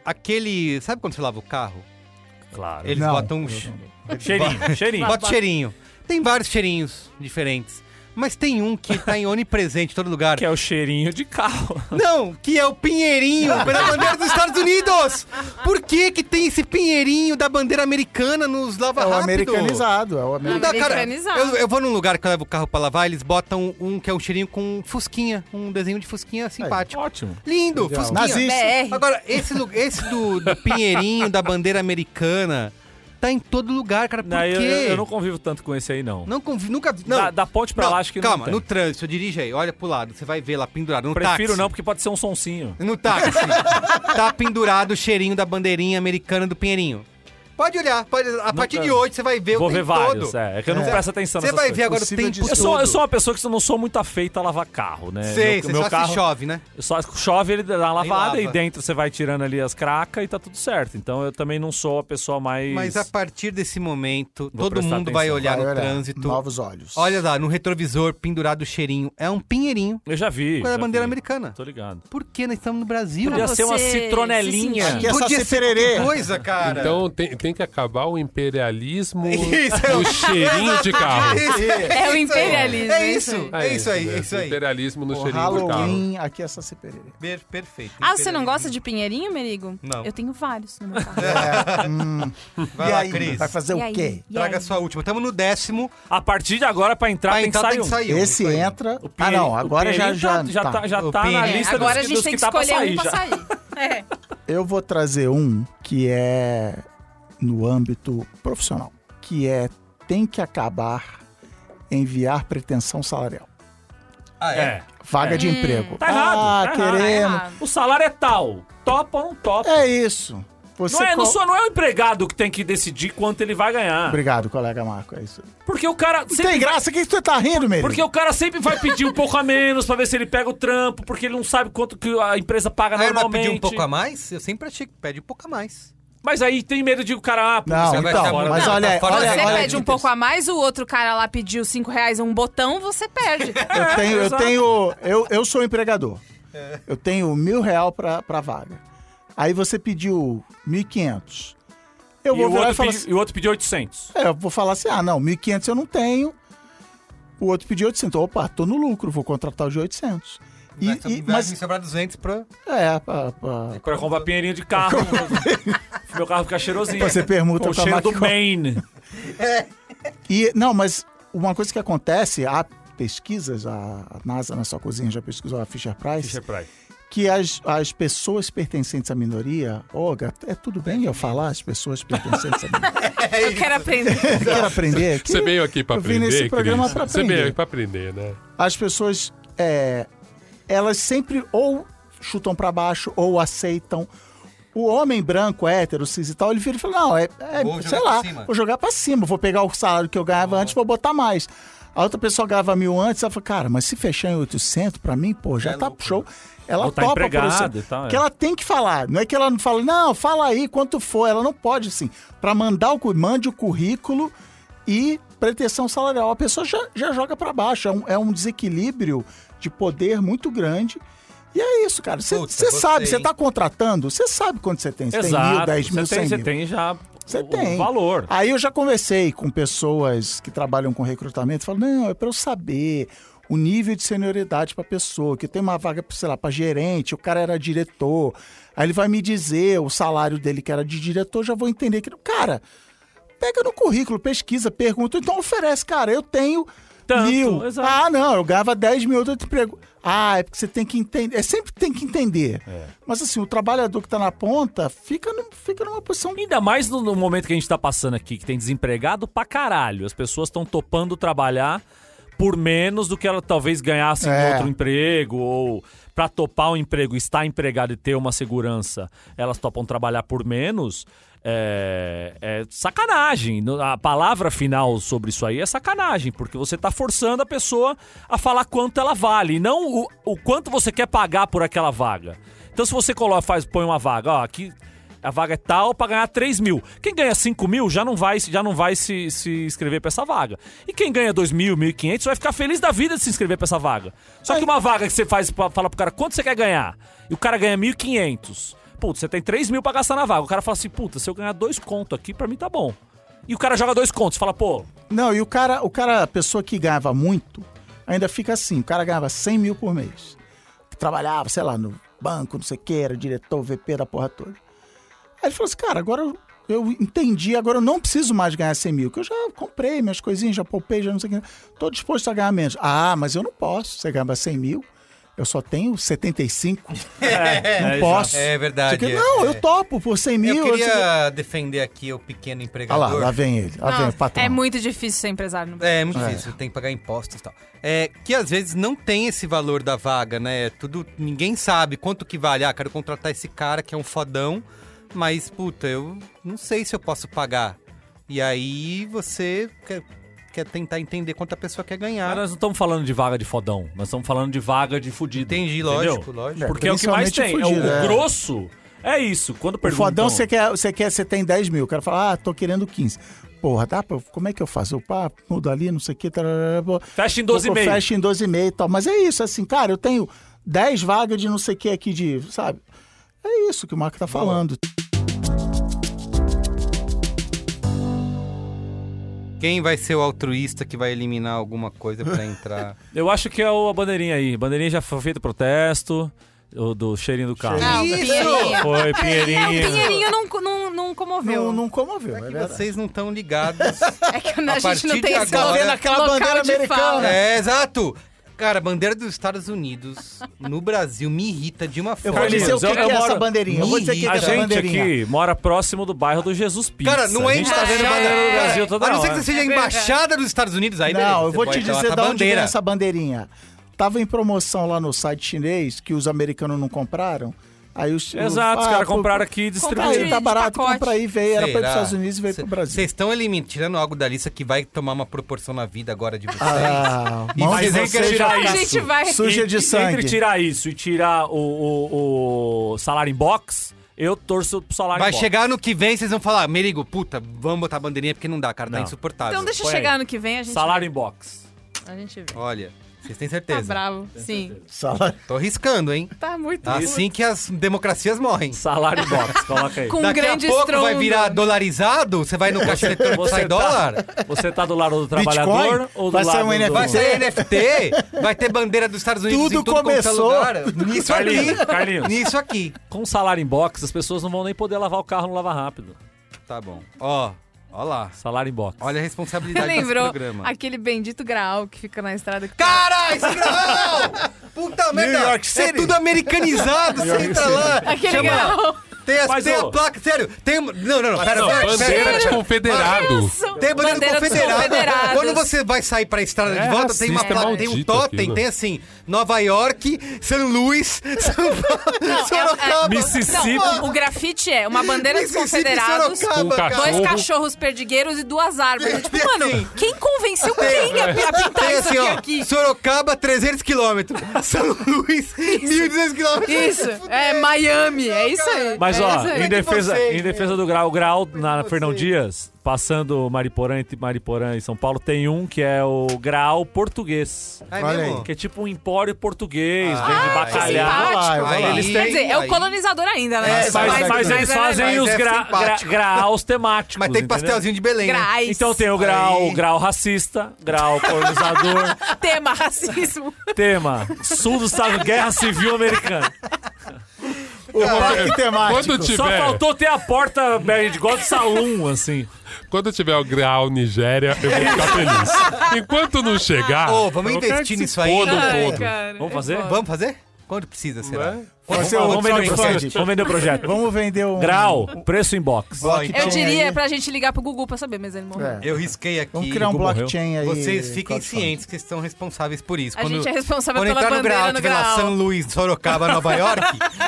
Speaker 1: aquele. Sabe quando você lava o carro?
Speaker 5: Claro.
Speaker 1: Eles
Speaker 3: Não.
Speaker 1: botam um.
Speaker 5: Cheirinho, cheirinho.
Speaker 1: Bota cheirinho. Tem vários cheirinhos diferentes. Mas tem um que tá em onipresente em todo lugar.
Speaker 5: Que é o cheirinho de carro.
Speaker 1: Não, que é o pinheirinho pela bandeira dos Estados Unidos. Por que que tem esse pinheirinho da bandeira americana nos lava
Speaker 3: É o
Speaker 1: rápido?
Speaker 3: americanizado, é o
Speaker 1: Não
Speaker 3: americanizado.
Speaker 1: dá, Então, cara.
Speaker 2: Americanizado.
Speaker 1: Eu, eu vou num lugar que eu levo o carro pra lavar, eles botam um que é um cheirinho com fusquinha, um desenho de fusquinha simpático.
Speaker 5: Ótimo.
Speaker 1: Lindo,
Speaker 3: Legal.
Speaker 1: fusquinha.
Speaker 3: Nazista.
Speaker 5: é
Speaker 2: BR.
Speaker 1: Agora, esse, lu- esse do, do pinheirinho, da bandeira americana, tá em todo lugar, cara. Por
Speaker 5: Não, eu,
Speaker 1: quê?
Speaker 5: eu- eu não convivo tanto com esse aí, não.
Speaker 1: Não convi- nunca vi. Não,
Speaker 5: Da, da ponte pra
Speaker 1: não,
Speaker 5: lá, acho que não
Speaker 1: calma,
Speaker 5: tem.
Speaker 1: no trânsito, dirige aí, olha pro lado, você vai ver lá pendurado no
Speaker 5: Prefiro
Speaker 1: táxi.
Speaker 5: não, porque pode ser um sonsinho.
Speaker 1: No táxi. tá pendurado o cheirinho da bandeirinha americana do Pinheirinho. Pode olhar, pode- a partir de hoje você vai ver
Speaker 5: Vou
Speaker 1: o
Speaker 5: ver
Speaker 1: tempo
Speaker 5: vários,
Speaker 1: todo.
Speaker 5: é. É que eu não presto atenção
Speaker 1: Você
Speaker 5: nessas
Speaker 1: vai ver
Speaker 5: coisas.
Speaker 1: agora o
Speaker 3: Possível
Speaker 1: tempo
Speaker 3: de
Speaker 1: todo.
Speaker 5: Eu sou, eu sou uma pessoa que eu não sou muito afeita a lavar carro, né?
Speaker 1: Sei,
Speaker 5: meu,
Speaker 1: você
Speaker 5: meu
Speaker 1: só
Speaker 5: carro
Speaker 1: se chove, né?
Speaker 5: Só chove, ele dá uma
Speaker 1: Aí
Speaker 5: lavada
Speaker 1: lava.
Speaker 5: e dentro você vai tirando ali as cracas e tá tudo certo. Então eu também não sou a pessoa mais.
Speaker 1: Mas a partir desse momento,
Speaker 5: Vou
Speaker 1: todo
Speaker 5: prestar
Speaker 1: mundo vai
Speaker 5: atenção.
Speaker 1: olhar
Speaker 3: Vai
Speaker 1: no
Speaker 3: olhar,
Speaker 1: trânsito.
Speaker 3: Novos olhos.
Speaker 1: Olha lá, no retrovisor, pendurado o cheirinho. É um pinheirinho
Speaker 5: Eu já vi.
Speaker 1: com é a
Speaker 5: já
Speaker 1: bandeira
Speaker 5: vi.
Speaker 1: americana.
Speaker 5: Tô ligado.
Speaker 1: Por que nós estamos no Brasil?
Speaker 5: Podia
Speaker 2: você
Speaker 5: ser uma
Speaker 2: se
Speaker 5: citronelinha.
Speaker 2: sentir.
Speaker 3: Que essa
Speaker 1: Podia ser
Speaker 3: cipererê.
Speaker 1: qualquer coisa, cara.
Speaker 4: Então tem, tem que acabar o imperialismo
Speaker 1: Isso, é
Speaker 4: do cheirinho de carro.
Speaker 2: É o imperialismo.
Speaker 1: É
Speaker 2: é
Speaker 1: isso,
Speaker 4: Ah,
Speaker 1: é isso aí, é isso aí.
Speaker 4: Imperialismo no
Speaker 3: O
Speaker 4: cheirinho do carro.
Speaker 3: Halloween, aqui é essa cipererê.
Speaker 1: Per- perfeito.
Speaker 2: Ah, você não gosta de pinheirinho, Merigo?
Speaker 1: Não.
Speaker 2: Eu tenho vários no meu carro.
Speaker 3: É, hum,
Speaker 1: Vai
Speaker 3: e
Speaker 1: lá,
Speaker 3: aí,
Speaker 1: Cris.
Speaker 3: vai fazer
Speaker 2: E
Speaker 3: o
Speaker 2: aí?
Speaker 3: quê?
Speaker 2: E
Speaker 1: Traga
Speaker 2: aí?
Speaker 1: sua última. Estamos no décimo.
Speaker 5: A partir de agora, pra entrar,
Speaker 1: Pra
Speaker 5: tem que
Speaker 1: entrar
Speaker 5: sair
Speaker 1: tem
Speaker 5: um.
Speaker 1: que sair um.
Speaker 3: Esse
Speaker 1: isso aí.
Speaker 3: entra.
Speaker 5: O
Speaker 3: Ah,
Speaker 5: Pinheirinho-
Speaker 3: não, agora
Speaker 5: o
Speaker 3: já,
Speaker 5: Pinheirinho
Speaker 3: já,
Speaker 5: já tá, já
Speaker 1: O
Speaker 5: tá na
Speaker 1: Pinheirinho.
Speaker 2: É,
Speaker 5: lista
Speaker 2: agora
Speaker 5: dos,
Speaker 2: a gente
Speaker 5: dos
Speaker 2: tem
Speaker 5: que
Speaker 2: que
Speaker 5: tá pra
Speaker 2: escolher
Speaker 5: sair
Speaker 2: um pra
Speaker 5: já.
Speaker 2: sair. É.
Speaker 3: Eu vou trazer um que é no âmbito profissional, que é tem que acabar enviar pretensão salarial.
Speaker 1: Ah, é.
Speaker 5: É.
Speaker 3: Vaga
Speaker 5: É.
Speaker 3: de emprego.
Speaker 5: Tá
Speaker 3: ah,
Speaker 5: errado, tá errado, tá
Speaker 3: queremos.
Speaker 2: errado.
Speaker 5: O salário é tal. Topa ou não topa?
Speaker 3: É isso. Você
Speaker 5: Não é, não,
Speaker 3: co-
Speaker 5: sou, não é o empregado que tem que decidir quanto ele vai ganhar.
Speaker 3: Obrigado, colega Marco. É isso.
Speaker 5: Porque o cara.
Speaker 3: Não tem
Speaker 5: sempre-
Speaker 3: graça, o que que você tá rindo, mesmo?
Speaker 5: Porque o cara sempre vai pedir um pouco a menos pra ver se ele pega o trampo, porque ele não sabe quanto que a empresa paga
Speaker 1: Ah, vai
Speaker 5: normalmente.
Speaker 1: pedir um pouco a mais? Eu sempre achei que pede um pouco a mais.
Speaker 5: Mas aí tem medo de o cara. Ah,
Speaker 3: Não,
Speaker 1: Você vai
Speaker 3: então,
Speaker 1: ficar fora
Speaker 3: mas
Speaker 1: da-
Speaker 3: olha,
Speaker 1: tá fora
Speaker 3: olha,
Speaker 1: da
Speaker 2: você
Speaker 1: regra.
Speaker 3: olha,
Speaker 2: pede um pouco a mais, o outro cara lá pediu 5 reais um botão, você perde.
Speaker 3: Eu tenho, eu
Speaker 5: Exato.
Speaker 3: tenho, eu, eu sou empregador. Eu tenho mil real pra, pra vaga. Aí você pediu 1.500. Eu
Speaker 5: e,
Speaker 3: vou
Speaker 5: o
Speaker 3: virar e
Speaker 5: outro
Speaker 3: falar
Speaker 5: pediu,
Speaker 3: assim,
Speaker 5: e o outro pediu 800.
Speaker 3: é, eu vou falar assim, ah, não, 1.500 eu não tenho. O outro pediu 800. Opa, tô no lucro, vou contratar o de 800. E,
Speaker 1: Vai,
Speaker 3: e-
Speaker 1: vai
Speaker 3: mas, tá
Speaker 1: sobrar 200 pra...
Speaker 3: é, pra, pra-
Speaker 5: Pra comprar pinheirinho de carro. meu carro fica cheirosinho.
Speaker 3: assim- Você permuta
Speaker 5: Com o
Speaker 3: pra
Speaker 5: cheiro do
Speaker 3: Macron.
Speaker 5: Maine.
Speaker 3: E, não, mas uma coisa que é acontece, há pesquisas, a a NASA na sua cozinha já pesquisou a Fisher Price,
Speaker 5: Fisher Price.
Speaker 3: que as, as pessoas pertencentes à minoria, Olga, é tudo bem eu falar as pessoas pertencentes à minoria.
Speaker 2: Eu quero aprender.
Speaker 3: Eu quero aprender que
Speaker 4: Você veio aqui pra
Speaker 3: eu
Speaker 4: aprender,
Speaker 3: vim nesse
Speaker 4: Cris?
Speaker 3: programa pra
Speaker 4: Você veio
Speaker 3: aprender.
Speaker 4: aqui pra aprender, né?
Speaker 3: as pessoas, é, elas sempre ou chutam pra baixo ou aceitam. O homem branco, hétero, cis e tal, ele vira e fala, não, é, é,
Speaker 1: Vou jogar
Speaker 3: sei
Speaker 1: pra
Speaker 3: lá,
Speaker 1: cima.
Speaker 3: vou jogar pra cima, vou pegar o salário que eu ganhava antes, vou botar mais. A outra pessoa ganhava mil antes, ela fala, cara, mas se fechar em 800, pra mim, pô,
Speaker 1: É
Speaker 3: já tá show.
Speaker 1: né?
Speaker 3: Ela
Speaker 5: Ou tá
Speaker 3: topa por
Speaker 5: empregada
Speaker 3: isso.
Speaker 5: e tal, é.
Speaker 3: Que ela tem que falar. Não é que ela não fala, não, fala aí quanto for. Ela não pode, assim. Pra mandar o cu- mande o currículo e pretensão salarial. A pessoa já, já joga pra baixo. É um, é um desequilíbrio de poder muito grande. E é isso, cara. Você
Speaker 1: Puta, gostei,
Speaker 3: sabe, você
Speaker 1: hein?
Speaker 3: tá contratando, você sabe quanto você tem. Você tem
Speaker 5: Exato.
Speaker 3: mil, dez mil,
Speaker 5: você
Speaker 3: cem
Speaker 5: tem,
Speaker 3: mil.
Speaker 5: Você tem já
Speaker 3: Você
Speaker 5: o,
Speaker 3: tem.
Speaker 5: o valor.
Speaker 3: Aí eu já conversei com pessoas que trabalham com recrutamento, falo, não, é para eu saber o nível de senioridade para pessoa, que tem uma vaga, sei lá, para gerente, o cara era diretor. Aí ele vai me dizer o salário dele que era de diretor, já vou entender que, cara, pega no currículo, pesquisa, pergunta, então oferece, cara, eu tenho
Speaker 5: Tanto,
Speaker 3: mil.
Speaker 5: exato.
Speaker 3: Ah, não, eu ganhava 10 mil outro emprego. Ah, é porque você tem que entender. É sempre tem que entender.
Speaker 5: É.
Speaker 3: Mas assim, o trabalhador que tá na ponta fica, no- fica numa posição
Speaker 5: Ainda mais no, no momento que a gente tá passando aqui, que tem desempregado pra caralho. As pessoas estão topando trabalhar por menos do que ela talvez ganhasse em
Speaker 3: É.
Speaker 5: outro emprego ou pra topar um emprego, estar empregado e ter uma segurança, elas topam trabalhar por menos. É, é sacanagem. No- A palavra final sobre isso aí é sacanagem, porque você tá forçando a pessoa a falar quanto ela vale, e não o, o quanto você quer pagar por aquela vaga. Então, se você coloca, faz, põe uma vaga, ó, aqui a vaga é tal pra ganhar 3 mil. Quem ganha 5 mil já não vai, já não vai se, se inscrever pra essa vaga. E quem ganha 2 mil, 1.500 vai ficar feliz da vida de se inscrever pra essa vaga.
Speaker 1: É.
Speaker 5: Só que uma vaga que você faz pra, fala pro cara quanto você quer ganhar e o cara ganha 1.500. Putz, você tem 3 mil pra gastar na vaga. O cara fala assim, puta, se eu ganhar dois conto aqui, pra mim tá bom. E o cara joga dois contos, fala, pô,
Speaker 3: Não, e o cara, o cara, a pessoa que ganhava muito, ainda fica assim. O cara ganhava 100 mil por mês. Trabalhava, sei lá, no banco, não sei o que, era diretor, VP da porra toda. Aí ele falou assim, cara, agora eu, eu entendi, agora eu não preciso mais ganhar 100 mil, que eu já comprei minhas coisinhas, já poupei, já não sei o que. Tô disposto a ganhar menos. Ah, mas eu não posso. Você ganhava 100 mil, eu só tenho 75. não
Speaker 5: é,
Speaker 3: posso.
Speaker 1: É verdade.
Speaker 3: Não sei o quê.
Speaker 1: é.
Speaker 3: não,
Speaker 1: É.
Speaker 3: eu topo por 100 mil.
Speaker 1: Eu
Speaker 3: não sei o quê.
Speaker 1: queria defender aqui o pequeno
Speaker 3: Ah lá,
Speaker 1: empregador.
Speaker 3: lá vem ele. Lá vem o
Speaker 2: Não,
Speaker 3: patrão.
Speaker 2: é muito difícil ser empresário no Brasil.
Speaker 1: É, é muito difícil, tem que pagar impostos e tal. É, que às vezes não tem esse valor da vaga, né? Tudo, ninguém sabe quanto que vale. Ah, quero contratar esse cara que é um fodão, mas puta, eu não sei se eu posso pagar. E aí você quer, quer tentar entender quanto a pessoa quer
Speaker 5: Mas
Speaker 1: ganhar.
Speaker 5: nós não estamos falando de vaga de fodão, nós estamos falando de vaga de fudido.
Speaker 1: Entendi,
Speaker 5: entendeu?
Speaker 1: lógico, lógico.
Speaker 5: Porque é o que mais tem.
Speaker 3: Principalmente
Speaker 5: é o-
Speaker 3: fudido,
Speaker 5: o
Speaker 3: é.
Speaker 5: grosso é isso. Quando
Speaker 3: O
Speaker 5: perguntam...
Speaker 3: fodão, você quer, você quer, você tem 10 mil. O cara fala, ah, tô querendo 15. Porra, dá pra, como é que eu faço? Eu pá, mudo ali, não sei o que.
Speaker 5: Fecha em 12,5.
Speaker 3: Fecha em 12,5 e tal. Mas é isso, assim, cara, eu tenho 10 vagas de não sei o que aqui de, sabe? É isso que o Marco tá falando.
Speaker 1: Quem vai ser o altruísta que vai eliminar alguma coisa pra entrar?
Speaker 5: Eu acho que é o, a bandeirinha aí. Bandeirinha já foi feito protesto o do cheirinho do carro.
Speaker 2: Não, o Pinheirinho.
Speaker 5: Foi,
Speaker 2: Não, o
Speaker 5: Pinheirinho.
Speaker 2: Pinheirinho não, não, não comoveu.
Speaker 3: Não, não comoveu, é,
Speaker 1: É que
Speaker 3: verdade.
Speaker 1: vocês não estão ligados.
Speaker 2: É que a,
Speaker 1: A
Speaker 2: gente não
Speaker 1: partir
Speaker 2: tem
Speaker 1: de
Speaker 2: esse
Speaker 1: agora-
Speaker 2: local,
Speaker 1: Vendo
Speaker 3: aquela bandeira
Speaker 2: de fala.
Speaker 3: americana.
Speaker 1: é, exato. Cara, a bandeira dos Estados Unidos no Brasil me irrita de uma
Speaker 3: Eu
Speaker 1: forma.
Speaker 3: vou dizer o que,
Speaker 5: eu-
Speaker 3: que
Speaker 5: eu
Speaker 3: é essa
Speaker 5: moro-
Speaker 3: bandeirinha. Eu vou dizer o que, que é
Speaker 5: A
Speaker 3: essa
Speaker 5: gente
Speaker 3: bandeirinha.
Speaker 5: aqui mora próximo do bairro do Jesus Pizza.
Speaker 1: Cara, não é
Speaker 5: A gente tá vendo a
Speaker 1: embaixada.
Speaker 5: bandeira do Brasil toda
Speaker 1: a não ser que
Speaker 5: hora.
Speaker 1: você seja
Speaker 2: É verdade.
Speaker 1: embaixada dos Estados Unidos, aí beleza,
Speaker 3: Não, eu
Speaker 1: você
Speaker 3: vou
Speaker 1: pode
Speaker 3: te
Speaker 1: ter
Speaker 3: dizer
Speaker 1: essa
Speaker 3: de onde vem
Speaker 1: bandeira.
Speaker 3: essa bandeirinha. Tava em promoção lá no site chinês, que os americanos não compraram. Aí os,
Speaker 5: Exato, os
Speaker 3: ah,
Speaker 5: caras
Speaker 3: pô,
Speaker 5: compraram aqui e
Speaker 3: Ah,
Speaker 2: Compraram
Speaker 5: distribuíram.
Speaker 3: ele tá
Speaker 2: de
Speaker 3: barato,
Speaker 2: pacote.
Speaker 3: compra aí, veio. Era pra ir pros
Speaker 1: Será?
Speaker 3: Estados Unidos e veio
Speaker 1: Cê- tá-
Speaker 3: pro Brasil.
Speaker 1: Vocês estão elimin- tirando algo da lista que vai tomar uma proporção na vida agora de vocês.
Speaker 3: Ah,
Speaker 1: E
Speaker 3: mão
Speaker 1: vocês
Speaker 3: de
Speaker 1: nem querem
Speaker 3: vocês
Speaker 5: tirar
Speaker 3: já
Speaker 2: A
Speaker 3: tá
Speaker 2: gente
Speaker 3: su-
Speaker 2: vai...
Speaker 3: Suja de
Speaker 5: Entre
Speaker 3: sangue.
Speaker 5: tirar isso e tirar o, o- o salário em box, eu torço pro salário
Speaker 1: Vai
Speaker 5: em box.
Speaker 1: chegar no que vem, vocês vão falar, Merigo, puta, vamos botar a bandeirinha porque não dá, cara,
Speaker 5: Não.
Speaker 1: tá insuportável.
Speaker 2: Então deixa
Speaker 5: Põe
Speaker 2: chegar
Speaker 5: aí.
Speaker 2: ano que vem, a gente
Speaker 5: Salário em box.
Speaker 2: A gente vê.
Speaker 1: Olha, vocês têm
Speaker 2: Tá
Speaker 1: certeza.
Speaker 2: bravo. Sim.
Speaker 3: Salário.
Speaker 1: Tô riscando, hein?
Speaker 2: Tá muito...
Speaker 1: Assim que as democracias morrem.
Speaker 5: Salário em box, coloca aí.
Speaker 2: Com um
Speaker 1: Daqui a
Speaker 2: grande
Speaker 1: pouco vai
Speaker 2: estrondo.
Speaker 1: virar dolarizado? Você vai no caixa eletrônico e
Speaker 5: tá
Speaker 1: sai dólar?
Speaker 5: Você tá do lado do trabalhador ou do
Speaker 3: Vai
Speaker 5: lado
Speaker 3: ser um
Speaker 5: do...
Speaker 3: NFT?
Speaker 1: Vai ser NFT? Vai ter bandeira dos Estados Unidos
Speaker 3: Tudo
Speaker 1: em tudo quanto é
Speaker 3: começou. é
Speaker 1: lugar? Nisso aqui.
Speaker 5: Carlinhos, Carlinhos.
Speaker 1: Nisso aqui.
Speaker 5: Com salário em box, as pessoas não vão nem poder lavar o carro no Lava Rápido.
Speaker 1: Tá bom. Ó, Olha lá.
Speaker 5: Salário em box.
Speaker 1: Olha a responsabilidade desse
Speaker 2: Lembrou
Speaker 1: programa.
Speaker 2: aquele bendito graal que fica na estrada. Que
Speaker 1: Cara, esse gravão! Puta merda!
Speaker 7: York
Speaker 1: É
Speaker 7: City.
Speaker 1: tudo americanizado, você entra lá.
Speaker 2: Aquele
Speaker 1: chama-
Speaker 2: graal.
Speaker 1: Tem, as-
Speaker 5: Mas,
Speaker 1: tem
Speaker 5: ô.
Speaker 1: a placa, sério, tem. um, Não, não, não. Pera,
Speaker 4: Não,
Speaker 1: pera, pera,
Speaker 4: bandeira tipo,
Speaker 1: pera,
Speaker 4: de
Speaker 1: pera.
Speaker 4: confederado.
Speaker 1: Tem bandeira,
Speaker 2: Bandeira dos
Speaker 1: confederada.
Speaker 2: confederados.
Speaker 1: Quando você vai sair pra estrada de
Speaker 4: É
Speaker 1: volta, tem uma
Speaker 4: racista,
Speaker 1: placa, tem um
Speaker 4: maldito
Speaker 1: totem,
Speaker 4: aquilo.
Speaker 1: tem assim, Nova York, São Luís, São
Speaker 2: é,
Speaker 1: Paulo, Sorocaba.
Speaker 5: Mississippi.
Speaker 2: Não, o grafite é uma bandeira dos
Speaker 1: Mississippi,
Speaker 2: confederados,
Speaker 1: Sorocaba,
Speaker 4: Um
Speaker 1: cara.
Speaker 4: cachorro.
Speaker 2: dois
Speaker 5: Uhum.
Speaker 2: cachorros perdigueiros e duas árvores. Tipo,
Speaker 1: Tem
Speaker 2: mano,
Speaker 1: assim.
Speaker 2: quem convenceu quem a, a pintar
Speaker 1: Tem
Speaker 2: isso
Speaker 1: assim,
Speaker 2: aqui,
Speaker 1: ó,
Speaker 2: aqui?
Speaker 1: Sorocaba, 300 quilômetros. São Luís, 1.200 quilômetros.
Speaker 2: Isso,
Speaker 1: assim,
Speaker 2: é Miami, é isso aí.
Speaker 5: Mas
Speaker 2: é
Speaker 5: ó,
Speaker 2: isso aí.
Speaker 5: em defesa,
Speaker 1: vocês, né?
Speaker 5: em defesa do grau, o grau na Fernão Dias, passando Mariporã entre Mariporã e São Paulo, tem um que é o grau português.
Speaker 1: É
Speaker 3: Olha
Speaker 1: mesmo?
Speaker 5: Que é tipo um empório português,
Speaker 1: Ah,
Speaker 5: vende
Speaker 1: é
Speaker 5: bacalhau.
Speaker 2: simpático.
Speaker 3: Vai, vai.
Speaker 1: Aí,
Speaker 2: Eles têm- Quer dizer, é o
Speaker 1: aí.
Speaker 2: colonizador ainda, né?
Speaker 1: É,
Speaker 5: Mas,
Speaker 1: Mas-
Speaker 5: mas
Speaker 1: mas
Speaker 5: eles
Speaker 1: é-
Speaker 5: fazem
Speaker 1: mas
Speaker 5: os
Speaker 1: é
Speaker 5: gra, gra,
Speaker 1: simpático.
Speaker 5: graus temáticos.
Speaker 1: Mas tem
Speaker 5: entendeu?
Speaker 1: pastelzinho de Belém, né?
Speaker 2: Grais.
Speaker 5: Então tem o grau,
Speaker 1: Aí.
Speaker 5: grau racista, grau colonizador,
Speaker 2: Tema racismo.
Speaker 5: tema sul do estado, guerra civil americana.
Speaker 3: O parque temático.
Speaker 4: Quando tiver,
Speaker 5: Só faltou ter a porta aberta, igual de salão, assim.
Speaker 4: quando tiver o grau Nigéria, eu vou ficar feliz. Enquanto não chegar.
Speaker 1: Ô, vamos
Speaker 4: eu quero
Speaker 1: investir
Speaker 4: que se
Speaker 1: nisso aí.
Speaker 4: foda o
Speaker 1: Ai,
Speaker 4: povo.
Speaker 2: cara.
Speaker 5: um
Speaker 2: é
Speaker 5: Vamos fazer?
Speaker 1: Vamos fazer? Quando precisa, será?
Speaker 3: Pode ser
Speaker 5: vamos,
Speaker 3: outro
Speaker 5: vender o
Speaker 3: crowdfunding.
Speaker 5: projeto, vamos vender o projeto.
Speaker 3: Vamos vender um...
Speaker 5: Grau, preço em box.
Speaker 1: Blockchain
Speaker 2: Eu diria
Speaker 3: aí.
Speaker 2: pra gente ligar pro Gugu pra saber, mas ele morreu.
Speaker 3: É.
Speaker 1: Eu risquei aqui.
Speaker 3: Vamos criar um
Speaker 5: Google
Speaker 3: blockchain aí.
Speaker 1: Vocês fiquem
Speaker 3: crowdfunding.
Speaker 1: cientes que estão responsáveis por isso.
Speaker 2: A gente é responsável
Speaker 1: quando
Speaker 2: pela
Speaker 1: entrar no
Speaker 2: bandeira
Speaker 1: grau,
Speaker 2: no
Speaker 1: tiver lá
Speaker 2: grau.
Speaker 1: São Luís, Sorocaba, Nova York,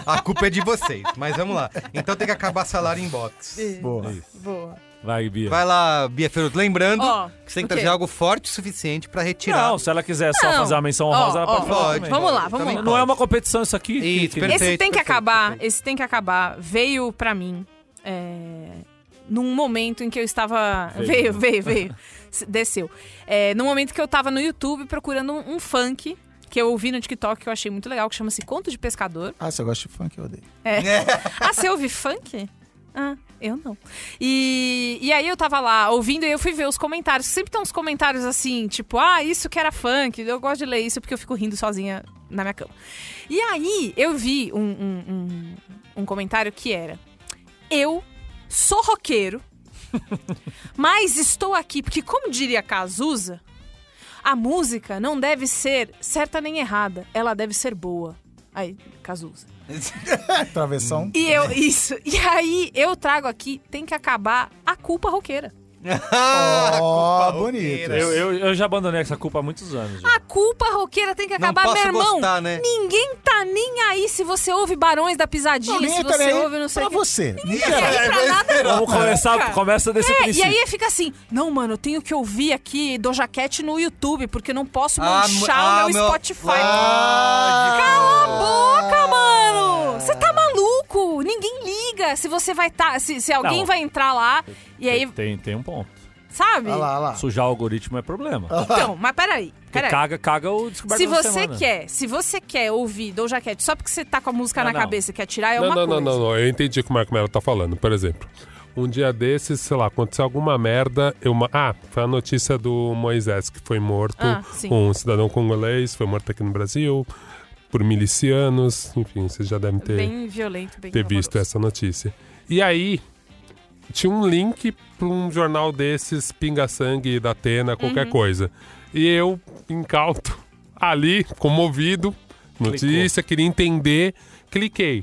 Speaker 1: a culpa é de vocês. Mas vamos lá. Então tem que acabar salário em box.
Speaker 3: Boa.
Speaker 2: Boa.
Speaker 5: Vai, Bia.
Speaker 1: Vai lá, Bia Feroz. Lembrando
Speaker 2: Ó,
Speaker 1: que você tem
Speaker 2: o
Speaker 1: que
Speaker 2: quê?
Speaker 1: trazer algo forte o suficiente pra retirar.
Speaker 5: Não, se ela quiser só
Speaker 2: Não.
Speaker 5: fazer a menção
Speaker 2: Ó,
Speaker 5: honrosa, ela
Speaker 2: ó,
Speaker 5: pode falar.
Speaker 1: pode.
Speaker 5: também.
Speaker 2: Vamos lá, vamos
Speaker 1: Também
Speaker 2: lá.
Speaker 5: Não é uma competição isso aqui?
Speaker 1: Isso,
Speaker 5: que- que-
Speaker 1: perfeito.
Speaker 2: esse tem que acabar,
Speaker 1: perfeito.
Speaker 2: esse tem que acabar. Veio pra mim é, num momento em que eu estava. Veio,
Speaker 5: Veio.
Speaker 2: veio, veio. S- Desceu. É, num momento que eu tava no YouTube procurando um, um funk que eu ouvi no TikTok que eu achei muito legal, que chama-se Conto de Pescador.
Speaker 3: Ah, se eu gosto de funk, eu odeio.
Speaker 2: Ah, você ouve funk? Ah, eu não. E, e aí eu tava lá ouvindo e eu fui ver os comentários. Sempre tem uns comentários assim, tipo, ah, isso que era funk. Eu gosto de ler isso porque eu fico rindo sozinha na minha cama. E aí eu vi um, um, um, um comentário que era: Eu sou roqueiro, mas estou aqui porque, como diria Cazuza, a música não deve ser certa nem errada, ela deve ser boa. Aí, Cazuza.
Speaker 3: Travessão.
Speaker 2: E eu, isso. E aí, eu trago aqui, tem que acabar a culpa roqueira.
Speaker 3: Ó,
Speaker 1: culpa
Speaker 3: bonito.
Speaker 1: roqueira.
Speaker 5: Eu, eu, eu já abandonei essa culpa há muitos anos. já.
Speaker 2: A culpa roqueira tem que
Speaker 1: Não
Speaker 2: acabar, meu
Speaker 1: posso
Speaker 2: irmão.
Speaker 1: gostar, né?
Speaker 2: Ninguém tá nem aí se você ouve Barões da Pisadinha,
Speaker 3: Ninguém
Speaker 2: se
Speaker 3: tá nem
Speaker 2: você
Speaker 3: aí
Speaker 2: ouve não sei o
Speaker 3: pra
Speaker 2: que.
Speaker 3: você. É,
Speaker 2: Não tá nem pra nada, não.
Speaker 5: Vamos começar,
Speaker 2: cara.
Speaker 5: começa desse
Speaker 2: É, e
Speaker 5: princípio.
Speaker 2: aí fica assim, não, mano, eu tenho que ouvir aqui do jaquete no YouTube, porque eu não posso
Speaker 1: Ah,
Speaker 2: manchar
Speaker 1: ah,
Speaker 2: o meu,
Speaker 1: meu-
Speaker 2: Spotify.
Speaker 1: Ah,
Speaker 2: Cala a boca, mano! Você tá maluco? Ninguém liga se você vai tá, se, se alguém
Speaker 5: Não.
Speaker 2: vai entrar lá e aí,
Speaker 5: Tem, tem um ponto.
Speaker 2: sabe?
Speaker 3: Olha lá, olha lá.
Speaker 5: Sujar o algoritmo é problema.
Speaker 3: Ah.
Speaker 2: Então, mas peraí,
Speaker 5: Porque
Speaker 2: peraí.
Speaker 5: caga, caga o descoberto
Speaker 2: Se
Speaker 5: da
Speaker 2: você
Speaker 5: semana.
Speaker 2: quer, se você quer ouvir Dou Jaquete só porque você tá com a música na
Speaker 5: Não, não.
Speaker 2: cabeça e quer tirar, é
Speaker 4: Ah, Não,
Speaker 2: uma
Speaker 4: não, não,
Speaker 2: coisa.
Speaker 4: não, não. Eu entendi como é que ela tá falando. Por exemplo, um dia desses, sei lá, aconteceu alguma merda. Eu... ma- Ah, foi a notícia do Moisés, que foi morto.
Speaker 2: Ah, sim.
Speaker 4: um cidadão congolês foi morto aqui no Brasil por milicianos. Enfim, vocês já devem ter,
Speaker 2: É Bem violento, bem
Speaker 4: ter visto
Speaker 2: horroroso.
Speaker 4: essa notícia. E aí, tinha um link pra um jornal desses, Pinga Sangue, da Atena,
Speaker 2: Uhum.
Speaker 4: qualquer coisa. E eu, incauto, ali, comovido, notícia, queria entender, cliquei.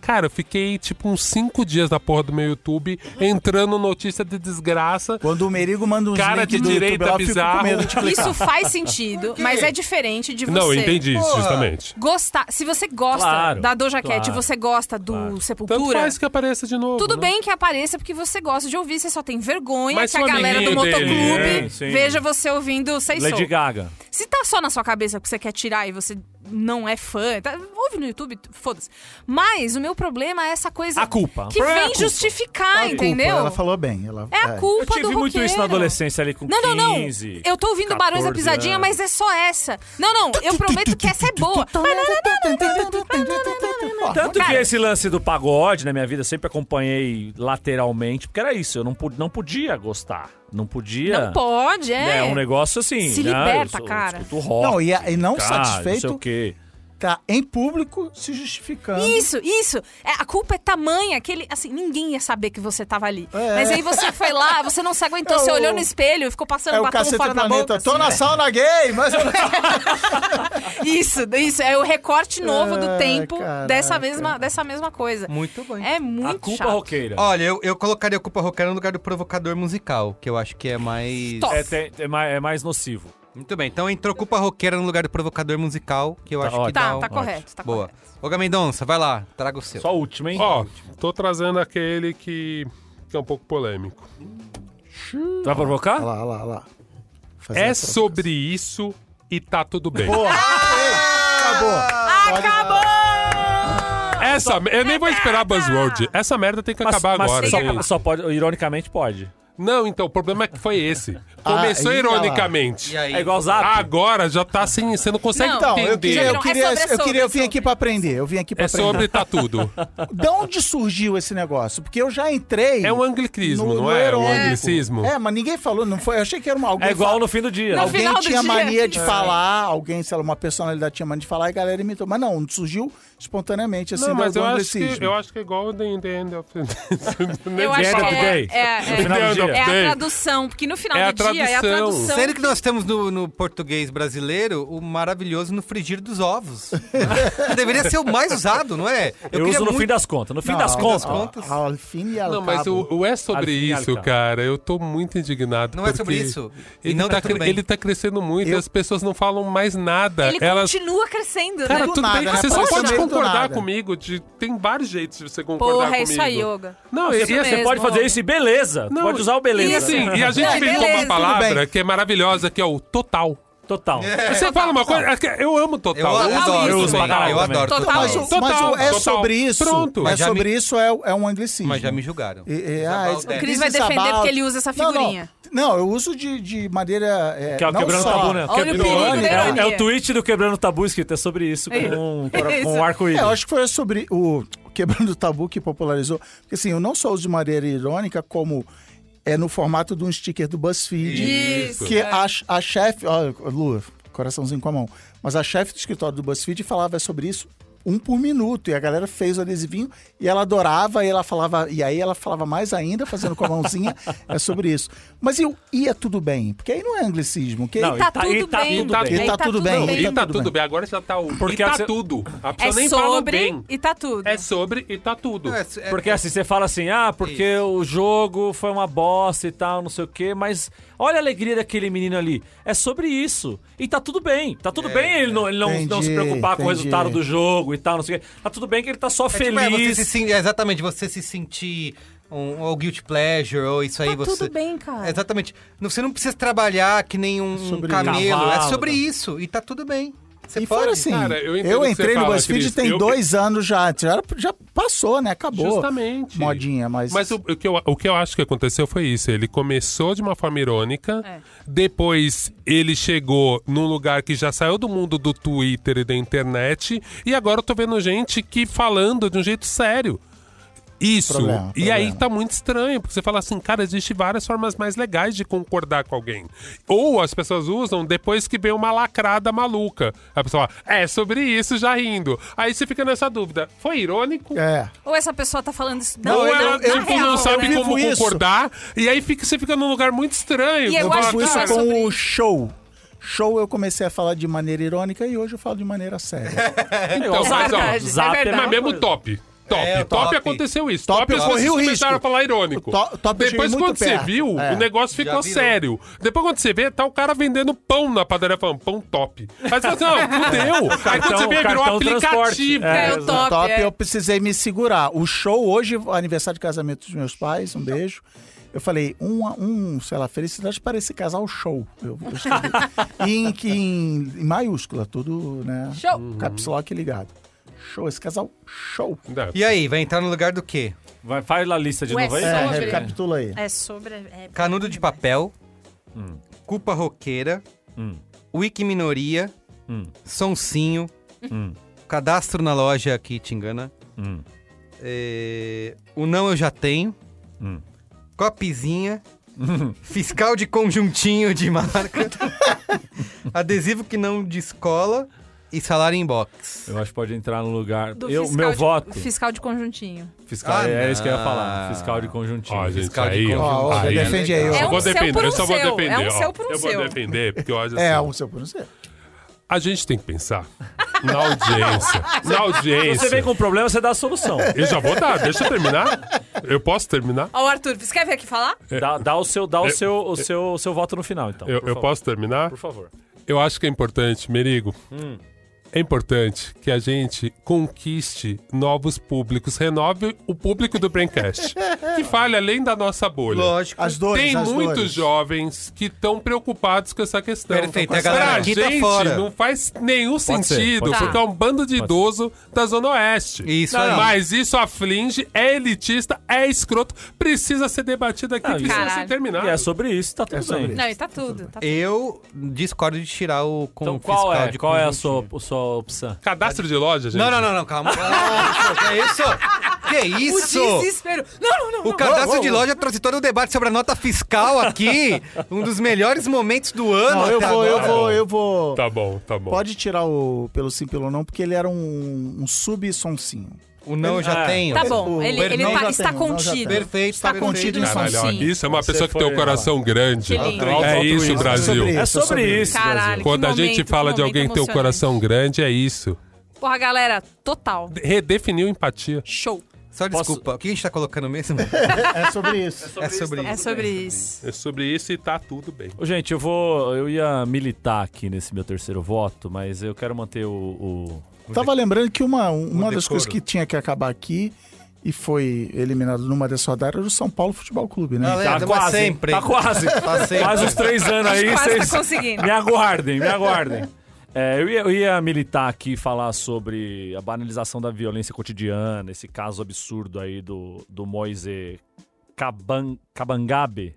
Speaker 4: Cara, eu fiquei tipo uns cinco dias na porra do meu YouTube, entrando notícia de desgraça.
Speaker 3: Quando o Merigo manda uns
Speaker 4: Cara
Speaker 3: link
Speaker 4: de
Speaker 3: do YouTube,
Speaker 4: direita
Speaker 3: lá, eu fico com
Speaker 4: bizarro.
Speaker 3: medo de clicar.
Speaker 2: Isso faz sentido, mas é diferente de você.
Speaker 4: Não, eu entendi isso,
Speaker 1: Porra.
Speaker 4: justamente.
Speaker 2: Gostar, se você gosta
Speaker 5: Claro,
Speaker 2: da Doja Cat
Speaker 5: claro,
Speaker 2: e você gosta do
Speaker 5: claro.
Speaker 4: Tanto
Speaker 2: Sepultura,
Speaker 4: faz que apareça de novo.
Speaker 2: tudo
Speaker 4: né?
Speaker 2: bem que apareça porque você gosta de ouvir, você só tem vergonha
Speaker 4: Mas
Speaker 2: que a
Speaker 4: se o
Speaker 2: galera do
Speaker 4: amiguinho dele,
Speaker 2: motoclube
Speaker 5: é, sim.
Speaker 2: veja você ouvindo Sei
Speaker 5: Lady
Speaker 2: Soul.
Speaker 5: Gaga.
Speaker 2: Se tá só na sua cabeça que você quer tirar e você não é fã, tá- ouve no YouTube, foda-se. Mas o meu problema é essa coisa
Speaker 5: A culpa.
Speaker 2: que
Speaker 5: O problema é a
Speaker 2: vem
Speaker 5: culpa.
Speaker 2: justificar,
Speaker 3: A culpa,
Speaker 2: entendeu?
Speaker 3: Ela falou bem. Ela,
Speaker 2: É a culpa
Speaker 5: Eu tive
Speaker 2: do
Speaker 5: muito
Speaker 2: roqueiro.
Speaker 5: isso na adolescência ali com
Speaker 2: Não, não, não.
Speaker 5: 15.
Speaker 2: Eu tô ouvindo Barões da
Speaker 5: 14
Speaker 2: Pisadinha,
Speaker 5: anos.
Speaker 2: mas é só essa. Não, não, eu prometo que essa é boa.
Speaker 5: Tanto que
Speaker 2: Cara-
Speaker 5: esse lance do pagode na minha vida eu sempre acompanhei lateralmente, porque era isso, eu não, pu- não podia gostar. Não podia.
Speaker 2: Não pode,
Speaker 5: É
Speaker 2: é.
Speaker 5: um negócio assim.
Speaker 2: Se
Speaker 5: né? Eu
Speaker 2: liberta,
Speaker 5: sou- eu
Speaker 2: cara.
Speaker 5: Escuto rock,
Speaker 3: Não, e, e não
Speaker 5: cara, Não sei
Speaker 3: satisfeito,
Speaker 5: o quê.
Speaker 3: tá em público se justificando.
Speaker 2: Isso, isso. É, a culpa é tamanha que ele, assim, ninguém ia saber que você tava ali. Mas aí você foi lá, você não se aguentou,
Speaker 3: É
Speaker 2: você
Speaker 3: o-
Speaker 2: olhou no espelho, ficou passando
Speaker 3: É o
Speaker 2: batom
Speaker 3: cacete
Speaker 2: fora da boca.
Speaker 3: planeta. Tô na sauna gay, mas
Speaker 2: assim. Isso, isso. É o recorte novo do
Speaker 3: Ah,
Speaker 2: tempo
Speaker 3: caraca.
Speaker 2: dessa mesma, dessa mesma coisa.
Speaker 1: Muito bem.
Speaker 2: É muito
Speaker 5: a culpa
Speaker 2: chato.
Speaker 5: roqueira.
Speaker 1: Olha, eu, eu colocaria a culpa roqueira no lugar do provocador musical, que eu acho que é mais.
Speaker 2: Top.
Speaker 5: É, tem- é mais, é mais nocivo.
Speaker 1: Muito bem, então entrou culpa roqueira no lugar do provocador musical, que eu
Speaker 5: Tá
Speaker 1: acho que
Speaker 5: ótimo.
Speaker 1: dá
Speaker 2: Tá,
Speaker 1: um-
Speaker 2: tá correto, tá
Speaker 1: Boa.
Speaker 2: correto.
Speaker 1: Ô, Gamendonça, vai lá, traga o seu.
Speaker 5: Só a última, hein?
Speaker 4: Ó, tô trazendo aquele que, que é um pouco polêmico.
Speaker 5: Vai provocar?
Speaker 3: Olha lá, olha lá, olha lá. Fazer
Speaker 4: É
Speaker 3: a troca.
Speaker 4: sobre isso e tá tudo bem. Ah,
Speaker 3: Acabou.
Speaker 4: Essa, eu nem vou esperar Buzzword. Essa merda tem que acabar agora.
Speaker 5: só,
Speaker 4: gente.
Speaker 5: só pode, ironicamente pode.
Speaker 4: Não, então, o problema é que foi esse. Começou
Speaker 3: Ah, e olha lá.
Speaker 4: ironicamente.
Speaker 1: E aí?
Speaker 5: É igual zap.
Speaker 4: Agora já tá assim, você não consegue
Speaker 2: Não,
Speaker 3: Então, eu
Speaker 4: entender.
Speaker 3: queria, eu
Speaker 2: Não, é
Speaker 3: queria,
Speaker 2: sobre, é
Speaker 3: eu queria, eu
Speaker 2: sobre,
Speaker 3: vim
Speaker 2: é
Speaker 3: aqui pra aprender. Eu vim aqui pra
Speaker 4: É
Speaker 3: aprender.
Speaker 4: sobre tá tudo.
Speaker 3: De onde surgiu esse negócio? Porque eu já entrei.
Speaker 4: É um anglicismo,
Speaker 3: No-
Speaker 4: não
Speaker 3: no
Speaker 4: é? Um
Speaker 3: irônico.
Speaker 4: anglicismo.
Speaker 3: É, mas ninguém falou, não foi? Eu achei que era uma alguém.
Speaker 5: É igual
Speaker 3: fala-
Speaker 5: no fim do dia.
Speaker 2: No
Speaker 3: Alguém
Speaker 2: final do
Speaker 3: tinha
Speaker 2: dia.
Speaker 3: mania de falar, alguém, sei lá, uma personalidade tinha mania de falar e a galera imitou. Mas não, surgiu espontaneamente, assim,
Speaker 4: Não, mas
Speaker 3: do
Speaker 4: eu acho,
Speaker 3: anglicismo.
Speaker 4: que, eu acho que é igual o The End of
Speaker 2: Eu
Speaker 4: Eu
Speaker 2: acho
Speaker 5: end
Speaker 2: que
Speaker 5: of
Speaker 2: é,
Speaker 5: day.
Speaker 2: é,
Speaker 5: No final do
Speaker 2: é, é
Speaker 4: dia.
Speaker 2: a
Speaker 4: Day.
Speaker 2: tradução, porque no final
Speaker 4: É a
Speaker 2: do dia é a
Speaker 4: tradução.
Speaker 5: um.
Speaker 2: tradução.
Speaker 1: Sério que nós temos no, no português brasileiro o maravilhoso no frigir dos ovos. Deveria ser o mais usado, não é?
Speaker 5: Eu,
Speaker 1: queria
Speaker 5: uso no
Speaker 1: muito-
Speaker 5: fim das contas. No fim
Speaker 3: Não,
Speaker 5: das
Speaker 3: ao-
Speaker 5: contas.
Speaker 3: ao- Ao fim Ah, e ao
Speaker 4: Não, mas
Speaker 3: cabo.
Speaker 4: o, o é sobre
Speaker 5: Alfinha,
Speaker 4: isso,
Speaker 5: cara.
Speaker 4: cara. Eu tô muito indignado.
Speaker 1: Não é sobre
Speaker 4: porque
Speaker 1: isso. E
Speaker 4: Ele,
Speaker 1: não tá
Speaker 4: tá,
Speaker 1: tudo
Speaker 4: cre-
Speaker 1: bem.
Speaker 4: ele tá crescendo muito e
Speaker 1: Eu-
Speaker 4: as pessoas não falam mais nada.
Speaker 2: Ele
Speaker 4: Elas.
Speaker 2: continua crescendo,
Speaker 4: Cara,
Speaker 2: né?
Speaker 4: tudo
Speaker 3: nada,
Speaker 4: bem que você só
Speaker 3: rapaz,
Speaker 4: pode
Speaker 3: do
Speaker 4: concordar
Speaker 3: nada.
Speaker 4: comigo. de- Tem vários jeitos de você concordar
Speaker 2: Porra,
Speaker 4: comigo.
Speaker 2: é isso aí, yoga.
Speaker 4: Não,
Speaker 5: Você,
Speaker 4: e,
Speaker 2: Isso
Speaker 4: e-
Speaker 5: você
Speaker 2: mesmo,
Speaker 5: pode fazer
Speaker 2: homem.
Speaker 5: isso e beleza.
Speaker 4: Não,
Speaker 5: pode usar o beleza.
Speaker 4: E assim, e a gente
Speaker 2: Não,
Speaker 4: inventou
Speaker 2: beleza,
Speaker 4: uma
Speaker 2: tudo
Speaker 4: palavra
Speaker 3: bem.
Speaker 4: que é maravilhosa, que é o total.
Speaker 5: Total.
Speaker 4: Você fala uma coisa. é Eu
Speaker 1: É,
Speaker 4: amo
Speaker 1: Eu
Speaker 4: total.
Speaker 1: adoro,
Speaker 4: Eu
Speaker 1: total,
Speaker 4: amo
Speaker 1: eu,
Speaker 5: uso pra
Speaker 1: também,
Speaker 5: caralho
Speaker 1: eu
Speaker 5: né,
Speaker 1: adoro
Speaker 2: também.
Speaker 1: total.
Speaker 3: Mas o,
Speaker 4: Total,
Speaker 3: mas o é
Speaker 4: total.
Speaker 3: sobre isso.
Speaker 4: Pronto.
Speaker 3: É
Speaker 1: Mas já
Speaker 3: sobre
Speaker 1: me-
Speaker 3: isso é, é um anglicismo.
Speaker 1: Mas já me julgaram.
Speaker 3: E- e-
Speaker 1: Já
Speaker 3: ah,
Speaker 1: mal
Speaker 3: esse-
Speaker 1: deve.
Speaker 2: O Cris
Speaker 3: this
Speaker 2: vai
Speaker 3: is
Speaker 2: defender
Speaker 3: about-
Speaker 2: porque ele usa essa figurinha.
Speaker 3: Não, não, eu uso de, de maneira. É,
Speaker 5: Que é o
Speaker 3: não
Speaker 5: quebrando
Speaker 3: só,
Speaker 5: tabu, né?
Speaker 2: Olha o
Speaker 4: Quebrou
Speaker 2: perigo da
Speaker 4: antes, né?
Speaker 5: É,
Speaker 2: ironia.
Speaker 5: é o tweet do Quebrando Tabu escrito. É sobre isso com,
Speaker 2: Isso.
Speaker 5: com um
Speaker 3: É, eu
Speaker 5: arco-íris.
Speaker 3: acho que foi sobre o Quebrando o Tabu que popularizou. Porque assim, eu não só uso de maneira irônica, como é no formato de um sticker do BuzzFeed.
Speaker 2: Isso.
Speaker 4: É.
Speaker 3: Que a, a chefe. Olha, Lu, coraçãozinho com a mão. Mas a chefe do escritório do BuzzFeed falava sobre isso. Um por minuto, e a galera fez o adesivinho e ela adorava, e ela falava, e aí ela falava mais ainda, fazendo com a mãozinha, é sobre isso. Mas e o ia tudo bem, porque aí não é anglicismo, que
Speaker 5: Não,
Speaker 3: aí
Speaker 2: Tá
Speaker 5: E tá-
Speaker 2: tudo
Speaker 5: e tá
Speaker 2: bem.
Speaker 5: tudo bem.
Speaker 3: E tá tudo bem.
Speaker 4: E
Speaker 3: Tá
Speaker 4: tá
Speaker 3: tudo
Speaker 4: tudo bem. Agora já tá o.
Speaker 5: Porque
Speaker 4: e tá
Speaker 5: você-
Speaker 4: tudo. A pessoa
Speaker 2: É
Speaker 4: nem fala o
Speaker 2: sobre
Speaker 4: bem.
Speaker 2: e tá tudo.
Speaker 4: É sobre e tá tudo.
Speaker 1: Não, é- é-
Speaker 5: Porque assim, você fala assim, ah, porque o jogo foi uma bosta e tal, não sei o quê, mas olha a alegria daquele menino ali. É sobre isso. E tá tudo bem. Tá tudo bem ele não, ele não, não se
Speaker 3: Entendi,
Speaker 5: preocupar com o
Speaker 3: entendi.
Speaker 5: resultado do jogo e tal, não sei o quê. Tá tudo bem que ele tá só
Speaker 1: É tipo, é, você
Speaker 5: feliz.
Speaker 1: se sen- é, exatamente, você se sentir um, ou guilty pleasure, ou isso aí
Speaker 2: Tá
Speaker 1: você.
Speaker 2: tudo bem, cara.
Speaker 1: É, Exatamente. Não- Você não precisa trabalhar que nem um
Speaker 3: Sobre Ah,
Speaker 1: camelo.
Speaker 5: cavalo,
Speaker 1: é sobre
Speaker 5: tá.
Speaker 1: isso. E tá tudo bem. Você
Speaker 3: e
Speaker 1: pode.
Speaker 3: fora assim,
Speaker 4: Cara,
Speaker 3: eu,
Speaker 4: eu entendo o que você
Speaker 3: entrei no
Speaker 4: fala,
Speaker 3: BuzzFeed
Speaker 4: Cris.
Speaker 3: tem
Speaker 4: Eu-
Speaker 3: dois anos já. Já, era- já passou, né? Acabou.
Speaker 4: Justamente.
Speaker 3: Modinha, mas.
Speaker 4: Mas o, o que eu, o que eu acho que aconteceu foi isso. Ele começou de uma forma irônica,
Speaker 2: É.
Speaker 4: depois ele chegou num lugar que já saiu do mundo do Twitter e da internet, e agora eu tô vendo gente que falando de um jeito sério. Isso.
Speaker 3: Problema,
Speaker 4: e
Speaker 3: problema.
Speaker 4: aí tá muito estranho, porque você fala assim, cara, existe várias formas mais legais de concordar com alguém. Ou as pessoas usam depois que vem uma lacrada maluca. A pessoa fala, é sobre isso, já rindo. Aí você fica nessa dúvida. Foi irônico?
Speaker 3: É.
Speaker 2: Ou essa pessoa tá falando isso.
Speaker 4: Ou
Speaker 2: Não, não,
Speaker 4: ela
Speaker 2: na
Speaker 4: tipo,
Speaker 2: real,
Speaker 4: não sabe
Speaker 3: né?
Speaker 4: como
Speaker 3: Vivo isso.
Speaker 4: concordar, e aí fica- você fica num lugar muito estranho. "Ah,
Speaker 2: E eu
Speaker 4: Fala,
Speaker 2: acho
Speaker 3: Foi
Speaker 2: que
Speaker 3: isso
Speaker 2: é
Speaker 4: cara,
Speaker 3: com
Speaker 2: sobre
Speaker 3: o
Speaker 2: isso.
Speaker 3: show. Show eu comecei a falar de maneira irônica e hoje eu falo de maneira séria.
Speaker 4: então,
Speaker 5: É
Speaker 4: mas, ó,
Speaker 2: verdade, é
Speaker 5: zap
Speaker 2: verdade.
Speaker 4: mas
Speaker 5: mais
Speaker 4: mesmo top. Top,
Speaker 1: É, o
Speaker 4: top,
Speaker 1: top.
Speaker 4: aconteceu isso.
Speaker 3: Top,
Speaker 4: Top, as
Speaker 3: corri o
Speaker 4: pessoas
Speaker 3: risco.
Speaker 4: começaram a falar irônico.
Speaker 3: O to- top eu cheguei
Speaker 4: Depois,
Speaker 3: muito
Speaker 4: quando você
Speaker 3: perto.
Speaker 4: viu,
Speaker 3: É.
Speaker 4: o negócio
Speaker 1: Já
Speaker 4: ficou
Speaker 1: virou.
Speaker 4: sério. Depois, quando você vê, tá o cara vendendo pão na padaria falando pão top. Aí você fala assim, não, fudeu. Aí quando você
Speaker 5: Cartão-
Speaker 4: vê, virou
Speaker 5: cartão
Speaker 4: aplicativo.
Speaker 5: transporte. É,
Speaker 2: É o top.
Speaker 3: Top,
Speaker 2: é.
Speaker 3: eu precisei me segurar. O show hoje, aniversário de casamento dos meus pais, um beijo. Eu falei, um, a- um sei lá, felicidade para esse casal show. Eu, eu escrevi. em, que- em- em maiúscula, tudo, né?
Speaker 2: Show.
Speaker 3: Caps lock ligado. Show, esse casal show.
Speaker 4: Não,
Speaker 1: E aí, vai entrar no lugar do quê?
Speaker 5: Vai, faz a lista de
Speaker 2: Ué,
Speaker 5: novo aí.
Speaker 3: É,
Speaker 2: Sobre.
Speaker 3: recapitula aí.
Speaker 2: É sobre. é-
Speaker 1: Canudo de papel, culpa roqueira,
Speaker 5: Hum.
Speaker 1: wiki minoria,
Speaker 5: Hum.
Speaker 1: sonsinho,
Speaker 5: Hum.
Speaker 1: cadastro na loja aqui te engana,
Speaker 5: Hum.
Speaker 1: é, o não eu já tenho,
Speaker 5: Hum.
Speaker 1: copizinha, fiscal de conjuntinho de marca, adesivo que não descola, e salário em box.
Speaker 5: Eu acho que pode entrar no lugar.
Speaker 2: Do
Speaker 5: Eu,
Speaker 2: fiscal
Speaker 5: meu
Speaker 2: de,
Speaker 5: voto.
Speaker 2: Fiscal de conjuntinho.
Speaker 5: Fiscal,
Speaker 1: Ah,
Speaker 5: é isso que eu ia
Speaker 1: não.
Speaker 5: falar. Fiscal de conjuntinho.
Speaker 4: Ó, gente,
Speaker 1: Fiscal de
Speaker 4: aí,
Speaker 3: Ó, ó,
Speaker 4: aí,
Speaker 3: defende aí.
Speaker 4: Eu
Speaker 3: ó.
Speaker 4: só
Speaker 2: É um
Speaker 4: vou
Speaker 2: seu por
Speaker 4: defender,
Speaker 2: um
Speaker 4: eu só vou
Speaker 2: seu, é um
Speaker 4: defender. ó.
Speaker 2: seu por um
Speaker 4: eu
Speaker 2: seu.
Speaker 4: vou defender, porque eu acho assim.
Speaker 3: É, um seu por um seu.
Speaker 4: A gente tem que pensar na audiência. na audiência.
Speaker 5: Você vem com um problema, você dá a solução.
Speaker 4: Eu já vou dar, deixa eu terminar. Eu posso terminar?
Speaker 2: Ó, o Arthur, você quer vir aqui falar?
Speaker 5: Dá, dá o, seu, dá o, seu, o seu, o seu voto no final, então.
Speaker 4: Eu,
Speaker 5: por
Speaker 4: eu
Speaker 5: favor.
Speaker 4: posso terminar?
Speaker 5: Por favor. Hum.
Speaker 4: Eu acho que é importante, Merigo. É importante que a gente conquiste novos públicos, renove o público do Braincast, que fale além da nossa bolha.
Speaker 1: Lógico.
Speaker 3: As dores,
Speaker 4: Tem
Speaker 3: as
Speaker 4: muitos
Speaker 3: dores.
Speaker 4: jovens que estão preocupados com essa questão. Então,
Speaker 1: Perfeito,
Speaker 4: Pra
Speaker 1: a galera aqui tá
Speaker 4: "Ah, gente
Speaker 1: fora.
Speaker 4: não faz nenhum
Speaker 5: Pode ser,
Speaker 4: sentido,
Speaker 5: pode
Speaker 4: porque
Speaker 2: ser.
Speaker 4: é um bando de
Speaker 5: Pode
Speaker 4: idoso da Zona Oeste.
Speaker 1: Isso aí.
Speaker 4: Mas isso aflinge, é elitista, é escroto, precisa ser debatido aqui,
Speaker 5: Não,
Speaker 4: precisa
Speaker 2: isso-
Speaker 4: ser terminado.
Speaker 5: E é sobre isso, tá tudo
Speaker 3: sobre
Speaker 5: bem.
Speaker 3: isso.
Speaker 2: Não, e tá
Speaker 3: Então
Speaker 2: tudo. Tá tudo.
Speaker 1: Eu discordo de tirar o com
Speaker 5: Então qual
Speaker 1: Um fiscal
Speaker 5: é,
Speaker 1: de
Speaker 5: qual é a
Speaker 1: conjuntinho.
Speaker 5: sua, a sua opção?
Speaker 4: Cadastro de loja, gente.
Speaker 1: Não, não, não, não, calma. Nossa, que É isso? Que
Speaker 2: O
Speaker 1: isso?
Speaker 2: desespero. Não, não, não.
Speaker 1: O cadastro de loja trouxe todo o debate sobre a nota fiscal aqui. Um dos melhores momentos do ano.
Speaker 3: Não, eu
Speaker 1: até
Speaker 3: vou, eu
Speaker 1: agora.
Speaker 3: vou, eu vou.
Speaker 4: Tá bom, tá bom.
Speaker 3: Pode tirar o pelo sim, pelo não, porque ele era um, um sub-soncinho.
Speaker 1: O não eu já
Speaker 5: Ah,
Speaker 1: tenho.
Speaker 2: Tá bom,
Speaker 3: O
Speaker 2: ele, ele
Speaker 3: Bernal
Speaker 2: tá-
Speaker 3: já
Speaker 2: está
Speaker 3: tem, o Bernal já
Speaker 2: contido.
Speaker 3: tem.
Speaker 1: Perfeito, tá
Speaker 3: Está
Speaker 1: perfeito.
Speaker 3: contido em
Speaker 4: Caralho, ó,
Speaker 3: sonsinho.
Speaker 4: isso é uma
Speaker 5: Você
Speaker 4: pessoa que
Speaker 5: foi
Speaker 4: tem um coração grande.
Speaker 2: Que lindo.
Speaker 4: É isso,
Speaker 3: altruísmo.
Speaker 4: Brasil.
Speaker 3: Sobre
Speaker 5: É
Speaker 3: isso, é
Speaker 5: sobre
Speaker 3: sobre
Speaker 5: isso.
Speaker 2: Caralho,
Speaker 5: Brasil.
Speaker 2: que
Speaker 4: Quando a gente
Speaker 2: momento,
Speaker 4: fala
Speaker 2: que
Speaker 4: de alguém que tem o
Speaker 2: momento
Speaker 4: coração grande, é isso.
Speaker 2: emocionante. Porra, galera, total.
Speaker 4: Redefiniu empatia.
Speaker 2: Show.
Speaker 1: Só
Speaker 5: Posso-
Speaker 1: desculpa, o que a gente tá colocando mesmo?
Speaker 3: É sobre isso.
Speaker 1: É sobre
Speaker 2: É
Speaker 1: isso.
Speaker 2: sobre isso.
Speaker 4: É sobre isso e tá tudo bem.
Speaker 5: Ô, Gente, eu vou. Eu ia militar aqui nesse meu terceiro voto, mas eu quero manter o. o-
Speaker 3: Tava lembrando que uma, um, uma das
Speaker 1: decoro.
Speaker 3: coisas que tinha que acabar aqui e foi eliminado numa dessa rodada era o São Paulo Futebol Clube, né?
Speaker 1: Ah, lembra? É, mas sempre.
Speaker 5: Tá quase.
Speaker 1: Tá sempre.
Speaker 5: Quase uns três anos aí.
Speaker 2: Quase
Speaker 5: vocês-
Speaker 2: tá conseguindo.
Speaker 5: Me aguardem, me aguardem. É, eu, ia, eu ia militar aqui e falar sobre a banalização da violência cotidiana, esse caso absurdo aí do, do Moise Caban, Cabangabe.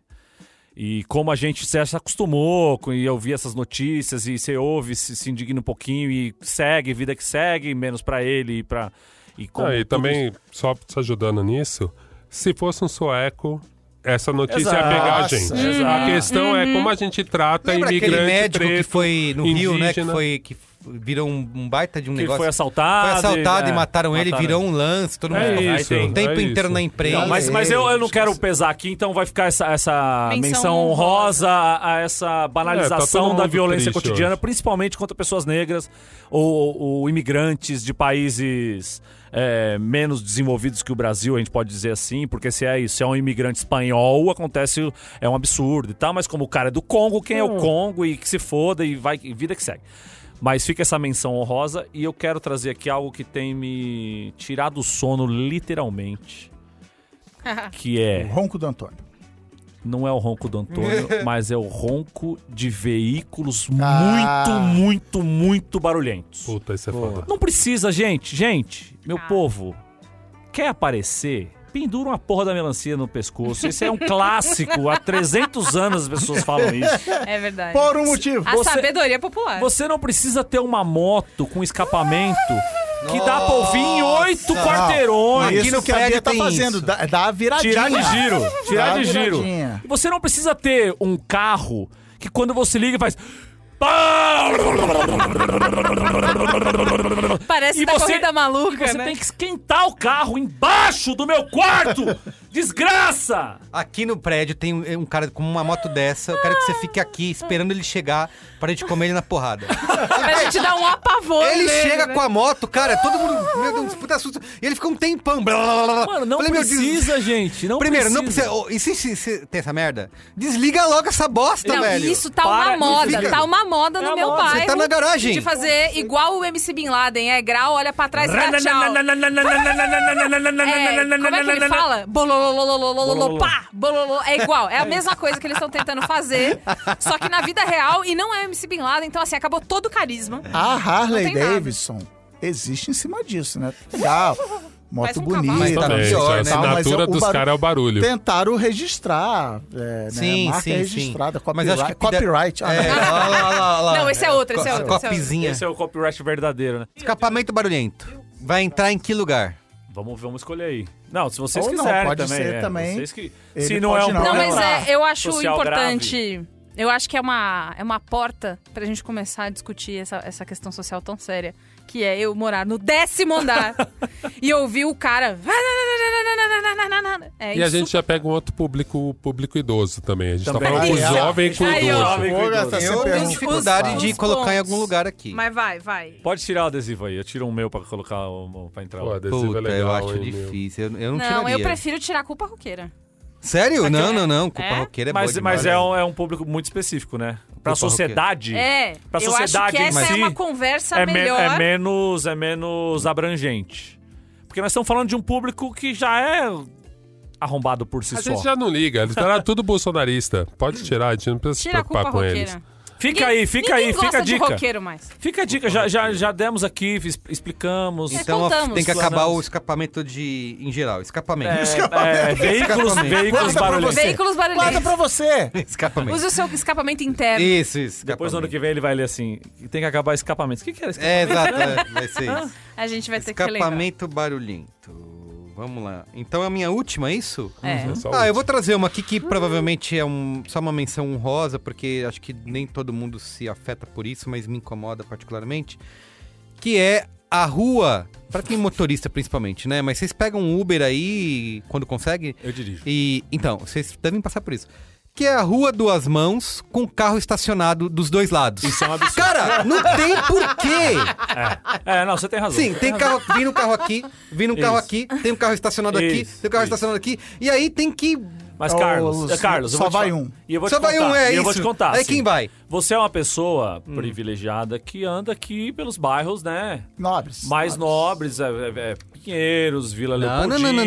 Speaker 5: E como a gente se se acostumou com- e ouvir essas notícias, e você ouve, se, se indigna um pouquinho e segue, vida que segue, menos pra ele e pra. E, como
Speaker 4: Ah, e
Speaker 5: tudo
Speaker 4: também, só te ajudando nisso, se fosse um sueco, essa notícia
Speaker 5: Exato.
Speaker 4: ia pegar a gente.
Speaker 5: Nossa,
Speaker 4: A
Speaker 2: Uhum.
Speaker 5: exato.
Speaker 4: questão é como a gente trata
Speaker 1: Lembra aquele
Speaker 4: imigrante
Speaker 1: médico que
Speaker 4: preto,
Speaker 1: foi no Rio, né? Que
Speaker 4: indígena?
Speaker 1: foi que virou um, um baita de um
Speaker 5: Que
Speaker 1: negócio.
Speaker 5: foi assaltado.
Speaker 1: Foi assaltado e,
Speaker 5: é,
Speaker 1: mataram ele, virou um lance, todo mundo
Speaker 4: É
Speaker 1: ficou
Speaker 4: isso,
Speaker 1: o tempo
Speaker 4: é
Speaker 1: inteiro
Speaker 4: isso.
Speaker 1: na imprensa.
Speaker 5: Não, mas, mas eu, eu não quero pesar aqui, então vai ficar essa, essa menção,
Speaker 2: Menção
Speaker 5: honrosa a, a essa
Speaker 4: É, tá todo
Speaker 5: banalização
Speaker 4: mundo
Speaker 5: da violência
Speaker 4: triste
Speaker 5: cotidiana,
Speaker 4: hoje.
Speaker 5: principalmente contra pessoas negras ou, ou- ou imigrantes de países é, menos desenvolvidos que o Brasil, a gente pode dizer assim, porque se é isso, se é um imigrante espanhol, acontece, é um absurdo e tal, mas como o cara é do Congo, quem é
Speaker 4: Hum.
Speaker 5: o Congo e que se foda e vai, e vida que segue. Mas fica essa menção honrosa e eu quero trazer aqui algo que tem me tirado o sono literalmente que
Speaker 3: O
Speaker 5: é
Speaker 3: ronco do Antônio.
Speaker 5: não é o ronco do Antônio, mas é o ronco de veículos
Speaker 3: Ah.
Speaker 5: muito, muito, muito barulhentos.
Speaker 4: Puta, isso é foda.
Speaker 5: Não precisa, gente, gente, meu
Speaker 2: Ah.
Speaker 5: povo, quer aparecer? Pendura uma porra da melancia no pescoço. Esse é um clássico. Há 300 anos as pessoas falam isso.
Speaker 2: É verdade.
Speaker 3: Por um motivo.
Speaker 2: A
Speaker 5: Você-
Speaker 2: sabedoria popular.
Speaker 5: Você não precisa ter uma moto com escapamento que dá pra ouvir em oito
Speaker 1: Nossa.
Speaker 5: quarteirões.
Speaker 1: Aqui
Speaker 3: Isso
Speaker 1: no
Speaker 3: que a
Speaker 1: prédio
Speaker 3: Bia tá
Speaker 1: tem
Speaker 3: fazendo,
Speaker 1: isso.
Speaker 3: dá, dá a viradinha.
Speaker 5: Tirar de giro.
Speaker 3: Dá
Speaker 5: Tirar
Speaker 3: a
Speaker 5: de giro.
Speaker 3: viradinha.
Speaker 5: Você não precisa ter um carro que quando você liga faz.
Speaker 2: Parece
Speaker 5: E
Speaker 2: da
Speaker 5: você-
Speaker 2: corrida maluca,
Speaker 5: Você
Speaker 2: né?
Speaker 5: tem que esquentar o carro embaixo do meu quarto! Desgraça!
Speaker 1: Aqui no prédio tem um um cara com uma moto dessa, eu quero que você fique aqui esperando ele chegar pra gente comer ele na porrada.
Speaker 2: Pra gente dar um apavor.
Speaker 1: Ele
Speaker 2: nele,
Speaker 1: chega
Speaker 2: né?
Speaker 1: com a moto, cara, todo mundo, meu Deus, puta susto. E ele fica um tempão. Blá, blá, blá, blá.
Speaker 5: Mano, não
Speaker 1: Falei, meu, des-
Speaker 5: precisa, gente. Não
Speaker 1: Primeiro, não
Speaker 5: precisa.
Speaker 1: precisa. oh, e se, se- se tem essa merda? Desliga logo essa bosta,
Speaker 2: Não,
Speaker 1: velho.
Speaker 2: isso tá uma
Speaker 5: Para,
Speaker 2: moda,
Speaker 1: fica-
Speaker 2: tá uma moda
Speaker 5: É
Speaker 2: no
Speaker 5: a
Speaker 2: meu
Speaker 5: moda.
Speaker 2: bairro.
Speaker 1: Você tá na garagem.
Speaker 2: De fazer igual o MC Bin Laden, é grau, olha pra trás e dá tchau. É, como é que ele fala? Bololololololopá. Bolololo. É igual, é a mesma coisa que eles estão tentando fazer, só que na vida real e não é MC Bin Laden, então assim, acabou todo o carisma.
Speaker 3: A
Speaker 2: Não
Speaker 3: Harley
Speaker 2: tem nada.
Speaker 3: Davidson existe em cima disso, né? Legal. Moto
Speaker 2: um
Speaker 3: bonita.
Speaker 2: cavalo. Mas
Speaker 1: tá
Speaker 4: Também,
Speaker 1: pior,
Speaker 4: a
Speaker 1: né?
Speaker 4: assinatura
Speaker 3: Mas eu- o
Speaker 4: dos
Speaker 3: barulho-
Speaker 4: caras é o barulho.
Speaker 3: Tentaram registrar. É,
Speaker 1: Sim,
Speaker 3: né? Marca
Speaker 1: sim, sim.
Speaker 3: registrada.
Speaker 1: Mas acho que
Speaker 3: Copyright.
Speaker 1: dá-
Speaker 3: copyright. Ah,
Speaker 1: É,
Speaker 3: não.
Speaker 1: lá, lá, lá, lá.
Speaker 2: Não, esse é outro, esse é outro, esse é outro.
Speaker 1: Copizinha.
Speaker 5: Esse é o copyright verdadeiro, né?
Speaker 1: Escapamento barulhento. Vai entrar em que lugar?
Speaker 5: Vamos, vamos escolher aí. Não, se vocês
Speaker 3: Ou não,
Speaker 5: quiserem
Speaker 3: pode
Speaker 5: também.
Speaker 3: ser
Speaker 5: é,
Speaker 3: também.
Speaker 5: vocês que-
Speaker 3: Ele
Speaker 5: Se não é
Speaker 3: pode
Speaker 5: um
Speaker 3: não.
Speaker 2: Não,
Speaker 5: problema
Speaker 2: mas é, eu acho
Speaker 5: social grave.
Speaker 2: importante Eu acho que é uma, é uma porta pra gente começar a discutir essa, essa questão social tão séria, que é eu morar no décimo andar e ouvir o cara. É
Speaker 4: E a
Speaker 2: isso.
Speaker 4: gente já pega um outro público, o público idoso também. A gente
Speaker 7: Também.
Speaker 4: tá falando com
Speaker 7: Aí, ó.
Speaker 4: jovem e com
Speaker 2: Aí, ó.
Speaker 4: idoso.
Speaker 1: Eu tenho
Speaker 2: os-
Speaker 1: dificuldade
Speaker 2: os
Speaker 1: de colocar em
Speaker 2: pontos.
Speaker 1: algum lugar aqui.
Speaker 2: Mas vai, vai.
Speaker 5: Pode tirar o adesivo aí. Eu tiro o meu pra colocar, o, pra entrar.
Speaker 4: Pô,
Speaker 5: o-
Speaker 4: adesivo
Speaker 1: Puta,
Speaker 4: é legal,
Speaker 1: eu acho
Speaker 4: hein, meu?
Speaker 1: difícil. Eu, eu não,
Speaker 2: Não,
Speaker 1: tiraria.
Speaker 2: eu prefiro tirar a culpa roqueira.
Speaker 1: Sério? Não, não, não. Culpa
Speaker 2: É?
Speaker 1: roqueira é
Speaker 5: Mas,
Speaker 1: boa
Speaker 5: mas é,
Speaker 1: demais.
Speaker 5: um, é um público muito específico, né? Pra
Speaker 1: Opa,
Speaker 5: sociedade.
Speaker 2: É,
Speaker 5: Pra
Speaker 2: eu acho
Speaker 5: sociedade
Speaker 2: que
Speaker 5: em
Speaker 2: essa é
Speaker 5: si,
Speaker 2: uma conversa
Speaker 5: é, me-
Speaker 2: melhor.
Speaker 5: é menos, é menos abrangente. Porque nós estamos falando de um público que já é arrombado por si
Speaker 4: A
Speaker 5: só.
Speaker 4: gente já não liga, eles eram tudo bolsonarista. Pode tirar, a gente não precisa se
Speaker 2: Tira a
Speaker 4: preocupar
Speaker 2: culpa
Speaker 4: com
Speaker 2: roqueira.
Speaker 4: eles.
Speaker 5: Fica aí, fica
Speaker 2: Ninguém
Speaker 5: aí,
Speaker 2: gosta
Speaker 5: fica a
Speaker 2: de
Speaker 5: dica.
Speaker 2: roqueiro mais.
Speaker 5: Fica a dica, já, já, já demos aqui, es- explicamos.
Speaker 2: É,
Speaker 1: Então ó, tem que
Speaker 2: contamos.
Speaker 1: acabar o escapamento de. em geral. Escapamento.
Speaker 5: É, é, veículos,
Speaker 1: Escapamento.
Speaker 3: Guarda
Speaker 5: veículos
Speaker 3: pra
Speaker 5: barulhentos.
Speaker 3: você.
Speaker 2: Veículos
Speaker 3: Guarda
Speaker 2: barulhentos.
Speaker 3: pra você!
Speaker 1: Escapamento.
Speaker 2: Use o seu escapamento interno.
Speaker 1: Isso, isso.
Speaker 5: Depois no ano
Speaker 1: escapamento.
Speaker 5: que vem ele vai ler assim, tem que acabar escapamentos. O que, que era escapamento?
Speaker 1: É, exato. é, vai ser isso.
Speaker 2: A gente vai ter que lembrar.
Speaker 1: Escapamento barulhento. Vamos lá. Então a minha última, é isso?
Speaker 5: Uhum.
Speaker 2: É.
Speaker 4: Só
Speaker 1: Ah, eu
Speaker 4: isso.
Speaker 1: vou trazer uma aqui que provavelmente é um, só uma menção honrosa, porque acho que nem todo mundo se afeta por isso, mas me incomoda particularmente. Que é a rua, pra quem é motorista principalmente, né? Mas vocês pegam um Uber aí, quando consegue,
Speaker 5: Eu dirijo.
Speaker 1: e. Então, vocês devem passar por isso. Que é a rua duas mãos com carro estacionado dos dois lados.
Speaker 5: Isso é um absurdo.
Speaker 1: Cara, não tem porquê!
Speaker 5: É, não, você tem razão.
Speaker 1: Sim, tem carro, vindo um carro aqui, vindo um carro
Speaker 5: Isso.
Speaker 1: aqui, tem um carro estacionado aqui,
Speaker 5: Isso,
Speaker 1: tem um carro
Speaker 5: isso.
Speaker 1: estacionado aqui, e aí tem que.
Speaker 5: Mas,
Speaker 3: Ô,
Speaker 5: Carlos,
Speaker 3: Lúcio,
Speaker 5: é, Carlos, eu
Speaker 3: só
Speaker 5: vou te
Speaker 3: vai
Speaker 5: fa-
Speaker 3: um.
Speaker 5: E eu vou
Speaker 1: Só
Speaker 5: te
Speaker 1: vai
Speaker 5: contar.
Speaker 1: um, é
Speaker 5: e
Speaker 1: isso.
Speaker 5: eu vou te contar.
Speaker 1: Aí
Speaker 5: assim,
Speaker 1: quem vai?
Speaker 5: Você é uma pessoa privilegiada que anda aqui pelos bairros, né?
Speaker 3: Nobres.
Speaker 5: Mais nobres, é, é, é, Pinheiros, Vila Leopoldina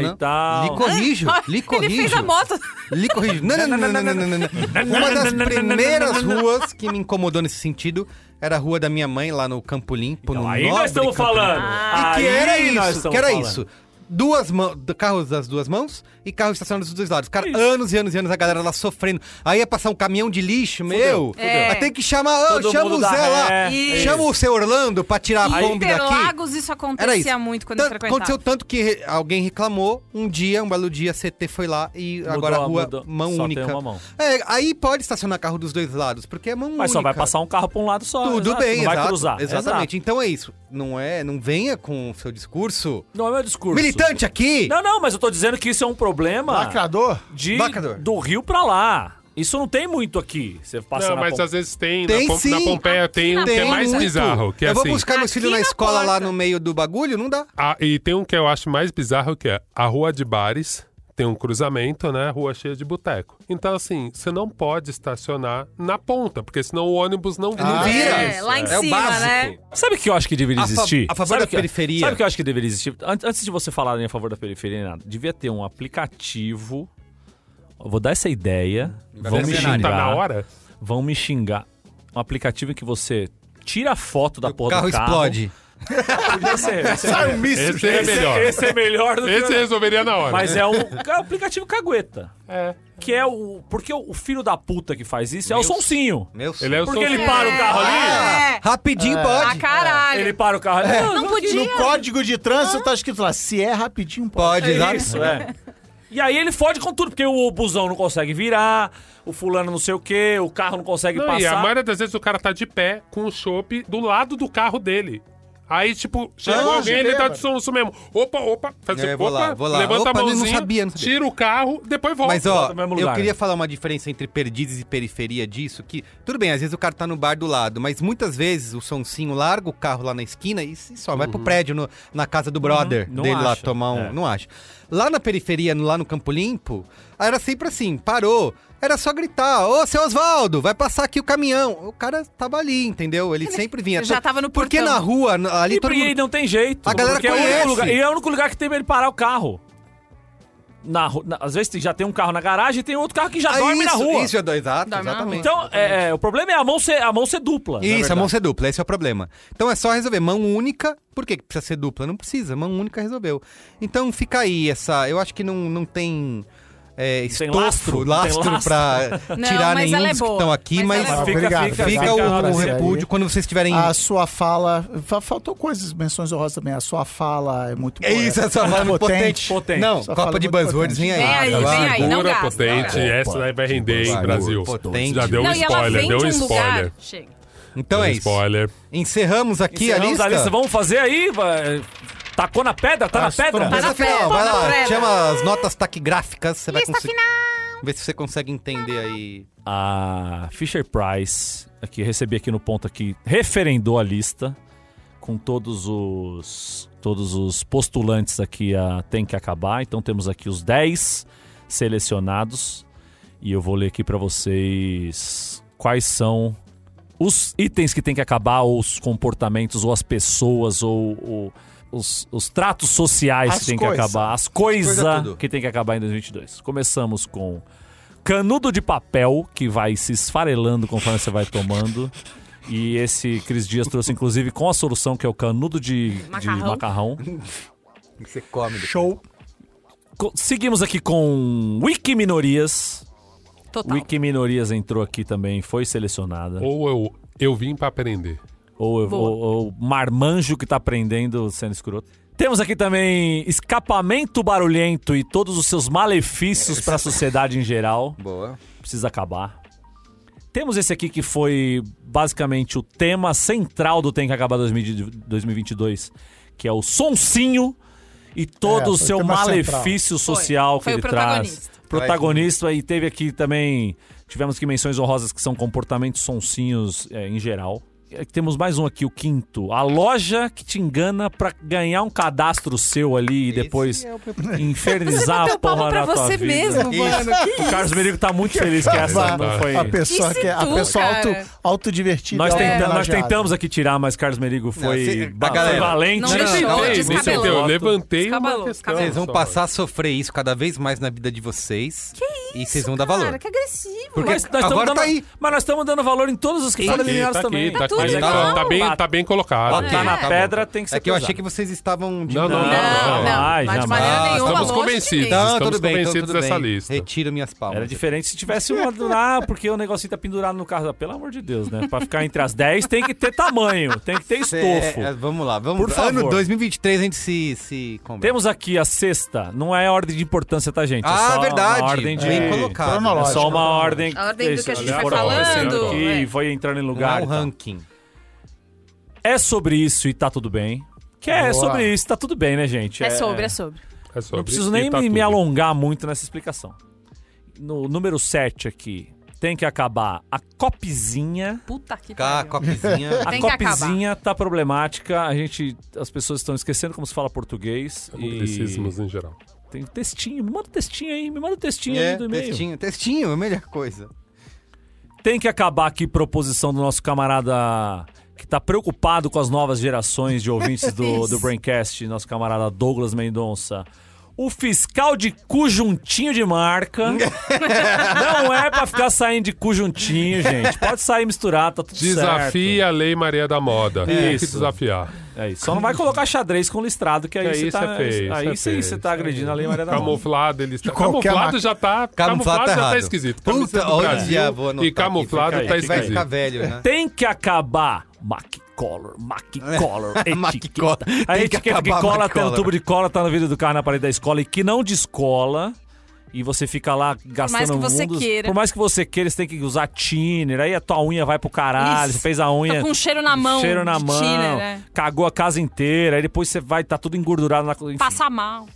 Speaker 5: e tal.
Speaker 1: Lhe corrijo, lhe
Speaker 2: Ele fez a
Speaker 1: corrijo.
Speaker 2: moto.
Speaker 1: Lhe corrijo. Não, não, não, não, não, não, não, não. Uma das primeiras ruas que me incomodou nesse sentido era a rua da minha mãe, lá no Campo Limpo, no
Speaker 5: Aí
Speaker 1: nobre
Speaker 5: nós estamos
Speaker 1: Campo Limpo.
Speaker 5: falando.
Speaker 1: E que
Speaker 5: Aí
Speaker 1: era
Speaker 5: nós
Speaker 1: isso,
Speaker 5: estamos
Speaker 1: que era
Speaker 5: falando.
Speaker 1: isso. Duas mãos, carros das duas mãos e carros estacionados dos dois lados. Cara,
Speaker 5: Isso.
Speaker 1: anos e anos e anos a galera lá sofrendo. Aí ia passar um caminhão de lixo, meu.
Speaker 2: fudeu.
Speaker 1: Aí tem que chamar, ô,
Speaker 5: Todo
Speaker 1: chama
Speaker 5: mundo
Speaker 1: o
Speaker 5: dá
Speaker 1: Zé lá.
Speaker 5: ré.
Speaker 2: Isso.
Speaker 1: Chama o seu Orlando pra tirar a
Speaker 2: Em
Speaker 1: bomba daqui.
Speaker 2: Interlagos isso
Speaker 1: Era
Speaker 2: acontecia
Speaker 1: isso.
Speaker 2: muito
Speaker 4: Então,
Speaker 2: quando eu
Speaker 1: Tanto-
Speaker 2: frequentava.
Speaker 1: aconteceu tanto que re- alguém reclamou, um dia, um belo dia, a CT foi lá e
Speaker 5: Mudou,
Speaker 1: agora a rua,
Speaker 5: mudou.
Speaker 1: mão
Speaker 5: Só
Speaker 1: única.
Speaker 5: tem uma mão.
Speaker 1: É, aí pode estacionar carro dos dois lados, porque é mão única.
Speaker 5: Mas só vai passar um carro pra um lado só.
Speaker 1: Tudo
Speaker 5: exato,
Speaker 1: bem,
Speaker 5: Não vai
Speaker 1: exato,
Speaker 5: cruzar.
Speaker 1: Exatamente. Então é isso. Não é, não venha com o seu discurso
Speaker 5: Exato. Não é meu discurso.
Speaker 1: militante aqui.
Speaker 5: Não, não, mas eu tô dizendo que isso é um problema
Speaker 3: Lacrador?
Speaker 5: de,
Speaker 1: Lacrador.
Speaker 5: do Rio pra lá. Isso não tem muito aqui. Você passa
Speaker 4: Não,
Speaker 5: na
Speaker 4: mas
Speaker 5: ponta.
Speaker 4: às vezes tem,
Speaker 1: Tem
Speaker 4: na, Pom- na
Speaker 1: sim.
Speaker 4: Pompeia tem um que é
Speaker 1: Tem
Speaker 4: mais
Speaker 1: muito.
Speaker 4: bizarro, que é
Speaker 1: eu vou
Speaker 4: assim.
Speaker 1: buscar meus filhos
Speaker 2: né? Aqui
Speaker 1: na
Speaker 2: na
Speaker 1: escola lá
Speaker 2: porta.
Speaker 1: no meio do bagulho, não dá.
Speaker 4: Ah, e tem um que eu acho mais bizarro que é a rua de bares. Tem um cruzamento, né? Rua cheia de boteco. Então, assim, você não pode estacionar na ponta, porque senão o ônibus não vira.
Speaker 1: não vira.
Speaker 2: É, lá em
Speaker 1: Ah, É o
Speaker 2: cima,
Speaker 1: básico.
Speaker 2: né?
Speaker 5: Sabe o que eu acho que deveria
Speaker 1: A fa-
Speaker 5: existir?
Speaker 1: a favor
Speaker 5: Sabe
Speaker 1: da
Speaker 5: o que-
Speaker 1: periferia.
Speaker 5: Sabe o que eu acho que deveria existir? An- Antes de você falar em a favor da periferia, nada, devia ter um aplicativo. Eu vou dar essa ideia. Vão me
Speaker 4: Parece que
Speaker 5: xingar.
Speaker 4: Tá na hora?
Speaker 5: Vão me xingar. Um aplicativo em que você tira a foto da
Speaker 1: O
Speaker 5: porra
Speaker 1: carro
Speaker 5: do carro.
Speaker 1: explode.
Speaker 5: Podia ser, esse, é,
Speaker 7: Sai um míssil.
Speaker 4: Esse é melhor.
Speaker 5: esse é melhor do
Speaker 4: Esse
Speaker 5: que...
Speaker 4: resolveria na hora.
Speaker 5: Mas é um é um aplicativo cagueta.
Speaker 4: É.
Speaker 5: Que é o... Porque o filho da puta que faz isso é o Sonsinho.
Speaker 1: Meu
Speaker 4: Ele é o
Speaker 5: Porque ele
Speaker 4: Sonsinho.
Speaker 5: para o carro ali...
Speaker 2: É.
Speaker 1: Rapidinho
Speaker 2: Ah,
Speaker 1: pode.
Speaker 2: caralho.
Speaker 5: Ele para o carro
Speaker 1: É.
Speaker 5: ali...
Speaker 2: Não podia.
Speaker 3: No código de trânsito tá escrito lá, se é rapidinho, pode.
Speaker 1: Pode, exato.
Speaker 5: Isso, é. E aí ele fode com tudo, porque o busão não consegue virar, o fulano não sei o quê, o carro não consegue
Speaker 4: Não,
Speaker 5: passar.
Speaker 4: e a maioria das vezes o cara tá de pé com o chopp do lado do carro dele. Aí, tipo, chegou
Speaker 3: Ah,
Speaker 4: alguém,
Speaker 3: de
Speaker 4: ele tá
Speaker 3: bêbado.
Speaker 4: de soluço mesmo. Opa, opa, faz
Speaker 1: É,
Speaker 4: assim,
Speaker 1: vou
Speaker 4: opa,
Speaker 1: lá, vou lá. Opa,
Speaker 4: levanta a
Speaker 1: não
Speaker 4: mãozinha,
Speaker 1: sabia, não sabia.
Speaker 4: tira o carro, depois volta.
Speaker 1: Mas ó,
Speaker 5: volta pro mesmo
Speaker 1: eu
Speaker 5: lugar.
Speaker 1: queria falar uma diferença entre perdizes e periferia disso, que tudo bem, às vezes o cara tá no bar do lado, mas muitas vezes o sonsinho larga o carro lá na esquina e se- só vai pro prédio, no- na casa do brother
Speaker 5: Uhum. Não
Speaker 1: dele lá
Speaker 5: acha,
Speaker 1: tomar um,
Speaker 5: é.
Speaker 1: não acha. Lá na periferia, no- lá no Campo Limpo, era sempre assim, parou, era só gritar, ô, seu Oswaldo, vai passar aqui o caminhão. O cara tava ali, entendeu? Ele sempre vinha.
Speaker 2: já tava no
Speaker 1: Porque
Speaker 2: portão.
Speaker 1: na rua, na- ali
Speaker 5: E
Speaker 1: todo
Speaker 5: pri-
Speaker 1: mundo...
Speaker 5: não tem jeito.
Speaker 1: A galera
Speaker 5: porque é o
Speaker 1: conhece.
Speaker 5: único lugar- e é o único lugar que tem pra ele parar o carro. Na, ru- na- às vezes tem- já tem um carro na garagem e tem outro carro que já
Speaker 1: Ah,
Speaker 5: dorme na
Speaker 1: isso,
Speaker 5: rua.
Speaker 1: Isso, exato,
Speaker 2: Dorme na
Speaker 1: exatamente.
Speaker 5: então, é, é, o problema é a mão ser, a mão ser dupla. na
Speaker 1: Isso, a
Speaker 5: verdade.
Speaker 1: mão ser dupla, esse é o problema. Então é só resolver. Mão única, por que que precisa ser dupla? Não precisa, mão única resolveu. Então fica aí essa. Eu acho que não, não tem. é,
Speaker 5: tem
Speaker 1: estofo,
Speaker 5: lastro?
Speaker 1: lastro,
Speaker 5: Não tem lastro?
Speaker 1: pra tirar
Speaker 2: mas ela
Speaker 1: nenhum
Speaker 2: é
Speaker 1: dos que
Speaker 2: boa.
Speaker 1: estão aqui,
Speaker 2: Mas
Speaker 1: mas,
Speaker 2: ela é boa.
Speaker 5: Fica,
Speaker 3: Obrigado,
Speaker 5: fica,
Speaker 1: fica
Speaker 3: obrigado por
Speaker 5: fica
Speaker 1: o, o
Speaker 3: trazer aí. Ah,
Speaker 1: repúdio quando vocês estiverem...
Speaker 3: A sua fala. fa- Faltou coisas, menções honrosas também. A sua fala é muito
Speaker 1: É
Speaker 3: boa.
Speaker 1: isso, essa fala
Speaker 3: muito
Speaker 1: potente.
Speaker 5: potente.
Speaker 1: Não,
Speaker 3: Só
Speaker 1: Copa
Speaker 3: fala é
Speaker 1: de
Speaker 3: muito
Speaker 1: Buzzwords,
Speaker 3: potente.
Speaker 1: vem aí.
Speaker 2: Vem aí,
Speaker 1: Vai, vai.
Speaker 2: vem aí, não
Speaker 4: Segura,
Speaker 2: gasta.
Speaker 4: potente.
Speaker 2: Não,
Speaker 4: Essa daí vai render, hein,
Speaker 1: Vai,
Speaker 4: Brasil.
Speaker 1: potente.
Speaker 4: Já deu um
Speaker 2: e ela
Speaker 4: spoiler,
Speaker 2: vem de
Speaker 4: deu um
Speaker 2: um
Speaker 4: spoiler.
Speaker 2: lugar. Chega.
Speaker 1: Então é isso.
Speaker 4: Spoiler.
Speaker 1: Encerramos aqui
Speaker 5: Encerramos
Speaker 1: a lista.
Speaker 5: Vamos fazer aí? vai- Tacou na pedra? Tá na pedra?
Speaker 1: Mas
Speaker 2: Tá na
Speaker 1: até, ó,
Speaker 2: pedra,
Speaker 1: vai
Speaker 2: tá na
Speaker 1: lá,
Speaker 2: pedra.
Speaker 1: chama as notas taquigráficas, você vai conseguir. Ver se você consegue entender aí.
Speaker 5: A Fisher Price, aqui recebi aqui no ponto aqui, referendou a lista com todos os todos os postulantes aqui a tem que acabar. Então temos aqui os 10 selecionados e eu vou ler aqui para vocês quais são os itens que tem que acabar ou os comportamentos ou as pessoas ou, ou os, os tratos sociais
Speaker 3: As
Speaker 5: que tem que
Speaker 3: coisa.
Speaker 5: acabar, as coisas
Speaker 1: Coisa tudo.
Speaker 5: que tem que acabar em 2022. Começamos com canudo de papel que vai se esfarelando conforme você vai tomando. E esse Cris Dias trouxe, inclusive, com a solução, que é o canudo de de
Speaker 2: Macarrão.
Speaker 5: macarrão.
Speaker 1: Você come.
Speaker 3: Show.
Speaker 5: Co- Seguimos aqui com Wiki Minorias.
Speaker 2: Total.
Speaker 5: Wiki Minorias entrou aqui também, foi selecionada.
Speaker 4: Ou eu, eu vim pra aprender.
Speaker 5: Ou, eu-
Speaker 2: Boa.
Speaker 5: ou, ou marmanjo que tá aprendendo sendo escroto. Temos aqui também escapamento barulhento e todos os seus
Speaker 1: É,
Speaker 5: malefícios para a sociedade em geral.
Speaker 1: Boa.
Speaker 5: Precisa acabar. Temos esse aqui que foi basicamente o tema central do Tem que Acabar 2022, que é o sonsinho e todo
Speaker 3: É, foi
Speaker 5: o
Speaker 3: o
Speaker 5: seu
Speaker 3: tema
Speaker 5: malefício social que
Speaker 2: Foi o
Speaker 5: ele traz.
Speaker 2: protagonista.
Speaker 5: Protagonista e teve aqui também, tivemos que menções honrosas que são comportamentos sonsinhos é, em geral. É, Temos mais um aqui, o quinto. A loja que te engana pra ganhar um cadastro seu ali e depois
Speaker 3: é
Speaker 5: infernizar a
Speaker 2: Bateu palma
Speaker 5: porra
Speaker 2: pra
Speaker 5: da tua
Speaker 2: você
Speaker 5: vida.
Speaker 2: mesmo, mano. Que
Speaker 5: O Carlos Merigo tá muito feliz que
Speaker 3: Vai,
Speaker 5: essa não foi.
Speaker 3: A pessoa,
Speaker 2: Isso
Speaker 3: que, é, a
Speaker 2: tu,
Speaker 3: pessoa
Speaker 2: cara.
Speaker 3: auto, autodivertida. é
Speaker 5: Nós, tenta- nós
Speaker 3: auto-homenageada.
Speaker 5: tentamos aqui tirar, mas Carlos Merigo foi,
Speaker 1: cê- a
Speaker 5: ba- foi
Speaker 1: galera-
Speaker 5: valente.
Speaker 2: Não,
Speaker 1: Não,
Speaker 2: deixa
Speaker 1: não,
Speaker 2: eu
Speaker 4: Ei,
Speaker 1: descabelou.
Speaker 4: nem sei o que, eu
Speaker 2: descabelou.
Speaker 4: levantei
Speaker 2: Descabelou,
Speaker 4: uma questão.
Speaker 2: descabelou.
Speaker 1: Vocês vão
Speaker 4: só.
Speaker 1: passar a sofrer isso cada vez mais na vida de vocês. Que isso, E vocês vão dar valor.
Speaker 2: Cara, que agressivo.
Speaker 1: Porque-
Speaker 5: Mas nós estamos
Speaker 1: Agora
Speaker 5: dando,
Speaker 1: tá aí.
Speaker 5: Mas nós estamos dando valor em todos os que
Speaker 4: Tá
Speaker 5: foram
Speaker 4: aqui,
Speaker 5: eliminados
Speaker 4: tá
Speaker 5: também.
Speaker 4: aqui, tá aqui.
Speaker 2: tudo
Speaker 5: Mas
Speaker 4: Tá-
Speaker 2: bom.
Speaker 4: tá bem- Tá bem colocado.
Speaker 5: Tá na
Speaker 1: bom.
Speaker 5: pedra, tem que ser
Speaker 1: É que eu
Speaker 5: pesado.
Speaker 1: achei que vocês estavam... de-
Speaker 4: Não, não, não.
Speaker 2: Não, não,
Speaker 5: Jamais,
Speaker 2: mas de
Speaker 5: jamais.
Speaker 2: maneira
Speaker 1: Ah,
Speaker 2: nenhuma.
Speaker 4: estamos
Speaker 2: longe de
Speaker 4: convencidos.
Speaker 2: mim.
Speaker 1: Não,
Speaker 4: Estamos
Speaker 1: tudo bem, então,
Speaker 4: convencidos
Speaker 1: tudo
Speaker 4: dessa
Speaker 1: bem.
Speaker 4: lista.
Speaker 1: Retiro minhas palmas. É,
Speaker 5: Era diferente se tivesse uma. Ah, porque o negocinho tá pendurado no carro. Pelo amor de Deus, né? Pra ficar entre as 10 tem que ter tamanho, tem que ter
Speaker 1: Cê-
Speaker 5: estofo.
Speaker 1: é, vamos lá, vamos.
Speaker 5: Por favor.
Speaker 1: Ano 2023 a gente se... se conversa.
Speaker 5: Temos aqui a sexta. Não é ordem de importância, tá, gente? É
Speaker 1: Ah,
Speaker 5: só uma
Speaker 1: verdade.
Speaker 5: ordem de...
Speaker 1: Bem
Speaker 3: É
Speaker 1: colocado.
Speaker 5: É
Speaker 3: cronológico.
Speaker 5: só uma ordem. né?
Speaker 2: A ordem do que a gente
Speaker 4: vai
Speaker 5: foram
Speaker 4: falando,
Speaker 5: acontecendo aqui,
Speaker 2: é.
Speaker 5: foi entrando em
Speaker 1: Não é
Speaker 5: lugar. então.
Speaker 1: um
Speaker 5: e tal.
Speaker 1: ranking.
Speaker 5: É sobre isso e tá tudo bem. Que é
Speaker 3: Boa.
Speaker 5: sobre isso, tá tudo bem, né, gente?
Speaker 2: É sobre, é sobre.
Speaker 4: É sobre
Speaker 5: Não preciso
Speaker 4: isso
Speaker 5: nem
Speaker 4: que tá
Speaker 5: me, me
Speaker 4: tudo.
Speaker 5: alongar muito nessa explicação. No número 7 aqui, tem que acabar a copizinha.
Speaker 2: Puta que
Speaker 1: Cá,
Speaker 2: pariu.
Speaker 1: copizinha.
Speaker 5: A
Speaker 2: Tem que
Speaker 5: copizinha tá problemática, a gente, as pessoas estão esquecendo como se fala português e
Speaker 4: Anglicismos em geral.
Speaker 5: tem textinho, me manda um textinho aí, me manda um textinho aí
Speaker 1: É,
Speaker 5: do e-mail.
Speaker 1: textinho. Textinho é a melhor coisa.
Speaker 5: Tem que acabar aqui proposição do nosso camarada que tá preocupado com as novas gerações de ouvintes do, do Braincast, nosso camarada Douglas Mendonça. O fiscal de cujuntinho de marca. Não é pra ficar saindo de cujuntinho, gente. Pode sair misturar, tá tudo
Speaker 4: Desafia a Lei Maria da Moda. Tem que
Speaker 5: Isso.
Speaker 4: desafiar.
Speaker 5: certo. É isso. Só não vai colocar xadrez com listrado, que aí,
Speaker 4: Que aí
Speaker 5: você tá,
Speaker 4: isso é feio,
Speaker 5: aí
Speaker 4: isso é
Speaker 5: sim
Speaker 4: feio,
Speaker 5: você
Speaker 4: isso
Speaker 5: tá
Speaker 4: é
Speaker 5: agredindo a Lei Maria da Moda.
Speaker 4: Camuflado, ele está.
Speaker 3: qualquer
Speaker 4: Camuflado
Speaker 3: marca.
Speaker 4: já tá.
Speaker 1: Camuflado
Speaker 4: Camuflado
Speaker 1: tá
Speaker 4: já tá
Speaker 1: errado.
Speaker 4: esquisito. Camisa
Speaker 1: Puta,
Speaker 4: do
Speaker 1: olha,
Speaker 4: Brasil
Speaker 1: vou anotar
Speaker 4: E
Speaker 1: aqui,
Speaker 4: camuflado
Speaker 1: fica aí,
Speaker 4: tá
Speaker 1: que Vai ficar
Speaker 4: esquisito.
Speaker 1: velho, né?
Speaker 5: Tem que acabar Mac Color, Mac Color,
Speaker 1: É. Mac
Speaker 5: etiqueta.
Speaker 1: Color.
Speaker 5: A
Speaker 1: Tem que
Speaker 5: etiqueta que
Speaker 1: acabar
Speaker 5: cola
Speaker 1: Mac
Speaker 5: até no
Speaker 1: Color.
Speaker 5: tubo de cola, tá no vidro do carro na parede da escola e que não descola. E você fica lá gastando
Speaker 2: que você
Speaker 5: mundos.
Speaker 2: queira.
Speaker 5: Por mais que você queira, você tem que usar thinner. Aí a tua unha vai pro caralho.
Speaker 2: Isso.
Speaker 5: Você fez a unha.
Speaker 2: Tá com um cheiro na mão.
Speaker 5: cheiro na
Speaker 2: de
Speaker 5: mão.
Speaker 2: thinner, né?
Speaker 5: Cagou a casa inteira. Aí depois você vai, tá tudo engordurado na. enfim.
Speaker 2: Passa mal.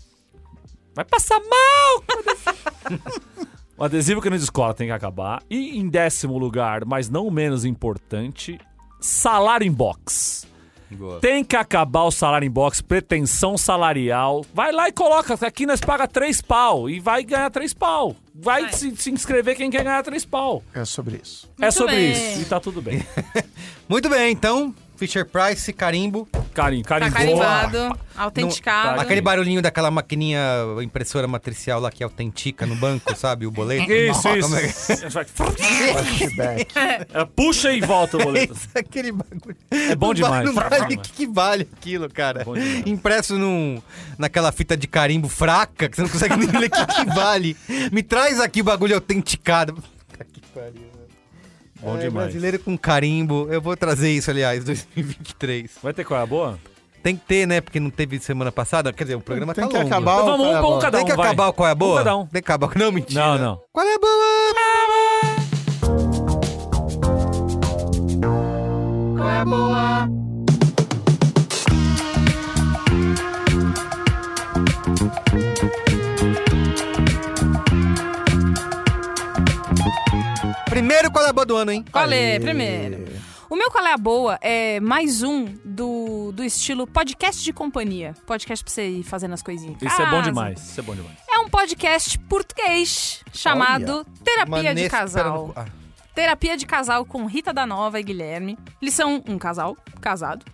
Speaker 5: Vai passar mal! o adesivo que não descola tem que acabar. E em décimo lugar, mas não menos importante, salário inbox.
Speaker 1: Boa.
Speaker 5: Tem que acabar o salário inbox, pretensão salarial. Vai lá e coloca, aqui nós paga três pau e vai ganhar três pau. Vai
Speaker 2: Vai.
Speaker 5: se, se inscrever quem quer ganhar três pau.
Speaker 3: É sobre isso.
Speaker 5: é
Speaker 2: Muito
Speaker 5: sobre
Speaker 2: bem.
Speaker 5: isso e tá tudo bem.
Speaker 1: Muito bem, então. Fisher Price, carimbo.
Speaker 5: carim,
Speaker 2: Tá
Speaker 5: carimbou.
Speaker 2: carimbado,
Speaker 5: tá
Speaker 2: autenticado.
Speaker 1: Aquele barulhinho daquela maquininha impressora matricial lá que autentica no banco, sabe? O boleto.
Speaker 5: Isso,
Speaker 1: Como é que-
Speaker 5: isso.
Speaker 3: Flashback.
Speaker 5: Ela puxa e volta o boleto.
Speaker 1: Isso, aquele bagulho.
Speaker 5: É bom
Speaker 1: Não vale-
Speaker 5: demais.
Speaker 1: Não vale o que, que vale aquilo, cara.
Speaker 5: Bom demais.
Speaker 1: Impresso num, naquela fita de carimbo fraca, que você não consegue nem ler o que, que vale. Me traz aqui o bagulho autenticado. Puta que pariu. né?
Speaker 5: Bom
Speaker 1: É,
Speaker 5: demais.
Speaker 1: Brasileiro com carimbo. Eu vou trazer isso, aliás, 2023.
Speaker 5: Vai ter qual é a boa?
Speaker 1: Tem que ter, né? Porque não teve semana passada. Quer dizer, o programa
Speaker 3: Tem
Speaker 1: tá
Speaker 3: que
Speaker 1: longo.
Speaker 3: acabar o
Speaker 5: Então vamos um pra um cada
Speaker 1: Tem que
Speaker 5: um, vai.
Speaker 1: acabar o qual é a boa?
Speaker 5: cada um.
Speaker 1: Tem que acabar. Não, mentira.
Speaker 5: Não, não.
Speaker 1: Qual é a boa? é Primeiro qual é a boa do ano, hein?
Speaker 2: Qual é? Primeiro. O meu qual é a boa é mais um do, do estilo podcast de companhia. Podcast pra você ir fazendo as coisinhas. em
Speaker 5: Isso é bom
Speaker 2: casa.
Speaker 5: demais. Isso é bom demais.
Speaker 2: É um podcast português chamado Terapia de
Speaker 1: Manesse-
Speaker 2: Casal.
Speaker 1: Ah,
Speaker 2: Terapia de Casal com Rita da Nova e Guilherme. Eles são um casal, casado.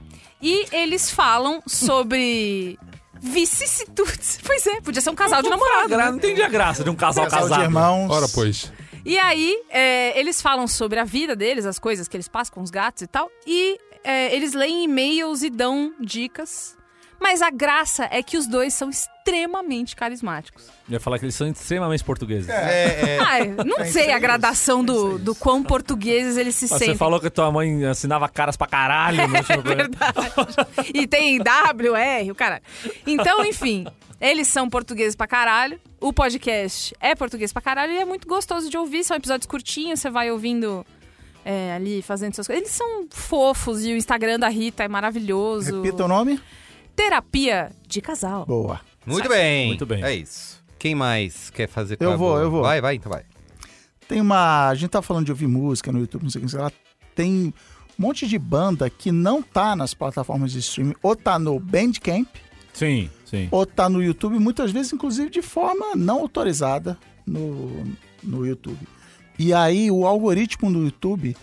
Speaker 2: E eles falam sobre vicissitudes. Pois é, podia ser um casal de namorado.
Speaker 5: Gra-
Speaker 2: né?
Speaker 5: Não entendi a graça de um casal
Speaker 3: Casal de
Speaker 5: casado.
Speaker 3: irmãos.
Speaker 4: Ora, pois.
Speaker 2: E aí, é, eles falam sobre a vida deles, as coisas que eles passam com os gatos e tal. E é, eles leem e-mails e dão dicas. Mas a graça é que os dois são extremamente carismáticos.
Speaker 5: Eu ia falar que eles são extremamente portugueses.
Speaker 1: É, é.
Speaker 2: Ai, não sei a gradação do, do quão portugueses eles se
Speaker 5: Mas
Speaker 2: sentem.
Speaker 5: Você falou que tua mãe ensinava caras pra caralho no último programa.
Speaker 2: e tem W, R, o caralho. Então, enfim, eles são portugueses pra caralho. O podcast é português pra caralho e é muito gostoso de ouvir. São episódios curtinhos, você vai ouvindo é, ali, fazendo suas coisas. Eles são fofos e o Instagram da Rita é maravilhoso.
Speaker 3: Repita o nome.
Speaker 2: Terapia de casal.
Speaker 3: Boa.
Speaker 1: Muito bem.
Speaker 5: Muito bem.
Speaker 1: É isso. Quem mais quer fazer
Speaker 3: Eu
Speaker 1: qual é a
Speaker 3: vou,
Speaker 1: boa?
Speaker 3: eu vou.
Speaker 1: Vai, vai, então vai.
Speaker 3: Tem uma. A gente tá falando de ouvir música no YouTube, não sei o que, não sei lá. Tem um monte de banda que não tá nas plataformas de streaming, ou tá no Bandcamp,
Speaker 5: Sim, sim.
Speaker 3: ou tá no YouTube, muitas vezes, inclusive, de forma não autorizada no, no YouTube. E aí o algoritmo do YouTube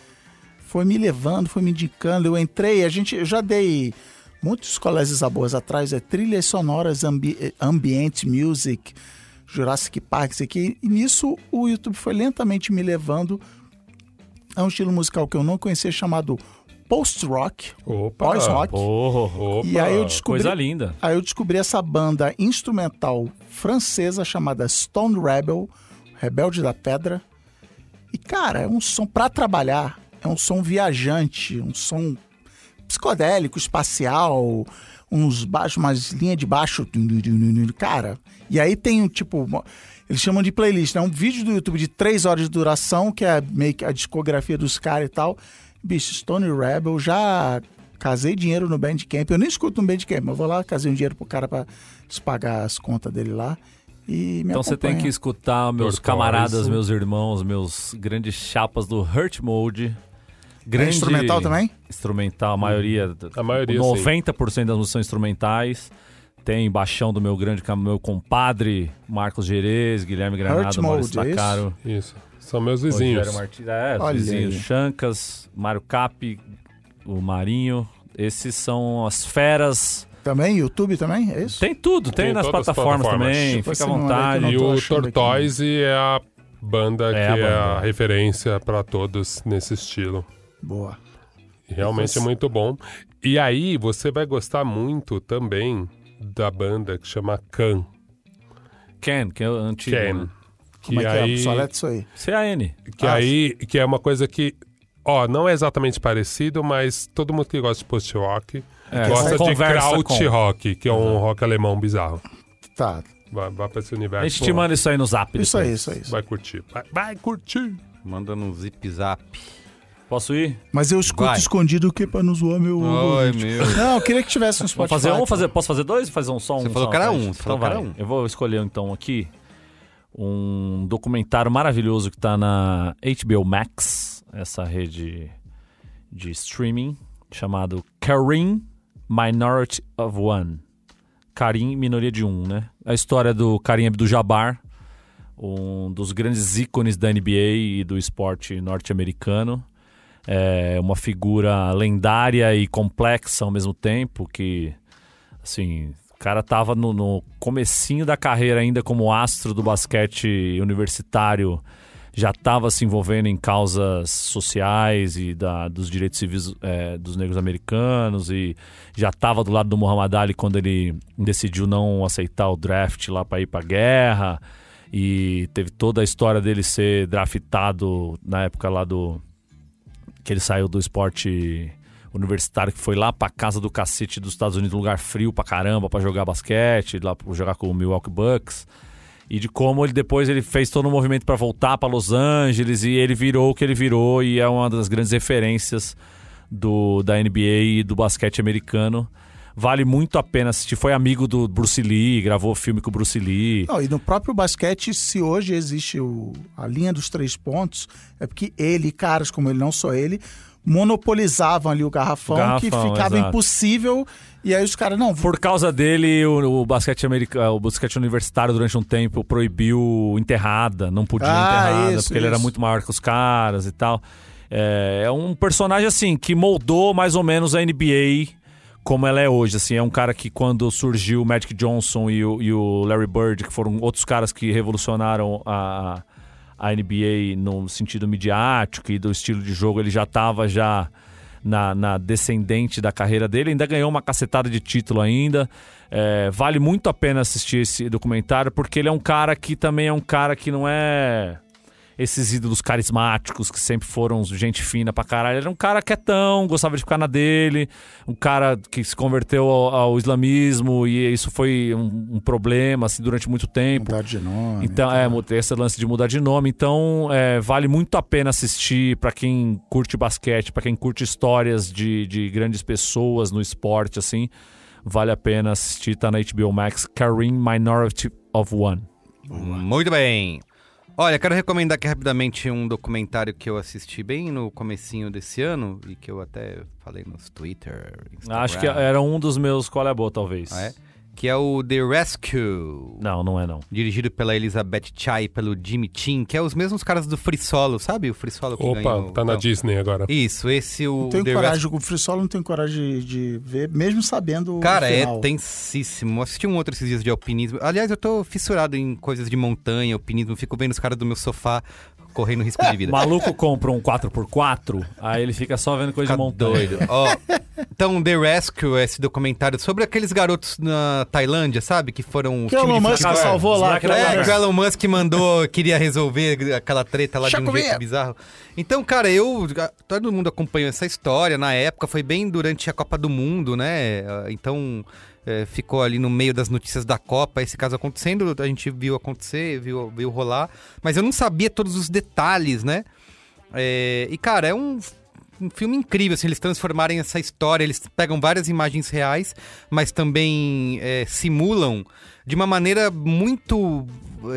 Speaker 3: foi me levando, foi me indicando. Eu entrei, a gente eu já dei muitos colégios a boas atrás, é trilhas sonoras, ambi eh, ambient music, Jurassic Park, isso aqui. E nisso o YouTube foi lentamente me levando a um estilo musical que eu não conhecia chamado post rock,
Speaker 4: Opa.
Speaker 3: pós rock.
Speaker 5: Porra,
Speaker 4: Opa.
Speaker 3: E aí eu descobri
Speaker 5: coisa linda.
Speaker 3: Aí eu descobri essa banda instrumental francesa chamada Stone Rebel, Rebelde da Pedra. E cara, é um som pra trabalhar, é um som viajante, um som psicodélico, espacial, uns baixos, umas linhas de baixo, tum, tum, tum, tum, tum, cara. E aí tem um tipo, uma- eles chamam de playlist, né? Um vídeo do YouTube de três horas de duração, que é meio que a discografia dos caras e tal. Bicho, Stone Rebel, já casei dinheiro no Bandcamp, eu nem escuto no Bandcamp, mas eu vou lá, casei um dinheiro pro cara pra pagar as contas dele lá. E me
Speaker 5: Então você tem
Speaker 3: acompanha.
Speaker 5: que escutar meus
Speaker 4: Tortoise.
Speaker 5: camaradas, meus irmãos, meus grandes chapas do Hurt Mode. Grande
Speaker 3: É instrumental também?
Speaker 5: Instrumental, a maioria.
Speaker 4: A maioria, sim.
Speaker 5: 90% das músicas são instrumentais. Tem baixão do meu grande cam- meu compadre Marcos Gerês, Guilherme Granado,
Speaker 3: Mode,
Speaker 5: Maurício
Speaker 3: é isso?
Speaker 5: Tacaro,
Speaker 4: Isso. São meus vizinhos.
Speaker 5: Rogério Martins, é, os
Speaker 3: Olha
Speaker 5: vizinhos
Speaker 3: aí.
Speaker 5: Chancas, Mário Cap, o Marinho. Esses são as feras.
Speaker 3: Também? YouTube também? É isso?
Speaker 5: Tem tudo, tem,
Speaker 4: Tem
Speaker 5: nas
Speaker 4: todas as
Speaker 5: plataformas,
Speaker 4: plataformas.
Speaker 5: também.
Speaker 3: Tipo
Speaker 5: Fica
Speaker 3: assim,
Speaker 5: à
Speaker 3: não é que
Speaker 5: vontade.
Speaker 3: não
Speaker 4: E
Speaker 3: tô
Speaker 4: o
Speaker 3: achando aqui,
Speaker 4: Tortoise é a banda
Speaker 5: É a
Speaker 4: que é a
Speaker 5: banda.
Speaker 4: referência pra todos nesse estilo.
Speaker 3: Boa.
Speaker 4: Realmente é muito bom. E aí você vai gostar muito também da banda que chama Can.
Speaker 5: Ken, que é o antigo.
Speaker 4: Can.
Speaker 3: Como é que é? Soleta isso aí.
Speaker 5: C-A-N.
Speaker 4: Que
Speaker 3: Ah,
Speaker 4: aí que é uma coisa que, ó, não é exatamente parecido, mas todo mundo que gosta de post-rock
Speaker 5: É,
Speaker 4: gosta de
Speaker 5: conversa
Speaker 4: kraut
Speaker 5: com.
Speaker 4: rock, que é
Speaker 1: Uhum.
Speaker 4: um rock alemão bizarro.
Speaker 3: Tá.
Speaker 4: Vai, vai pra esse
Speaker 5: A
Speaker 4: universo.
Speaker 5: gente te manda isso aí no zap.
Speaker 3: Isso
Speaker 5: depois.
Speaker 3: aí,
Speaker 1: é
Speaker 3: isso aí. isso aí.
Speaker 4: Vai curtir. Vai, vai curtir.
Speaker 1: Manda no zip zap.
Speaker 5: Posso ir?
Speaker 3: Mas eu escuto
Speaker 1: Vai.
Speaker 3: escondido o que pra não zoar meu.
Speaker 1: Ai, meu.
Speaker 3: Não, eu queria que tivesse um
Speaker 5: Vou
Speaker 3: Spotify.
Speaker 5: fazer um, fazer, posso fazer dois? Fazer um só um.
Speaker 1: Você falou
Speaker 5: só,
Speaker 1: cada
Speaker 5: tá,
Speaker 1: um,
Speaker 5: gente?
Speaker 1: você
Speaker 5: Então
Speaker 1: falou cada
Speaker 5: vai.
Speaker 1: um.
Speaker 5: Eu vou escolher então aqui um documentário maravilhoso que tá na HBO Max, essa rede de streaming, chamado Karim Minority of One. Karim, minoria de um, né? A história do Karim Abdul-Jabbar, um dos grandes ícones da NBA e do esporte norte-americano. é uma figura lendária e complexa ao mesmo tempo, que, assim, o cara tava no, no comecinho da carreira ainda como astro do basquete universitário, já estava se envolvendo em causas sociais e da, dos direitos civis é, dos negros americanos e já estava do lado do Muhammad Ali quando ele decidiu não aceitar o draft lá para ir para guerra e teve toda a história dele ser draftado na época lá do que ele saiu do esporte universitário que foi lá pra casa do cacete dos Estados Unidos, um lugar frio pra caramba, pra jogar basquete, lá pra jogar com o Milwaukee Bucks. E de como ele depois ele fez todo um movimento pra voltar pra Los Angeles e ele virou o que ele virou e é uma das grandes referências do, da NBA e do basquete americano. Vale muito a pena assistir. Foi amigo do Bruce Lee, gravou filme com o Bruce Lee.
Speaker 3: Não, e no próprio basquete, se hoje existe o- a linha dos três pontos, é porque ele, caras como ele, não só ele, monopolizavam ali o garrafão,
Speaker 5: O garrafão,
Speaker 3: que ficava
Speaker 5: exato.
Speaker 3: impossível. E aí os caras, não,
Speaker 5: Por causa dele, o, o basquete americano, o basquete universitário durante um tempo proibiu enterrada, não podia
Speaker 3: Ah,
Speaker 5: enterrada,
Speaker 3: isso,
Speaker 5: porque ele era
Speaker 3: isso.
Speaker 5: muito maior que os caras e tal. É, é um personagem assim que moldou mais ou menos a NBA como ela é hoje, assim, é um cara que quando surgiu o Magic Johnson e o, e o Larry Bird, que foram outros caras que revolucionaram a, a NBA no sentido midiático e do estilo de jogo, ele já estava já na, na descendente da carreira dele, ainda ganhou uma cacetada de título ainda. É, vale muito a pena assistir esse documentário, porque ele é um cara que também é um cara que não é esses ídolos carismáticos que sempre foram gente fina pra caralho. Era um cara quietão, gostava de ficar na dele, um cara que se converteu ao, ao islamismo e isso foi um, um problema assim, durante muito tempo.
Speaker 3: mudar de nome.
Speaker 5: Então,
Speaker 1: né?
Speaker 5: é, mu- esse lance de mudar de nome. Então, é, vale muito a pena assistir pra quem curte basquete, pra quem curte histórias de, de grandes pessoas no esporte, assim. Vale a pena assistir, tá na HBO Max, Kareem Minority of One.
Speaker 1: Muito bem. Olha, quero recomendar aqui rapidamente um documentário que eu assisti bem no comecinho desse ano e que eu até falei nos Twitter, Instagram.
Speaker 5: Acho que era um dos meus qual é a boa, talvez.
Speaker 1: Ah, é? Que é o The Rescue.
Speaker 5: Não, não é não.
Speaker 1: Dirigido pela Elizabeth Chai e pelo Jimmy Chin, que é os mesmos caras do Free Solo, sabe? O Free Solo que ganhou.
Speaker 4: Opa, tá na
Speaker 1: então,
Speaker 4: Disney agora.
Speaker 1: Isso, esse o
Speaker 3: Não tenho
Speaker 1: The
Speaker 3: coragem,
Speaker 1: Rescue.
Speaker 3: o Free Solo não tenho coragem de, de ver, mesmo sabendo
Speaker 1: Cara,
Speaker 3: o
Speaker 1: é
Speaker 3: final.
Speaker 1: tensíssimo. Assisti um outro esses dias de alpinismo. Aliás, eu tô fissurado em coisas de montanha, alpinismo. Fico vendo os caras do meu sofá correndo risco de vida.
Speaker 5: Maluco compra um 4x4, aí ele fica só vendo coisa
Speaker 1: Fica
Speaker 5: de montanha.
Speaker 1: doido. Ó, então, The Rescue, esse documentário sobre aqueles garotos na Tailândia, sabe? Que foram o
Speaker 3: Que é o Elon Musk salvou lá,
Speaker 5: Slack
Speaker 3: aquela
Speaker 5: da
Speaker 1: É,
Speaker 3: galera.
Speaker 1: que o Elon Musk mandou, queria resolver aquela treta lá de um
Speaker 3: Chaco
Speaker 1: jeito
Speaker 3: mesmo.
Speaker 1: bizarro. Então, cara, eu. Todo mundo acompanhou essa história na época, foi bem durante a Copa do Mundo, né? Então. é, ficou ali no meio das notícias da Copa esse caso acontecendo, a gente viu acontecer, viu, viu rolar, mas eu não sabia todos os detalhes, né? É, e, cara, é um, um filme incrível, assim, eles transformarem essa história, eles pegam várias imagens reais, mas também é, simulam de uma maneira muito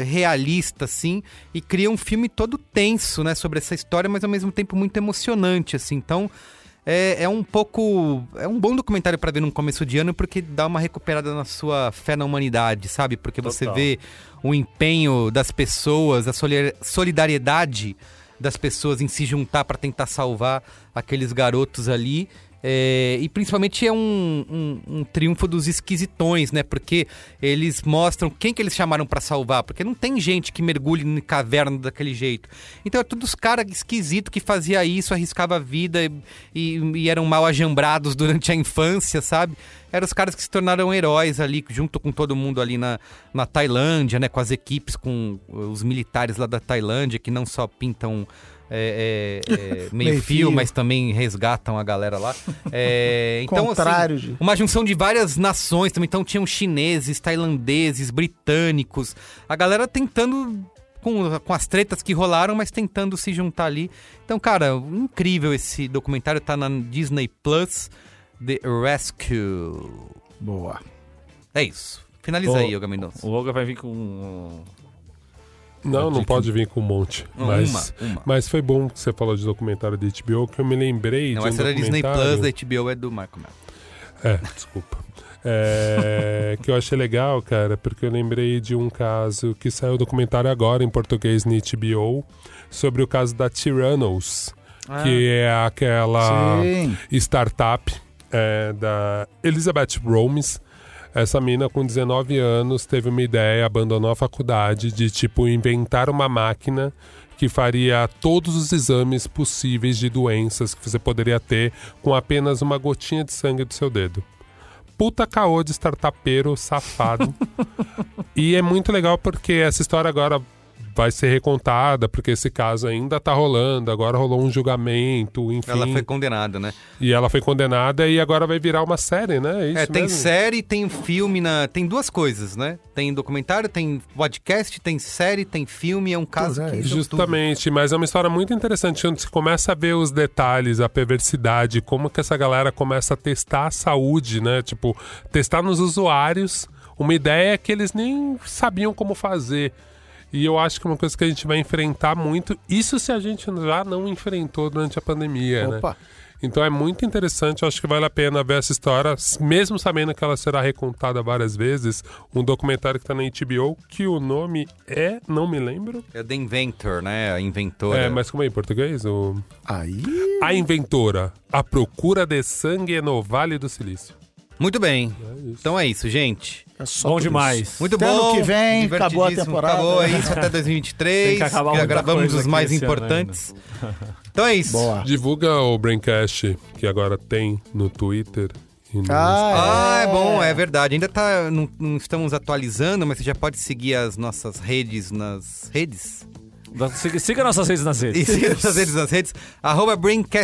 Speaker 1: realista, assim, e cria um filme todo tenso, né, sobre essa história, mas ao mesmo tempo muito emocionante, assim, então... É, é um pouco. É um bom documentário pra ver num começo de ano, porque dá uma recuperada na sua fé na humanidade, sabe? Porque você
Speaker 5: Total.
Speaker 1: vê o um empenho das pessoas, a soli- solidariedade das pessoas em se juntar pra tentar salvar aqueles garotos ali. É, e principalmente é um, um- um triunfo dos esquisitões, né? Porque eles mostram quem que eles chamaram pra salvar, porque não tem gente que mergulhe em caverna daquele jeito. Então é todos os caras esquisitos que fazia isso, arriscava a vida e, e- e eram mal ajambrados durante a infância, sabe? Eram os caras que se tornaram heróis ali, junto com todo mundo ali na, na Tailândia, né? Com as equipes, com eh, os militares lá da Tailândia, que não só pintam é, é, é, meio fio,
Speaker 3: Meio fio.
Speaker 1: mas também resgatam a galera lá. É, então, assim,
Speaker 3: Contrário de...
Speaker 1: uma junção de várias nações também. Então tinham chineses, tailandeses, britânicos. A galera tentando. Com, com as tretas que rolaram, mas tentando se juntar ali. Então, cara, incrível esse documentário. Tá na Disney Plus, The Rescue.
Speaker 3: Boa.
Speaker 1: É isso. Finaliza
Speaker 5: Ô,
Speaker 1: aí, Yoga Mendonça.
Speaker 5: O Loga vai vir com um-
Speaker 4: Não, não
Speaker 5: Dica.
Speaker 4: pode vir com um monte.
Speaker 1: Não,
Speaker 4: mas,
Speaker 1: uma, uma.
Speaker 4: mas foi bom que você falou de documentário da HBO, que eu me lembrei
Speaker 1: Não,
Speaker 4: de um
Speaker 1: essa é da Disney
Speaker 4: documentário-
Speaker 1: Plus, da HBO é do Marco Melo.
Speaker 4: É, desculpa. É, que eu achei legal, cara, porque eu lembrei de um caso que saiu documentário agora em português na HBO sobre o caso da Tyrannos. que é aquela
Speaker 3: Sim.
Speaker 4: startup é, da Elizabeth Romes. Essa mina com 19 anos teve uma ideia, abandonou a faculdade de tipo inventar uma máquina que faria todos os exames possíveis de doenças que você poderia ter com apenas uma gotinha de sangue do seu dedo. Puta caô de startupeiro safado. e é muito legal porque essa história agora vai ser recontada, porque esse caso ainda tá rolando, agora rolou um julgamento, enfim.
Speaker 1: Ela foi condenada, né?
Speaker 4: E ela foi condenada e agora vai virar uma série, né? isso
Speaker 1: É, tem
Speaker 4: mesmo?
Speaker 1: série, tem filme, na... tem duas coisas, né? Tem documentário, tem podcast, tem série, tem filme, é um caso
Speaker 3: Tudo,
Speaker 1: que...
Speaker 3: é,
Speaker 1: deu tudo.
Speaker 4: Justamente, mas é uma história muito interessante onde você começa a ver os detalhes, a perversidade, como que essa galera começa a testar a saúde, né? Tipo, testar nos usuários uma ideia que eles nem sabiam como fazer. E eu acho que é uma coisa que a gente vai enfrentar muito, isso se a gente já não enfrentou durante a pandemia, né?
Speaker 3: Opa.
Speaker 4: Então é muito interessante, eu acho que vale a pena ver essa história, mesmo sabendo que ela será recontada várias vezes. Um documentário que tá na HBO, que o nome é, não me lembro.
Speaker 1: É The Inventor, né? A inventora.
Speaker 4: É, mas como é em português? O...
Speaker 3: Aí.
Speaker 4: A Inventora, a procura de sangue no Vale do Silício.
Speaker 1: Muito bem. então é isso, gente.
Speaker 3: É só
Speaker 5: Bom
Speaker 3: por isso.
Speaker 5: demais.
Speaker 1: Muito
Speaker 3: Até
Speaker 1: bom.
Speaker 3: ano que vem, acabou a
Speaker 1: divertidíssimo,
Speaker 3: temporada.
Speaker 1: Acabou, é isso, até
Speaker 5: Tem
Speaker 1: 2023.
Speaker 5: que acabar
Speaker 1: já
Speaker 5: muita
Speaker 1: gravamos
Speaker 5: coisa
Speaker 1: os
Speaker 5: aqui
Speaker 1: mais
Speaker 5: esse ano
Speaker 1: importantes. Então é isso.
Speaker 3: Boa.
Speaker 4: Divulga o Braincast, que agora tem no Twitter e no
Speaker 1: Ah, é bom, é verdade. Ainda tá, não, não estamos atualizando, mas você já pode seguir as nossas redes nas redes.
Speaker 5: Da- Siga, siga nossas redes nas
Speaker 1: E
Speaker 5: redes.
Speaker 1: siga nossas redes nas redes. Arroba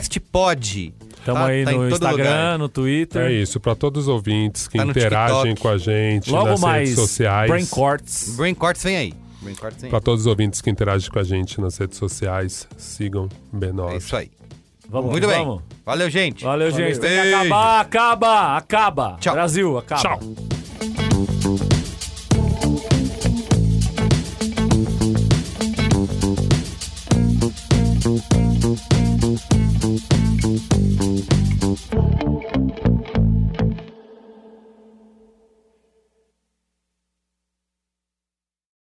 Speaker 1: BraincastPod.
Speaker 5: Tamo
Speaker 1: Tá-
Speaker 5: aí
Speaker 1: tá em
Speaker 5: no
Speaker 1: todo
Speaker 5: Instagram,
Speaker 1: lugar.
Speaker 5: no Twitter.
Speaker 4: É isso, para todos os ouvintes que
Speaker 1: Tá no
Speaker 4: interagem
Speaker 1: TikTok.
Speaker 4: com a gente
Speaker 5: Logo
Speaker 4: nas
Speaker 5: mais,
Speaker 4: redes sociais.
Speaker 5: Brain Cortes.
Speaker 1: Braincortes vem aí. Braincortes vem aí.
Speaker 4: Para todos os ouvintes que interagem com a gente nas redes sociais, sigam B9.
Speaker 1: É isso aí.
Speaker 5: Vamos,
Speaker 1: Muito bem.
Speaker 5: vamos.
Speaker 1: Valeu, gente.
Speaker 5: Valeu, gente. Tem que
Speaker 1: Beijo.
Speaker 5: acabar, acaba, acaba.
Speaker 1: Tchau.
Speaker 5: Brasil, acaba.
Speaker 4: Tchau.